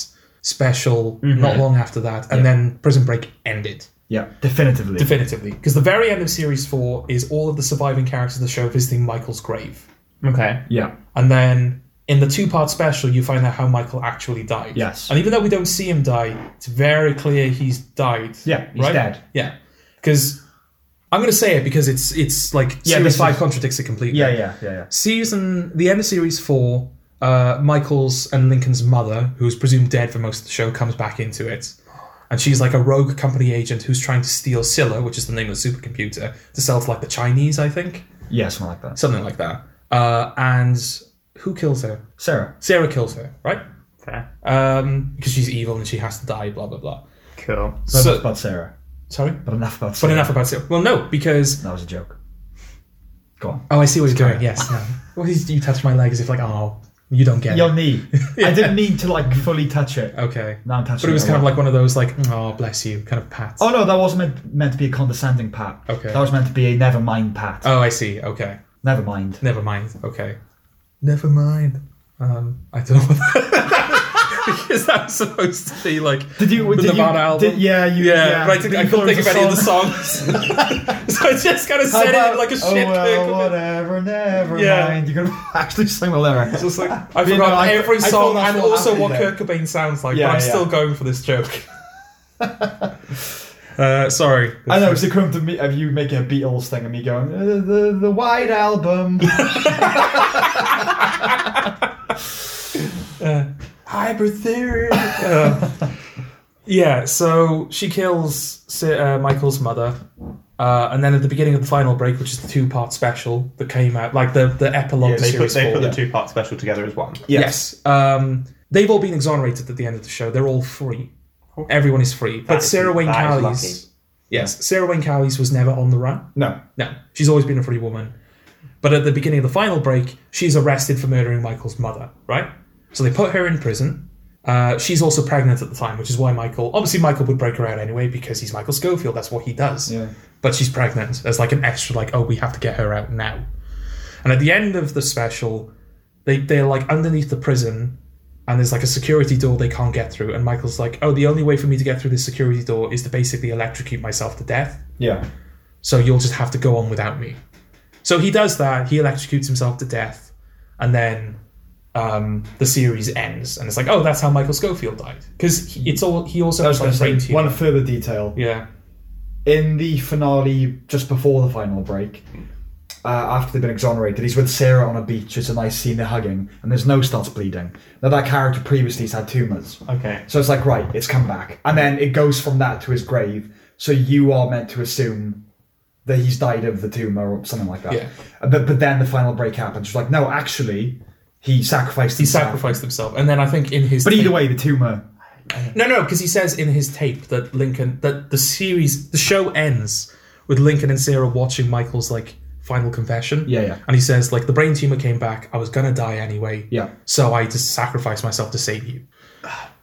Speaker 1: special not long after that, and then Prison Break ended.
Speaker 2: Yeah, definitively.
Speaker 1: Definitively, because the very end of series four is all of the surviving characters of the show visiting Michael's grave.
Speaker 3: Yeah. Okay.
Speaker 2: yeah,
Speaker 1: And then in the two part special, you find out how Michael actually died.
Speaker 2: Yes.
Speaker 1: And even though we don't see him die, it's very clear he's died.
Speaker 2: Yeah, he's dead.
Speaker 1: Yeah. Because I'm going to say it because it's it's like
Speaker 2: Yeah,
Speaker 1: series
Speaker 2: this
Speaker 1: five
Speaker 2: is-
Speaker 1: contradicts it completely.
Speaker 2: yeah, yeah, yeah, yeah.
Speaker 1: Season the end of series four, uh, Michael's and Lincoln's mother, who's presumed dead for most of the show, comes back into it. And she's like a rogue company agent who's trying to steal Scylla, which is the name of the supercomputer, to sell to like the Chinese, I think.
Speaker 2: Yeah, something like that.
Speaker 1: Something like that. Uh, and who kills her?
Speaker 2: Sarah.
Speaker 1: Sarah kills her, right?
Speaker 3: Fair.
Speaker 1: Um, because she's evil and she has to die. Blah blah blah.
Speaker 3: Cool.
Speaker 2: So,
Speaker 1: So-
Speaker 2: enough about Sarah.
Speaker 1: Sorry,
Speaker 2: But enough about Sarah.
Speaker 1: but enough about it. Well, no, because
Speaker 2: That was a joke. Go on.
Speaker 1: oh, I see what you're doing. Yes, no. Well, you you touched my leg as if like, oh, you don't get
Speaker 2: Your
Speaker 1: it.
Speaker 2: knee. I didn't mean to like fully touch it.
Speaker 1: Okay,
Speaker 2: Now I'm touching
Speaker 1: but it was
Speaker 2: a
Speaker 1: kind of
Speaker 2: lot.
Speaker 1: like one of those like, oh, bless you, kind of pats.
Speaker 2: Oh no, that wasn't meant, meant to be a condescending pat.
Speaker 1: Okay.
Speaker 2: That was meant to be a never mind pat.
Speaker 1: Oh, I see. Okay,
Speaker 2: never mind.
Speaker 1: never mind. Okay, never mind. Um, I don't know. What because that was supposed to be like
Speaker 2: Did you?
Speaker 1: the
Speaker 2: did you,
Speaker 1: Nevada album.
Speaker 2: Did, yeah, you,
Speaker 1: yeah,
Speaker 2: yeah.
Speaker 1: but I, think, I couldn't think of any of the songs, so I just kind of
Speaker 2: How
Speaker 1: said it in
Speaker 2: about,
Speaker 1: like a
Speaker 2: oh,
Speaker 1: shit
Speaker 2: well,
Speaker 1: pick.
Speaker 2: whatever, never
Speaker 1: Yeah.
Speaker 2: mind. You're gonna actually sing the lyrics.
Speaker 1: Just like I forgot
Speaker 2: You know, I-
Speaker 1: every
Speaker 2: I thought
Speaker 1: song
Speaker 2: that's
Speaker 1: and
Speaker 2: what
Speaker 1: also
Speaker 2: happened
Speaker 1: what
Speaker 2: there.
Speaker 1: Kurt Cobain sounds like,
Speaker 2: Yeah,
Speaker 1: but I'm
Speaker 2: yeah.
Speaker 1: still going for this joke. uh, sorry,
Speaker 2: I know it's the equivalent of, me, of you making a Beatles thing and me going "Uh, the the, the wide album.
Speaker 1: hybrid theory. Uh, yeah, so she kills Si- uh, Michael's mother, uh, and then at the beginning of the final break, which is the two-part special that came out, like the the epilogue
Speaker 3: Yeah,
Speaker 1: to
Speaker 3: they put,
Speaker 1: series
Speaker 3: they
Speaker 1: four.
Speaker 3: put the two part special together as one.
Speaker 1: Yes. Um, they've all been exonerated at the end of the show. They're all free. Everyone is free. But
Speaker 3: is-
Speaker 1: Sarah Wayne
Speaker 3: that is
Speaker 1: Callies. Yes, Sarah Wayne Callies was never on the run.
Speaker 2: No,
Speaker 1: No, she's always been a free woman. But at the beginning of the final break, she's arrested for murdering Michael's mother, right? So they put her in prison. Uh, she's also pregnant at the time, which is why Michael. Obviously, Michael would break her out anyway because he's Michael Schofield. That's what he does.
Speaker 2: Yeah.
Speaker 1: But she's pregnant. There's like an extra, like, oh, we have to get her out now. And at the end of the special, they, they're like underneath the prison and there's like a security door they can't get through. And Michael's like, oh, the only way for me to get through this security door is to basically electrocute myself to death
Speaker 2: yeah,
Speaker 1: so you'll just have to go on without me. So he does that. He electrocutes himself to death, and then um, the series ends, and it's like, oh, that's how Michael Schofield died because it's all he also
Speaker 2: I
Speaker 1: has
Speaker 2: was gonna
Speaker 1: like
Speaker 2: say
Speaker 1: brain tumor.
Speaker 2: one further detail.
Speaker 1: yeah,
Speaker 2: in the finale, just before the final break, uh, after they've been exonerated, he's with Sarah on a beach. It's a nice scene, they're hugging, and his nose starts bleeding. Now, that character previously has had tumours.
Speaker 3: Okay.
Speaker 2: So it's like, right, it's come back. And then it goes from that to his grave. So you are meant to assume that he's died of the tumour or something like that.
Speaker 1: Yeah.
Speaker 2: Uh, But, but then the final break happens. It's like, no, actually, he sacrificed
Speaker 1: he
Speaker 2: himself.
Speaker 1: sacrificed himself, and then I think in his
Speaker 2: But either
Speaker 1: tape-
Speaker 2: way, the tumour.
Speaker 1: no, no, because he says in his tape that Lincoln that the series the show ends with Lincoln and Sarah watching Michael's like final confession.
Speaker 2: Yeah, yeah.
Speaker 1: And he says like the brain tumor came back. I was gonna die anyway.
Speaker 2: Yeah.
Speaker 1: So I just sacrificed myself to save you.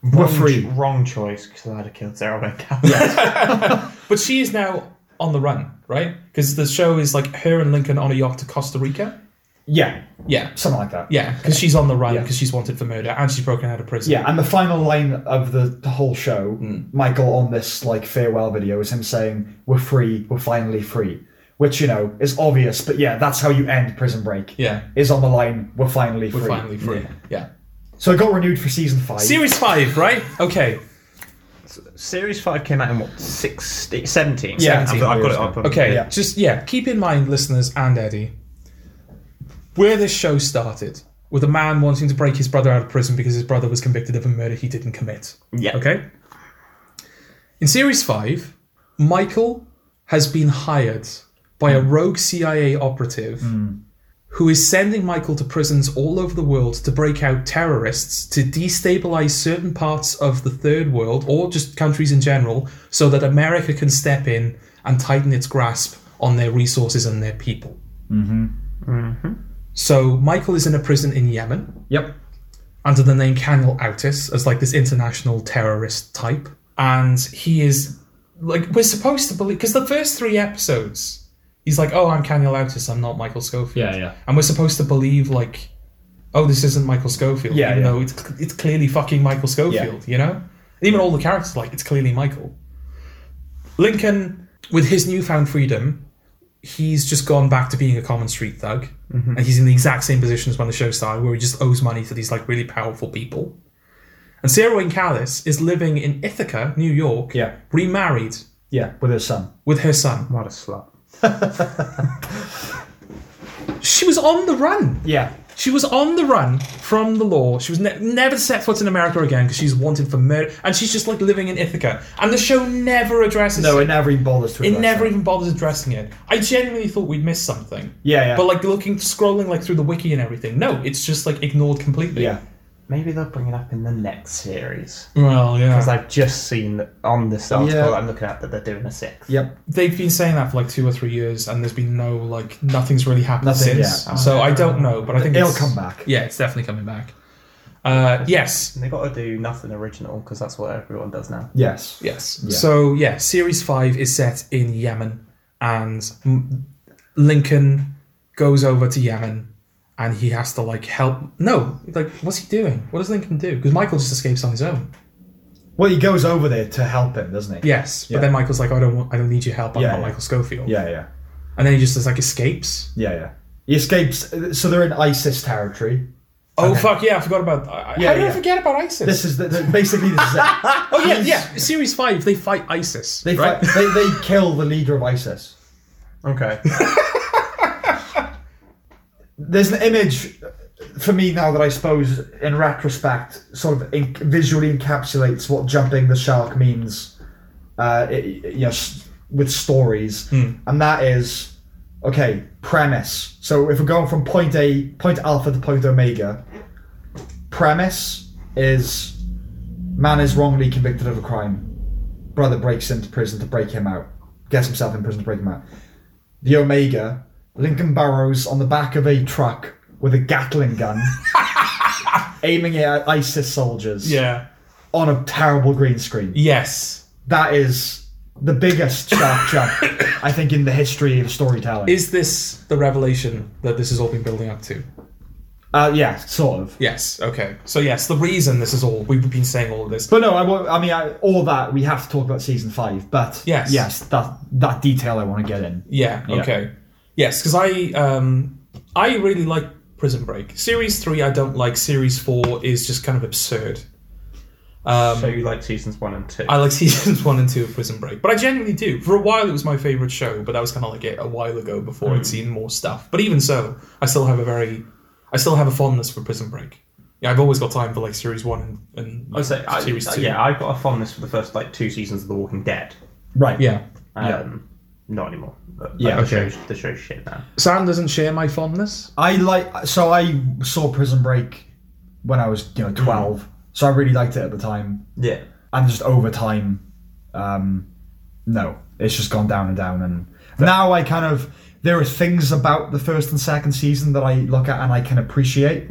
Speaker 2: We're
Speaker 3: Wrong-
Speaker 2: free.
Speaker 3: Wrong choice because I'd have killed Sarah Wayne Callies.
Speaker 1: But she is now on the run, right? Because the show is like her and Lincoln on a yacht to Costa Rica.
Speaker 2: Yeah,
Speaker 1: Yeah.
Speaker 2: something like that.
Speaker 1: Yeah, because she's on the run
Speaker 2: Yeah.
Speaker 1: because she's wanted for murder and she's broken out of prison.
Speaker 2: Yeah, and the final line of the, the whole show,
Speaker 1: Hmm.
Speaker 2: Michael on this like farewell video is him saying, "We're free. We're finally free," which you know is obvious, but yeah, that's how you end Prison Break.
Speaker 1: Yeah.
Speaker 2: is on the line, "We're finally free."
Speaker 1: Finally free. Yeah.
Speaker 2: So it got renewed for season five.
Speaker 1: Series 5, right? Okay.
Speaker 3: Series 5 came out in what, 16, 17?
Speaker 2: Yeah,
Speaker 3: I've, I've got it up.
Speaker 1: Okay.
Speaker 2: Yeah.
Speaker 1: Just, yeah, keep in mind, listeners and Eddie, where this show started with a man wanting to break his brother out of prison because his brother was convicted of a murder he didn't commit.
Speaker 3: Yeah.
Speaker 1: Okay? In Series 5, Michael has been hired by a rogue CIA operative who is sending Michael to prisons all over the world to break out terrorists, to destabilize certain parts of the third world or just countries in general, so that America can step in and tighten its grasp on their resources and their people. Mm-hmm. Mm-hmm. So Michael is in a prison in Yemen
Speaker 2: Yep.
Speaker 1: under the name Canal Autis as like this international terrorist type. And he is like we're supposed to believe because the first three episodes, he's like, Oh, I'm Canal Autis, I'm not Michael Schofield.
Speaker 5: Yeah, yeah.
Speaker 1: And we're supposed to believe like, oh, this isn't Michael Schofield.
Speaker 2: Yeah,
Speaker 1: even
Speaker 2: yeah.
Speaker 1: though it's it's clearly fucking Michael Schofield, you know? And even all the characters are like, it's clearly Michael. Lincoln, with his newfound freedom, he's just gone back to being a common street thug.
Speaker 2: Mm-hmm.
Speaker 1: And he's in the exact same position as when the show started, where he just owes money to these like really powerful people. And Sarah Wayne Callis is living in Ithaca, New York,
Speaker 2: Yeah.
Speaker 1: remarried
Speaker 2: Yeah, with his son.
Speaker 1: with her son.
Speaker 3: What a slut.
Speaker 1: She was on the run.
Speaker 2: Yeah.
Speaker 1: She was on the run from the law. She was ne- never to set foot in America again because she's wanted for murder, and she's just like living in Ithaca. And the show never addresses
Speaker 2: No,
Speaker 1: it.
Speaker 2: it never even bothers to.
Speaker 1: It
Speaker 2: address
Speaker 1: never
Speaker 2: that.
Speaker 1: even bothers addressing it. I genuinely thought we'd missed something.
Speaker 2: Yeah, yeah.
Speaker 1: But like looking, scrolling like through the wiki and everything, no, it's just like ignored completely.
Speaker 2: yeah.
Speaker 3: Maybe they'll bring it up in the next series.
Speaker 1: Well,
Speaker 3: Because
Speaker 1: yeah.
Speaker 3: I've just seen that on this article
Speaker 2: Yeah.
Speaker 3: I'm looking at that they're doing a sixth.
Speaker 2: Yep.
Speaker 1: They've been saying that for like two or three years, and there's been no like nothing's really happened
Speaker 2: Nothing,
Speaker 1: since.
Speaker 2: yeah.
Speaker 1: So I don't know, but I think
Speaker 2: It'll
Speaker 1: it's-
Speaker 2: come back.
Speaker 1: Oh, Yeah, it's definitely coming back. Uh, yes,
Speaker 3: And they've got to do nothing original because that's what everyone does now.
Speaker 2: Yes.
Speaker 1: Yes.
Speaker 2: Yeah.
Speaker 1: So yeah, series five is set in Yemen, and M- Lincoln goes over to Yemen and he has to like help. No, like what's he doing? What does Lincoln do? Because Michael just escapes on his own.
Speaker 2: Well, he goes over there to help him, doesn't he?
Speaker 1: Yes, but
Speaker 2: Yeah.
Speaker 1: then Michael's like, "Oh, I don't want, I don't need your help. I'm
Speaker 2: Yeah,
Speaker 1: not
Speaker 2: yeah.
Speaker 1: Michael Schofield.
Speaker 2: Yeah, yeah,
Speaker 1: and then he just like escapes.
Speaker 2: yeah, yeah. He escapes. So they're in ISIS territory.
Speaker 1: Oh fuck yeah! I forgot about. I,
Speaker 2: Yeah,
Speaker 1: how did I
Speaker 2: yeah.
Speaker 1: forget about ISIS?
Speaker 2: This is the, the, basically this is it.
Speaker 1: oh yeah, yeah. Series five, they fight ISIS.
Speaker 2: They,
Speaker 1: right?
Speaker 2: fight, they they kill the leader of ISIS.
Speaker 4: Okay.
Speaker 2: There's an image for me now that I suppose, in retrospect, sort of in, visually encapsulates what jumping the shark means. Uh, it, you know, s- with stories, and that is okay. Premise. So if we're going from point A, point alpha to point omega, premise is man is wrongly convicted of a crime. Brother breaks into prison to break him out. Gets himself in prison to break him out. The Omega, Lincoln Burrows on the back of a truck with a Gatling gun, aiming it at ISIS soldiers
Speaker 1: yeah.
Speaker 2: on a terrible green screen.
Speaker 1: Yes.
Speaker 2: That is the biggest shark jump, I think, in the history of storytelling.
Speaker 1: Is this the revelation that this has all been building up to?
Speaker 2: uh, yeah, sort of.
Speaker 1: Yes. Okay. So yes, the reason this is all we've been saying all of this.
Speaker 2: But no, I, wa- I mean, I, all that we have to talk about season five. But
Speaker 1: Yes.
Speaker 2: yes, that that detail I want to get in.
Speaker 1: Yeah.
Speaker 2: Yeah.
Speaker 1: Okay. Yes, because I um I really like Prison Break. Series three I don't like. Series four is just kind of absurd. Um,
Speaker 3: So you like seasons one and two?
Speaker 1: I like seasons one and two of Prison Break, but I genuinely do. For a while, it was my favorite show, but that was kind of like it a while ago before
Speaker 2: Hmm.
Speaker 1: I'd seen more stuff. But even so, I still have a very, I still have a fondness for Prison Break. Yeah, I've always got time for like series one and, and
Speaker 3: I would say, I, uh,
Speaker 1: series
Speaker 2: uh,
Speaker 1: two.
Speaker 3: yeah, I got a fondness for the first like two seasons of The Walking Dead.
Speaker 2: Right.
Speaker 1: yeah.
Speaker 3: Um,
Speaker 2: Yeah.
Speaker 3: Not anymore. But,
Speaker 2: Yeah,
Speaker 3: like, the,
Speaker 1: okay.
Speaker 3: show's, the show's shit now.
Speaker 1: Sam doesn't share my fondness.
Speaker 2: I like so I saw Prison Break when I was you know
Speaker 1: Mm.
Speaker 2: twelve, so I really liked it at the time.
Speaker 3: Yeah.
Speaker 2: And just over time, um, no, it's just gone down and down. And now I kind of there are things about the first and second season that I look at and I can appreciate,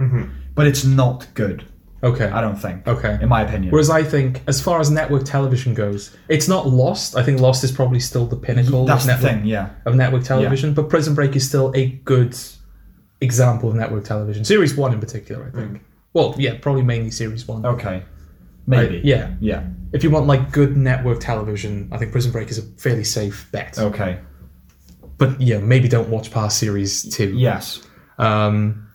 Speaker 2: but it's not good.
Speaker 1: Okay.
Speaker 2: I don't think.
Speaker 1: Mm-hmm. Okay.
Speaker 2: in my opinion.
Speaker 1: Whereas I think, as far as network television goes, it's not Lost. I think Lost is probably still the pinnacle
Speaker 2: That's
Speaker 1: of,
Speaker 2: the
Speaker 1: network,
Speaker 2: thing. Yeah.
Speaker 1: of network television, but Prison Break is still a good example of network television. Series one in particular, I
Speaker 2: Hmm.
Speaker 1: think. Well, yeah, probably mainly series one.
Speaker 2: Okay. Oh, Maybe.
Speaker 1: I- yeah.
Speaker 2: Yeah.
Speaker 1: If you want like good network television, I think Prison Break is a fairly safe bet.
Speaker 2: Okay.
Speaker 1: But yeah, maybe don't watch past series two.
Speaker 2: Yes.
Speaker 1: Um,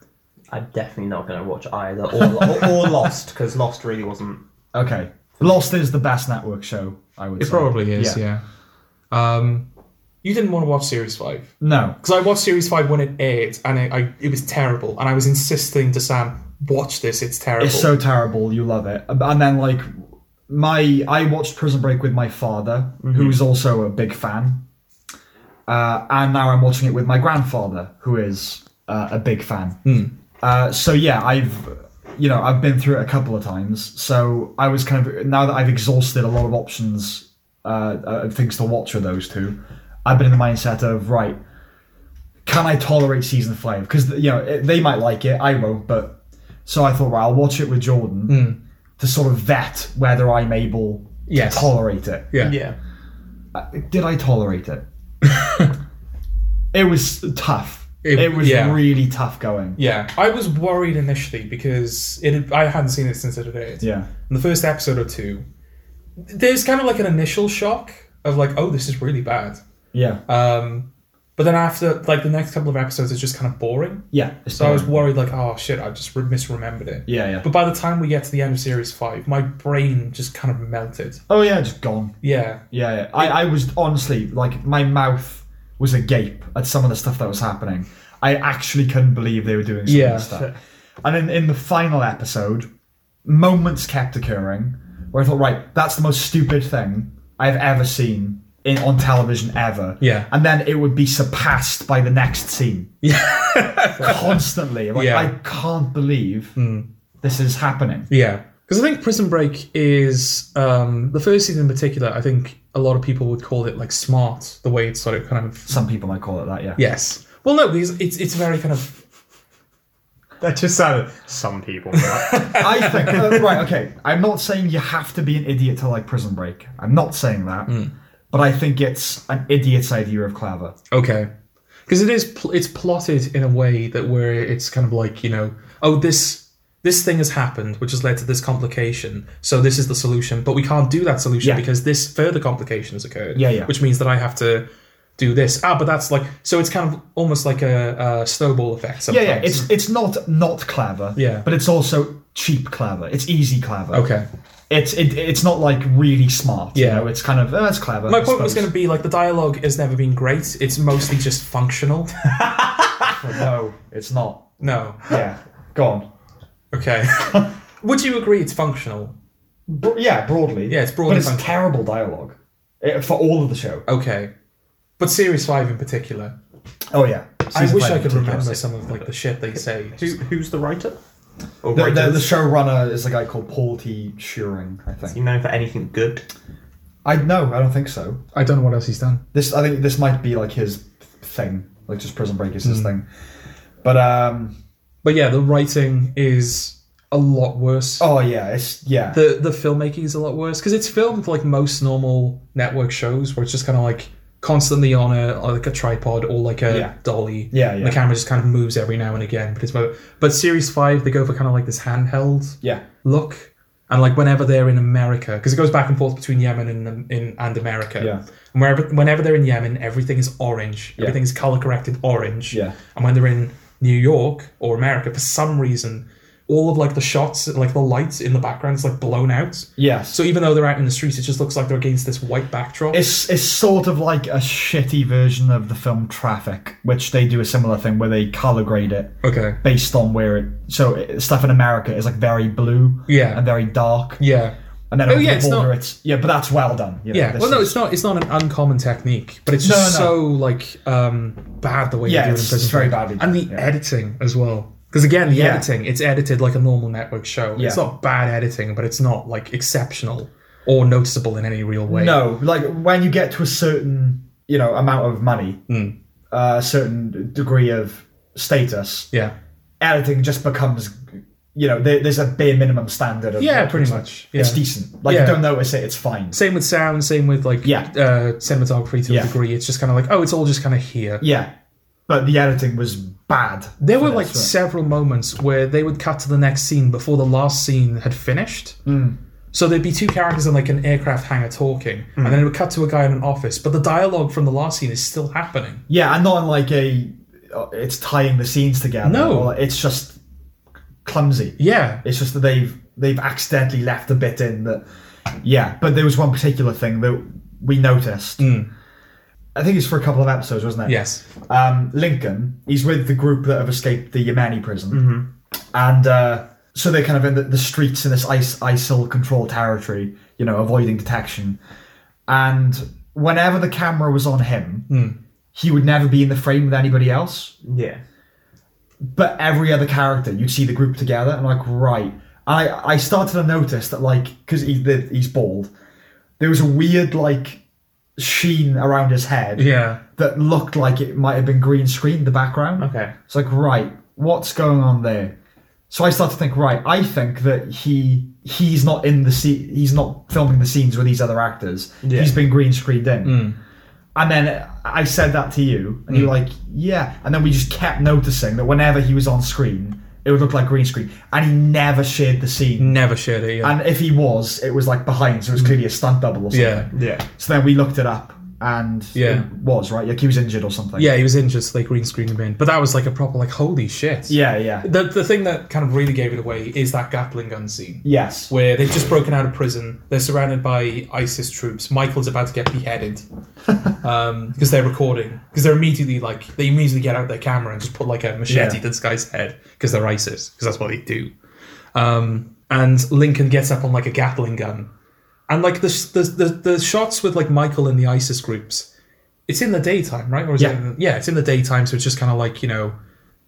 Speaker 3: I'm definitely not going to watch either or, or, or Lost because Lost really wasn't.
Speaker 2: Okay. Lost is the best network show. I would.
Speaker 1: it
Speaker 2: say.
Speaker 1: probably is. Yeah. Um, you didn't want to watch series five.
Speaker 2: No.
Speaker 1: because I watched series five when it aired, and it, I, it was terrible. And I was insisting to Sam, watch this; it's terrible.
Speaker 2: It's so terrible. You love it, and then like my I watched Prison Break with my father, who's also a big fan, uh, and now I'm watching it with my grandfather, who is uh, a big fan. Uh, so yeah, I've you know I've been through it a couple of times. So I was kind of now that I've exhausted a lot of options uh, of things to watch with those two, I've been in the mindset of right. Can I tolerate season five? Because you know it, they might like it, I won't. But so I thought, right, I'll watch it with Jordan to sort of vet whether I'm able
Speaker 1: Hmm. Yes.
Speaker 2: to tolerate it.
Speaker 1: yeah.
Speaker 3: Yeah.
Speaker 2: Did I tolerate it? it was tough.
Speaker 1: It-
Speaker 2: It, was
Speaker 1: yeah.
Speaker 2: really tough going.
Speaker 1: Yeah. I was worried initially because it had, I hadn't seen it since it had aired.
Speaker 2: Yeah.
Speaker 1: In the first episode or two, there's kind of like an initial shock of like, oh, this is really bad.
Speaker 2: Yeah.
Speaker 1: Um, but then after like the next couple of episodes, it's just kind of boring.
Speaker 2: yeah. it's
Speaker 1: So I was
Speaker 2: boring.
Speaker 1: worried like, oh shit, I just re- misremembered it.
Speaker 2: yeah, yeah.
Speaker 1: But by the time we get to the end of series five, my brain just kind of melted.
Speaker 2: Oh yeah, just gone.
Speaker 1: Yeah.
Speaker 2: Yeah, yeah. I, I was honestly like my mouth was agape at some of the stuff that was happening. I actually couldn't believe they were doing some
Speaker 1: Yeah.
Speaker 2: of this stuff. And in, in the final episode, moments kept occurring where I thought, right, that's the most stupid thing I've ever seen in on television ever.
Speaker 1: Yeah.
Speaker 2: And then it would be surpassed by the next scene. Yeah. Constantly. Like
Speaker 1: Yeah.
Speaker 2: I can't believe this is happening.
Speaker 1: Yeah, because I think Prison Break is um, the first season in particular. I think a lot of people would call it like smart the way it's sort of kind of
Speaker 2: Some people might call it that, yeah.
Speaker 1: yes. Well, no, because it's it's very kind of
Speaker 3: That just sounded. Some people. Right?
Speaker 2: I think uh, right. Okay, I'm not saying you have to be an idiot to like Prison Break.
Speaker 1: Hmm.
Speaker 2: I'm not saying that, but I think it's an idiot's idea of clever.
Speaker 1: okay. because it is pl- it's plotted in a way that where it's kind of like you know oh this this thing has happened which has led to this complication so this is the solution but we can't do that solution
Speaker 2: Yeah.
Speaker 1: because this further complication has occurred
Speaker 2: Yeah, yeah.
Speaker 1: which means that I have to do this ah but that's like so it's kind of almost like a, a snowball effect
Speaker 2: Yeah,
Speaker 1: sometimes.
Speaker 2: yeah. It's it's not not clever.
Speaker 1: Yeah.
Speaker 2: But it's also cheap clever. It's easy clever.
Speaker 1: okay
Speaker 2: It's it, it's not like really smart.
Speaker 1: Yeah.
Speaker 2: You know? It's kind of oh, that's clever.
Speaker 1: my point was going to be like the dialogue has never been great it's mostly just functional
Speaker 2: no, it's not.
Speaker 1: no
Speaker 2: Yeah. Go on.
Speaker 1: okay would you agree it's functional
Speaker 2: Bro- yeah, broadly.
Speaker 1: Yeah, it's broadly
Speaker 2: But it's
Speaker 1: functional.
Speaker 2: terrible dialogue eh, for all of the show.
Speaker 1: okay but series 5 in particular
Speaker 2: Oh yeah.
Speaker 1: I
Speaker 2: Season
Speaker 1: wish
Speaker 2: five
Speaker 1: I
Speaker 2: in
Speaker 1: could
Speaker 2: particular.
Speaker 1: remember some of like the shit they say.
Speaker 3: Who, who's the writer? Or
Speaker 2: The, the, the
Speaker 3: writers?
Speaker 2: showrunner is a guy called Paul T. Shearing, I think.
Speaker 3: you known for anything good?
Speaker 2: I no, I don't think so.
Speaker 1: I don't know what else he's done.
Speaker 2: This I think this might be like his thing. Like just Prison Break is his thing. But um
Speaker 1: But yeah, the writing is a lot worse.
Speaker 2: oh yeah, it's yeah.
Speaker 1: The the filmmaking is a lot worse because it's filmed like most normal network shows, where it's just kind of like constantly on a like a tripod or like a
Speaker 2: Yeah.
Speaker 1: dolly.
Speaker 2: Yeah,
Speaker 1: And
Speaker 2: yeah.
Speaker 1: The camera just kind of moves every now and again, but it's mo- but series five they go for kind of like this handheld
Speaker 2: yeah.
Speaker 1: look. And like whenever they're in America, because it goes back and forth between Yemen and um, in, and America.
Speaker 2: Yeah.
Speaker 1: And wherever, whenever they're in Yemen, everything is orange.
Speaker 2: Yeah.
Speaker 1: Everything's color corrected orange.
Speaker 2: Yeah.
Speaker 1: And when they're in New York or America, for some reason, all of like the shots, like the lights in the background, is like blown out.
Speaker 2: Yes.
Speaker 1: So even though they're out in the streets, it just looks like they're against this white backdrop.
Speaker 2: It's it's sort of like a shitty version of the film Traffic, which they do a similar thing where they color grade it
Speaker 1: okay.
Speaker 2: based on where it. So it, stuff in America is like very blue,
Speaker 1: Yeah.
Speaker 2: and very dark,
Speaker 1: Yeah.
Speaker 2: and then over
Speaker 1: yeah,
Speaker 2: the
Speaker 1: it's
Speaker 2: border
Speaker 1: not-
Speaker 2: it's yeah, but that's well done. you know,
Speaker 1: Yeah.
Speaker 2: this
Speaker 1: Well, no,
Speaker 2: is-
Speaker 1: it's not. It's not an uncommon technique, but it's
Speaker 2: No,
Speaker 1: just
Speaker 2: no.
Speaker 1: so like um, bad the way
Speaker 2: Yeah,
Speaker 1: they do it in
Speaker 2: it's-
Speaker 1: prison.
Speaker 2: it's very
Speaker 1: Break.
Speaker 2: badly
Speaker 1: And the
Speaker 2: done, yeah.
Speaker 1: editing as well, because again, the
Speaker 2: Yeah.
Speaker 1: editing it's edited like a normal network show. It's
Speaker 2: Yeah.
Speaker 1: not bad editing, but it's not like exceptional or noticeable in any real way.
Speaker 2: No, like when you get to a certain you know amount of money,
Speaker 1: Hmm.
Speaker 2: uh, a certain degree of status,
Speaker 1: Yeah.
Speaker 2: editing just becomes you know there, there's a bare minimum standard. Of
Speaker 1: Yeah,
Speaker 2: what
Speaker 1: pretty
Speaker 2: it's-
Speaker 1: much.
Speaker 2: It's
Speaker 1: Yeah.
Speaker 2: decent. Like
Speaker 1: Yeah.
Speaker 2: you don't notice it, it's fine.
Speaker 1: Same with sound. Same with like
Speaker 2: Yeah.
Speaker 1: uh, cinematography to
Speaker 2: Yeah.
Speaker 1: a degree. It's just kind of like oh, it's all just kind of here.
Speaker 2: Yeah, but the editing was bad.
Speaker 1: There
Speaker 2: for
Speaker 1: were
Speaker 2: this
Speaker 1: like
Speaker 2: one.
Speaker 1: several moments where they would cut to the next scene before the last scene had finished.
Speaker 2: Hmm.
Speaker 1: So there'd be two characters in like an aircraft hangar talking,
Speaker 2: Hmm.
Speaker 1: and then it would cut to a guy in an office, but the dialogue from the last scene is still happening.
Speaker 2: Yeah, and not in like a. uh, It's tying the scenes together.
Speaker 1: No.
Speaker 2: or it's just clumsy.
Speaker 1: Yeah.
Speaker 2: It's just that they've they've accidentally left a bit in that. Yeah, but there was one particular thing that we noticed. I think it's for a couple of episodes, wasn't it?
Speaker 1: Yes.
Speaker 2: Um, Lincoln, he's with the group that have escaped the Yemeni prison, and uh, so they're kind of in the, the streets in this IS- ISIL controlled territory, you know, avoiding detection. And whenever the camera was on him, he would never be in the frame with anybody else
Speaker 3: Yeah.
Speaker 2: but every other character you'd see the group together and like right and i i started to notice that like because he, the- he's bald there was a weird like sheen around his head
Speaker 1: Yeah.
Speaker 2: that looked like it might have been green screen in the background
Speaker 3: Okay.
Speaker 2: it's like right what's going on there so i started to think right i think that he he's not in the scene he's not filming the scenes with these other actors
Speaker 3: Yeah.
Speaker 2: he's been green screened in
Speaker 1: Mm.
Speaker 2: and then I said that to you, and you were like, yeah. And then we just kept noticing that whenever he was on screen, it would look like green screen. And he never shared the scene.
Speaker 1: Never shared it. Yeah.
Speaker 2: And if he was, it was like behind, so it was clearly a stunt double or something.
Speaker 1: Mm. yeah.
Speaker 3: Yeah.
Speaker 2: So then we looked it up, and
Speaker 1: Yeah.
Speaker 2: it was, right? Like he was injured or something.
Speaker 1: Yeah, he was injured, so they green screened him in. But that was like a proper like holy shit.
Speaker 2: Yeah, yeah.
Speaker 1: The the thing that kind of really gave it away is that Gatling gun scene.
Speaker 2: Yes.
Speaker 1: where they've just broken out of prison. They're surrounded by ISIS troops. Michael's about to get beheaded because they're recording. Because they're immediately like they immediately get out their camera and just put like a machete
Speaker 2: Yeah.
Speaker 1: to this guy's head because they're ISIS because that's what they do. Um, and Lincoln gets up on like a Gatling gun, and like the the the, the shots with like Michael and the ISIS groups. It's in the daytime, right? Or is
Speaker 2: Yeah.
Speaker 1: it in the, yeah, it's in the daytime, so it's just kind of like you know,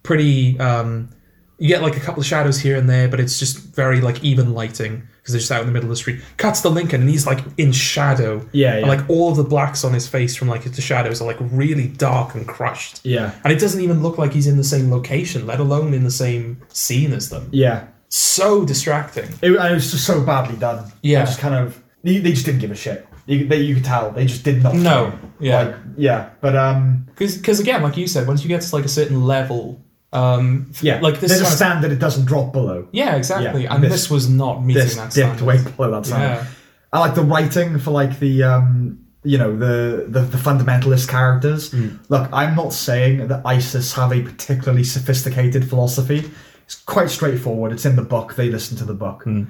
Speaker 1: pretty um, you get like a couple of shadows here and there, but it's just very like even lighting because they're just out in the middle of the street. Cuts to Lincoln and he's like in shadow.
Speaker 2: Yeah,
Speaker 1: And
Speaker 2: yeah.
Speaker 1: like all of the blacks on his face from like the shadows are like really dark and crushed.
Speaker 2: Yeah.
Speaker 1: And it doesn't even look like he's in the same location, let alone in the same scene as them.
Speaker 2: Yeah.
Speaker 1: So distracting.
Speaker 2: It, and it was just so badly done.
Speaker 1: Yeah.
Speaker 2: It just kind of. They, they just didn't give a shit. You, they, you could tell they just did not.
Speaker 5: No, yeah.
Speaker 2: Like, yeah, but um,
Speaker 5: Because again, like you said, once you get to like a certain level, um, f-
Speaker 2: yeah,
Speaker 5: like this.
Speaker 2: There's a
Speaker 5: kind of-
Speaker 2: standard it doesn't drop below.
Speaker 5: yeah, exactly.
Speaker 2: Yeah,
Speaker 5: and
Speaker 2: this-
Speaker 5: this, was not meeting
Speaker 2: This
Speaker 5: that
Speaker 2: dipped
Speaker 5: standard.
Speaker 2: way below that standard.
Speaker 5: yeah,
Speaker 2: I like the writing for like the um you know the the, the fundamentalist characters.
Speaker 1: Hmm.
Speaker 2: Look, I'm not saying that ISIS have a particularly sophisticated philosophy. It's quite straightforward. It's in the book. They listen to the book.
Speaker 1: Hmm.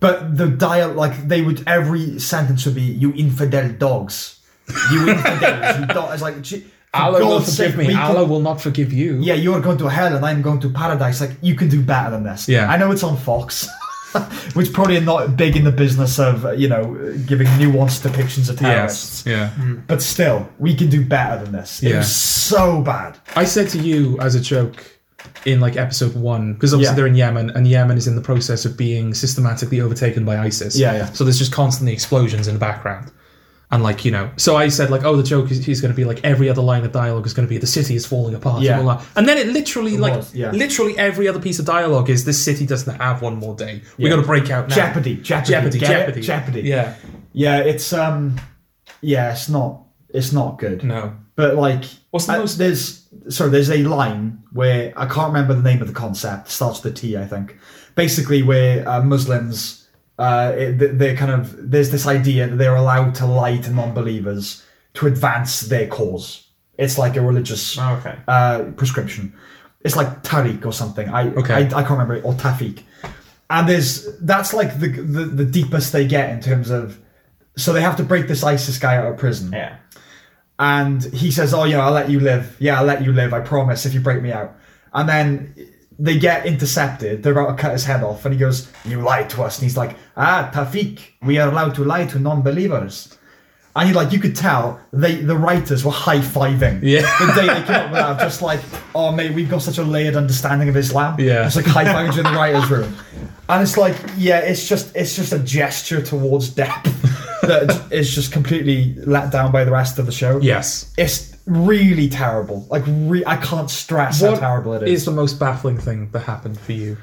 Speaker 2: But the dial like they would every sentence would be "you infidel dogs," "you infidels," "you dogs." It's like gee, for
Speaker 1: Allah will
Speaker 2: God's
Speaker 1: forgive
Speaker 2: sake,
Speaker 1: me.
Speaker 2: we can-
Speaker 1: Allah will not forgive you.
Speaker 2: yeah, you're going to hell and I'm going to paradise. Like, you can do better than this.
Speaker 1: Yeah.
Speaker 2: I know it's on Fox, which probably are not big in the business of, uh, you know, giving nuanced depictions of terrorists.
Speaker 1: Yeah.
Speaker 2: But still, we can do better than this. It
Speaker 1: Yeah.
Speaker 2: was so bad.
Speaker 1: I said to you as a joke in like episode one, because obviously
Speaker 2: Yeah.
Speaker 1: they're in Yemen, and Yemen is in the process of being systematically overtaken by ISIS.
Speaker 2: Yeah, yeah.
Speaker 1: So there's just constantly explosions in the background. And like, you know, so I said like, oh, the joke is, is going to be like every other line of dialogue is going to be the city is falling apart.
Speaker 2: Yeah.
Speaker 1: And, all that. and then it literally like,
Speaker 2: was, yeah.
Speaker 1: literally every other piece of dialogue is this city doesn't have one more day. We got to break out now.
Speaker 2: Jeopardy, Jeopardy,
Speaker 1: Jeopardy,
Speaker 2: get it?
Speaker 1: Jeopardy.
Speaker 2: Jeopardy.
Speaker 1: Yeah.
Speaker 2: Yeah, it's, um, yeah, it's not, it's not good.
Speaker 1: No.
Speaker 2: But like,
Speaker 1: What's the
Speaker 2: uh,
Speaker 1: most-
Speaker 2: There's sorry, there's a line where I can't remember the name of the concept. Starts with a T, I think. Basically, where uh, Muslims, uh, it- th- they're kind of there's this idea that they're allowed to lie to non-believers to advance their cause. It's like a religious
Speaker 3: Okay.
Speaker 2: uh, prescription. It's like Tariq or something. I,
Speaker 1: Okay.
Speaker 2: I I can't remember it or Tafiq. And there's that's like the, the the deepest they get in terms of. So they have to break this ISIS guy out of prison
Speaker 3: Yeah.
Speaker 2: and he says, "Oh yeah, I'll let you live. Yeah, I'll let you live. I promise if you break me out." And then they get intercepted. They're about to cut his head off, and he goes, "You lied to us." And he's like, "Ah, Tafik, we are allowed to lie to non-believers." And you like you could tell they the writers were high fiving.
Speaker 1: Yeah.
Speaker 2: The day they came up with that, just like, oh mate, we've got such a layered understanding of Islam.
Speaker 1: Yeah.
Speaker 2: It's like high fiving in the writers' room. And it's like, yeah, it's just it's just a gesture towards depth that is just completely let down by the rest of the show.
Speaker 1: Yes.
Speaker 2: It's really terrible. Like, re- I can't stress
Speaker 1: What
Speaker 2: how terrible it
Speaker 1: is
Speaker 2: is.
Speaker 1: the most baffling thing that happened for you?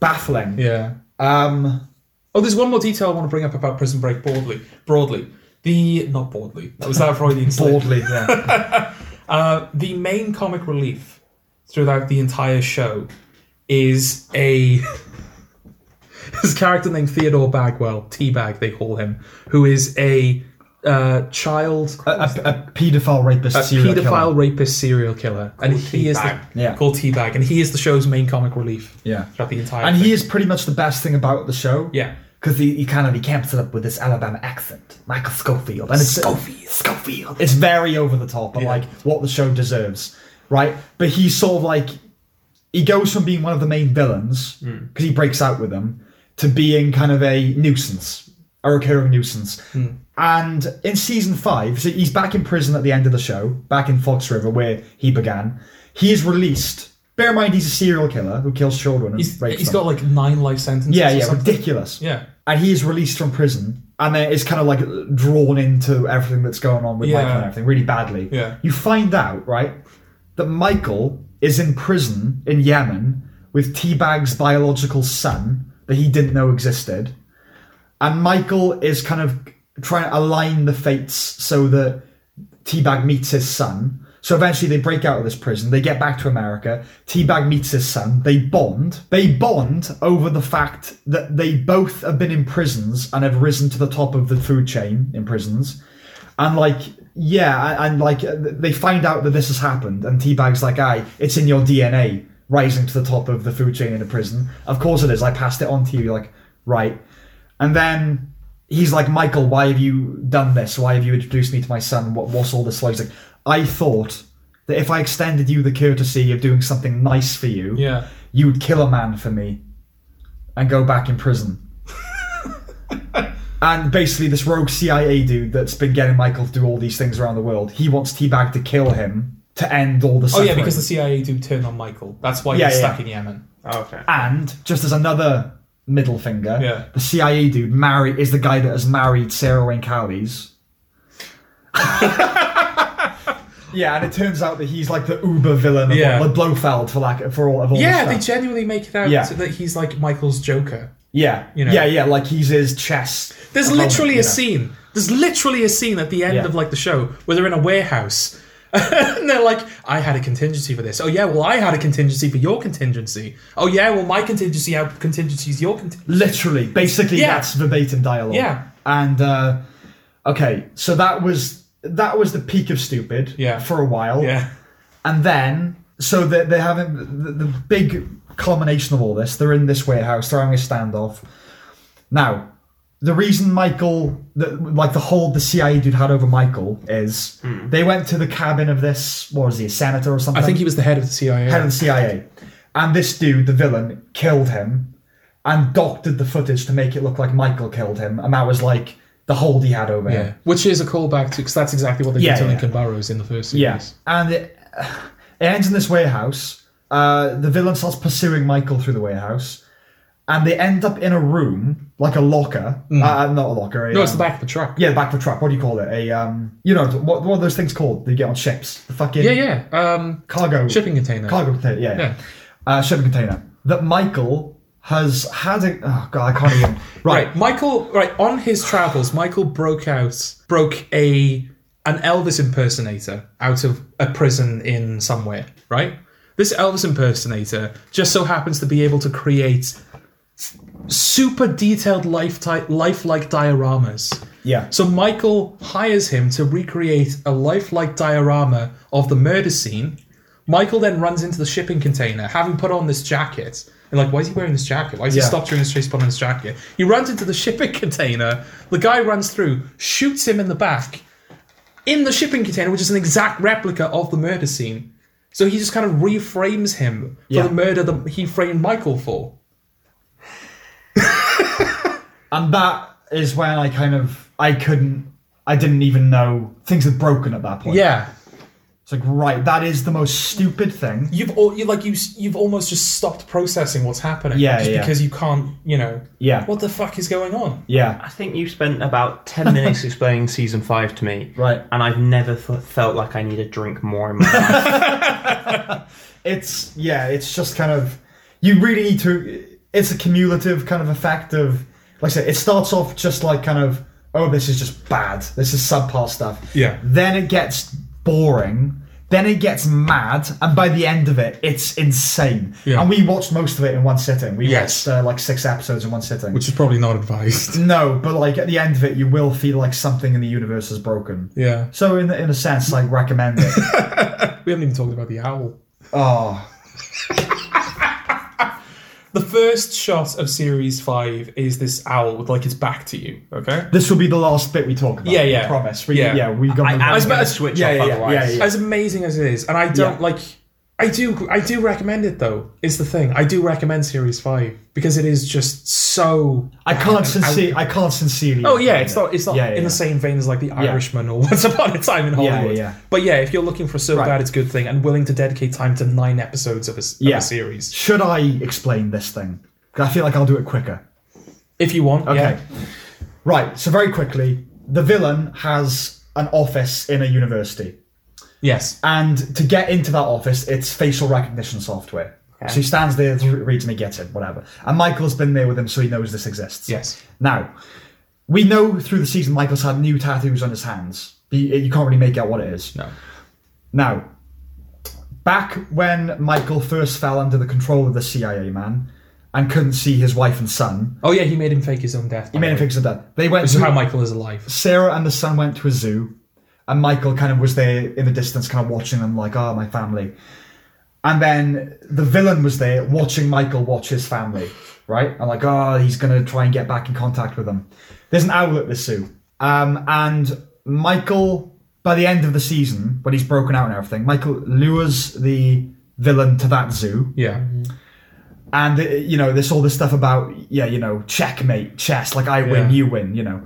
Speaker 2: Baffling.
Speaker 1: Yeah.
Speaker 2: Um,
Speaker 1: Oh, there's one more detail I want to bring up about Prison Break broadly. Broadly, the not broadly. That was that Freudian slip.
Speaker 2: boldly. Yeah.
Speaker 1: Uh, the main comic relief throughout the entire show is a this character named Theodore Bagwell, Teabag they call him, who is a uh, child
Speaker 2: a, a, a paedophile rapist.
Speaker 1: a
Speaker 2: serial killer.
Speaker 1: pedophile rapist serial killer, and he is the,
Speaker 3: Teabag.
Speaker 2: Yeah.
Speaker 1: called Teabag, and he is the show's main comic relief
Speaker 2: Yeah.
Speaker 1: throughout the entire.
Speaker 2: And
Speaker 1: thing.
Speaker 2: he is pretty much the best thing about the show.
Speaker 1: yeah.
Speaker 2: Because he, he kind of he camps it up with this Alabama accent, Michael Schofield, and it's Schofield, Schofield. It's very over the top, but like what the show deserves, right? But he's sort of like he goes from being one of the main villains because
Speaker 1: Hmm.
Speaker 2: he breaks out with them to being kind of a nuisance, a recurring nuisance.
Speaker 1: Hmm.
Speaker 2: And in season five, so he's back in prison at the end of the show, back in Fox River where he began. He is released. Bear in mind, he's a serial killer who kills children and
Speaker 1: He's,
Speaker 2: rapes
Speaker 1: he's
Speaker 2: them.
Speaker 1: got like nine life sentences.
Speaker 2: yeah,
Speaker 1: or
Speaker 2: yeah,
Speaker 1: something.
Speaker 2: ridiculous
Speaker 1: Yeah.
Speaker 2: and he is released from prison and then it's kind of like drawn into everything that's going on with
Speaker 1: Yeah.
Speaker 2: Michael and everything really badly.
Speaker 1: Yeah.
Speaker 2: You find out, right, that Michael is in prison in Yemen with Teabag's biological son that he didn't know existed. And Michael is kind of trying to align the fates so that Teabag meets his son. So eventually they break out of this prison. They get back to America. Teabag meets his son. They bond. They bond over the fact that they both have been in prisons and have risen to the top of the food chain in prisons. And like, yeah, and- and like uh, they find out that this has happened. And Teabag's like, aye, it's in your DNA, rising to the top of the food chain in a prison. Of course it is. I passed it on to you. You're Like, right. And then he's like, Michael, why have you done this? Why have you introduced me to my son? What, what's all this for? He's like, I thought that if I extended you the courtesy of doing something nice for you,
Speaker 1: Yeah.
Speaker 2: you would kill a man for me and go back in prison. and basically, this rogue CIA dude that's been getting Michael to do all these things around the world, he wants Teabag to kill him to end all the
Speaker 1: Oh
Speaker 2: suffering.
Speaker 1: yeah, because the CIA do turn on Michael. That's why
Speaker 2: Yeah,
Speaker 1: he's
Speaker 2: yeah.
Speaker 1: stuck in Yemen.
Speaker 3: Okay.
Speaker 2: And just as another middle finger,
Speaker 1: Yeah.
Speaker 2: the CIA dude marry is the guy that has married Sarah Wayne Callies. yeah, and it turns out that he's like the uber villain, of
Speaker 1: Yeah.
Speaker 2: all, the Blofeld for like for all of all. this
Speaker 1: Yeah,
Speaker 2: stuff.
Speaker 1: they genuinely make it out
Speaker 2: Yeah.
Speaker 1: that he's like Michael's Joker.
Speaker 2: yeah,
Speaker 1: you know.
Speaker 2: yeah, yeah. Like he's his chess.
Speaker 1: There's
Speaker 2: opponent,
Speaker 1: literally
Speaker 2: you
Speaker 1: a
Speaker 2: know.
Speaker 1: scene There's literally a scene at the end
Speaker 5: Yeah.
Speaker 1: of like the show where they're in a warehouse. and they're like, I had a contingency for this. Oh yeah, well I had a contingency for your contingency. Oh yeah, well my contingency out contingency is your contingency.
Speaker 2: Literally, basically,
Speaker 1: Yeah.
Speaker 2: that's verbatim dialogue.
Speaker 1: Yeah.
Speaker 2: And uh, okay, so that was that was the peak of stupid.
Speaker 1: Yeah.
Speaker 2: For a while.
Speaker 1: Yeah.
Speaker 2: And then, so they're, they're having the, the big culmination of all this. They're in this warehouse, they're having a standoff. Now, the reason Michael, the, like the hold the CIA dude had over Michael is they went to the cabin of this, what was he, a senator or something?
Speaker 1: Hmm. I think he was the head of the CIA.
Speaker 2: head of the CIA. And this dude, the villain, killed him and doctored the footage to make it look like Michael killed him. And that was like the hold he had over him.
Speaker 1: yeah. Which is a callback to because that's exactly what they
Speaker 2: Yeah,
Speaker 1: did to
Speaker 2: yeah.
Speaker 1: Lincoln Burrows in the first series.
Speaker 2: Yes. And it, it ends in this warehouse. Uh, the villain starts pursuing Michael through the warehouse. And they end up in a room, like a locker. Uh, not a locker. A,
Speaker 1: No, it's the
Speaker 2: um,
Speaker 1: back of the truck.
Speaker 2: Yeah, the back of a truck. What do you call it? A, um, you know, what, what are those things called? They get on ships. The fucking
Speaker 1: Yeah, yeah. Um
Speaker 2: cargo.
Speaker 1: shipping container.
Speaker 2: Cargo container, yeah.
Speaker 1: Yeah.
Speaker 2: yeah. Uh, shipping container. That Michael has had a. Oh, God, I can't even.
Speaker 1: Right.
Speaker 2: Right.
Speaker 1: Michael. Right on his travels, Michael broke out, broke a an Elvis impersonator out of a prison in somewhere. Right. This Elvis impersonator just so happens to be able to create super detailed lifetime, lifelike dioramas.
Speaker 2: Yeah.
Speaker 1: So Michael hires him to recreate a lifelike diorama of the murder scene. Michael then runs into the shipping container, having put on this jacket. And like, why is he wearing this jacket? Why is he
Speaker 2: Yeah.
Speaker 1: stopped during this chase put on his jacket? He runs into the shipping container. The guy runs through, shoots him in the back, in the shipping container, which is an exact replica of the murder scene. So he just kind of reframes him for
Speaker 2: Yeah.
Speaker 1: the murder that he framed Michael for.
Speaker 2: and that is when I kind of I couldn't I didn't even know things had broken at that point.
Speaker 1: Yeah.
Speaker 2: it's like right, that is the most stupid thing.
Speaker 1: you've all you like you s- you've almost just stopped processing what's happening
Speaker 2: Yeah,
Speaker 1: just
Speaker 2: yeah.
Speaker 1: because you can't you know
Speaker 2: Yeah,
Speaker 1: what the fuck is going on
Speaker 2: yeah,
Speaker 3: I think you spent about 10 minutes explaining season 5 to me.
Speaker 2: Right.
Speaker 3: And I've never f- felt like I need a drink more in my life.
Speaker 2: it's yeah, it's just kind of you really need to. It's a cumulative kind of effect of like I said, it starts off just like kind of oh, this is just bad, this is subpar stuff.
Speaker 1: Yeah.
Speaker 2: then it gets boring. Then it gets mad, and by the end of it, it's insane.
Speaker 1: Yeah.
Speaker 2: And we watched most of it in one sitting. We
Speaker 1: Yes.
Speaker 2: watched uh, like six episodes in one sitting.
Speaker 1: which is probably not advised
Speaker 2: No, but like at the end of it, you will feel like something in the universe is broken.
Speaker 1: yeah
Speaker 2: So in in a sense, like recommend it.
Speaker 1: we haven't even talked about the owl
Speaker 2: oh,
Speaker 1: the first shot of series 5 is this owl with like its back to you okay
Speaker 2: this will be the last bit we talk about.
Speaker 1: Yeah, yeah.
Speaker 2: I promise. We,
Speaker 1: Yeah.
Speaker 2: yeah, we got.
Speaker 3: I am
Speaker 2: the-
Speaker 3: going
Speaker 1: about
Speaker 3: to
Speaker 1: to-
Speaker 3: switch
Speaker 2: yeah,
Speaker 3: off
Speaker 2: yeah, yeah,
Speaker 3: otherwise.
Speaker 2: yeah.
Speaker 1: as amazing as it is and i don't
Speaker 2: Yeah.
Speaker 1: like i do i do recommend it though is the thing i do recommend series 5 because it is just so
Speaker 2: I can't sincerely. I can't sincerely.
Speaker 1: Oh yeah,
Speaker 2: recommend
Speaker 1: it's
Speaker 2: it.
Speaker 1: not it's not
Speaker 2: Yeah, yeah,
Speaker 1: in
Speaker 2: yeah.
Speaker 1: the same vein as like the Irishman or Once Upon a Time in
Speaker 2: Yeah,
Speaker 1: Hollywood.
Speaker 2: yeah.
Speaker 1: But yeah, if you're looking for a so bad it's good thing and willing to dedicate time to nine episodes of a, s- of
Speaker 2: Yeah.
Speaker 1: a series,
Speaker 2: Should I explain this thing? 'Cause I feel like I'll do it quicker.
Speaker 1: if you want,
Speaker 2: Okay.
Speaker 1: yeah,
Speaker 2: Right. So very quickly, the villain has an office in a university.
Speaker 1: yes,
Speaker 2: And to get into that office, it's facial recognition software. So he stands there, reads and he gets it, whatever. And Michael's been there with him, so he knows this exists.
Speaker 1: yes,
Speaker 2: Now, we know through the season Michael's had new tattoos on his hands. You, you can't really make out what it is.
Speaker 1: no,
Speaker 2: Now, back when Michael first fell under the control of the CIA man and couldn't see his wife and son,
Speaker 1: oh yeah, he made him fake his own death. He
Speaker 2: many things of that. They went
Speaker 1: This is
Speaker 2: to-
Speaker 1: how Michael is alive.
Speaker 2: Sarah and the son went to a zoo, and Michael kind of was there in the distance, kind of watching them, like, ah, my family. And then the villain was there watching Michael watch his family, right? And like, ah, he's going to try and get back in contact with them. There's an owl at the zoo. Um, and Michael, by the end of the season, when he's broken out and everything, Michael lures the villain to that zoo
Speaker 1: Yeah,
Speaker 2: and uh, you know there's all this stuff about yeah you know checkmate chess like i win
Speaker 1: Yeah.
Speaker 2: you win you know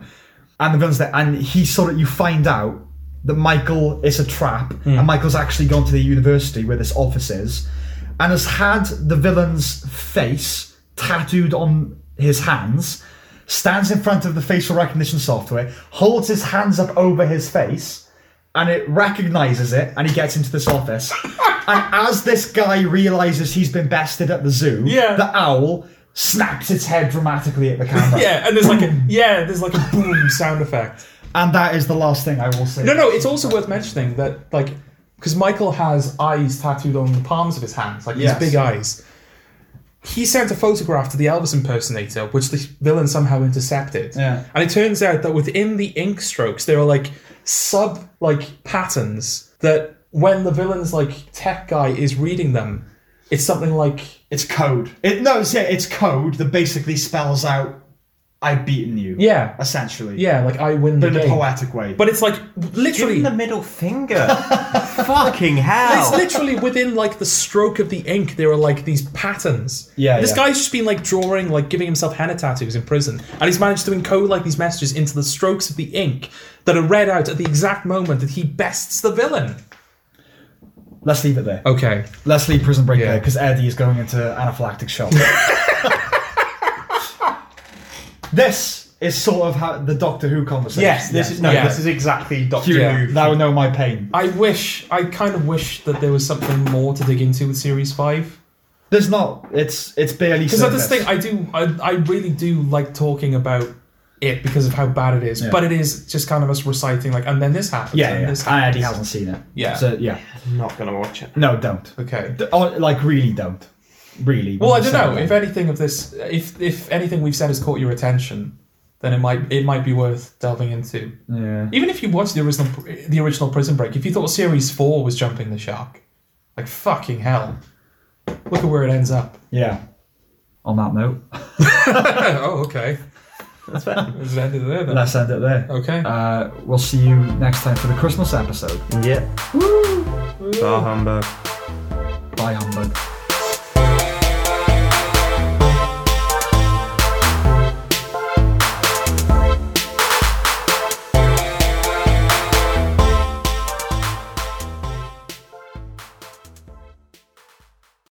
Speaker 2: and the villain's there and he sort of you find out that michael is a trap
Speaker 1: Hmm.
Speaker 2: and michael's actually gone to the university where this office is and has had the villain's face tattooed on his hands stands in front of the facial recognition software holds his hands up over his face and it recognizes it and he gets into this office and as this guy realizes he's been bested at the zoo
Speaker 1: Yeah.
Speaker 2: the owl snaps its head dramatically at the camera
Speaker 1: yeah, and there's like a yeah, there's like a boom sound effect.
Speaker 2: And that is the last thing I will say.
Speaker 1: No, no, it's also worth mentioning that, like, because Michael has eyes tattooed on the palms of his hands, like
Speaker 2: Yes.
Speaker 1: these big eyes. He sent a photograph to the Elvis impersonator, which the villain somehow intercepted.
Speaker 2: Yeah.
Speaker 1: And it turns out that within the ink strokes, there are like sub like patterns that when the villain's like tech guy is reading them, it's something like
Speaker 2: It's code. It no, it's, yeah, it's code that basically spells out I've beaten you.
Speaker 1: yeah,
Speaker 2: Essentially.
Speaker 1: yeah, like I win the
Speaker 2: In a
Speaker 1: game.
Speaker 2: poetic way.
Speaker 1: But it's like
Speaker 3: Give
Speaker 1: literally
Speaker 3: him the middle finger. Fucking
Speaker 1: It's
Speaker 2: Oh.
Speaker 3: hell.
Speaker 1: literally within like the stroke of the ink. There are like these patterns.
Speaker 2: Yeah,
Speaker 1: This
Speaker 2: yeah.
Speaker 1: guy's just been like drawing, like giving himself henna tattoos in prison, and he's managed to encode like these messages into the strokes of the ink that are read out at the exact moment that he bests the villain.
Speaker 2: Let's leave it there.
Speaker 1: Okay.
Speaker 2: Let's leave Prison Break
Speaker 1: Yeah.
Speaker 2: there because Eddie is going into anaphylactic shock. this is sort of how the Doctor Who conversation.
Speaker 3: yes, this is no.
Speaker 1: Yeah.
Speaker 3: This is exactly Doctor
Speaker 2: You
Speaker 1: Yeah.
Speaker 3: Who.
Speaker 2: now know my pain.
Speaker 1: I wish. I kind of wish that there was something more to dig into with series five.
Speaker 2: There's not. It's it's barely.
Speaker 1: Because that's
Speaker 2: surface.
Speaker 1: the thing. I do. I, I really do like talking about it because of how bad it is.
Speaker 2: Yeah.
Speaker 1: But it is just kind of us reciting like, and then this happens.
Speaker 2: Yeah,
Speaker 1: and
Speaker 2: yeah.
Speaker 1: This
Speaker 2: And
Speaker 1: happens.
Speaker 2: Eddie hasn't seen it.
Speaker 1: Yeah.
Speaker 2: So yeah.
Speaker 3: I'm not gonna watch it.
Speaker 2: No, don't.
Speaker 1: Okay.
Speaker 2: D- oh, Like really, don't. Really.
Speaker 1: Well, I don't know.
Speaker 2: Sorry.
Speaker 1: If anything of this, if if anything we've said has caught your attention, then it might it might be worth delving into.
Speaker 2: Yeah.
Speaker 1: Even if you watched the original the original Prison Break, if you thought Series Four was jumping the shark, like fucking hell, look at where it ends up.
Speaker 2: Yeah. On that note,
Speaker 1: oh, okay. That's fair. there then.
Speaker 2: let's end it there.
Speaker 1: Okay.
Speaker 2: Uh, we'll see you next time for the Christmas episode.
Speaker 3: Yeah. Woo. Bar humbug.
Speaker 2: Bye, humbug.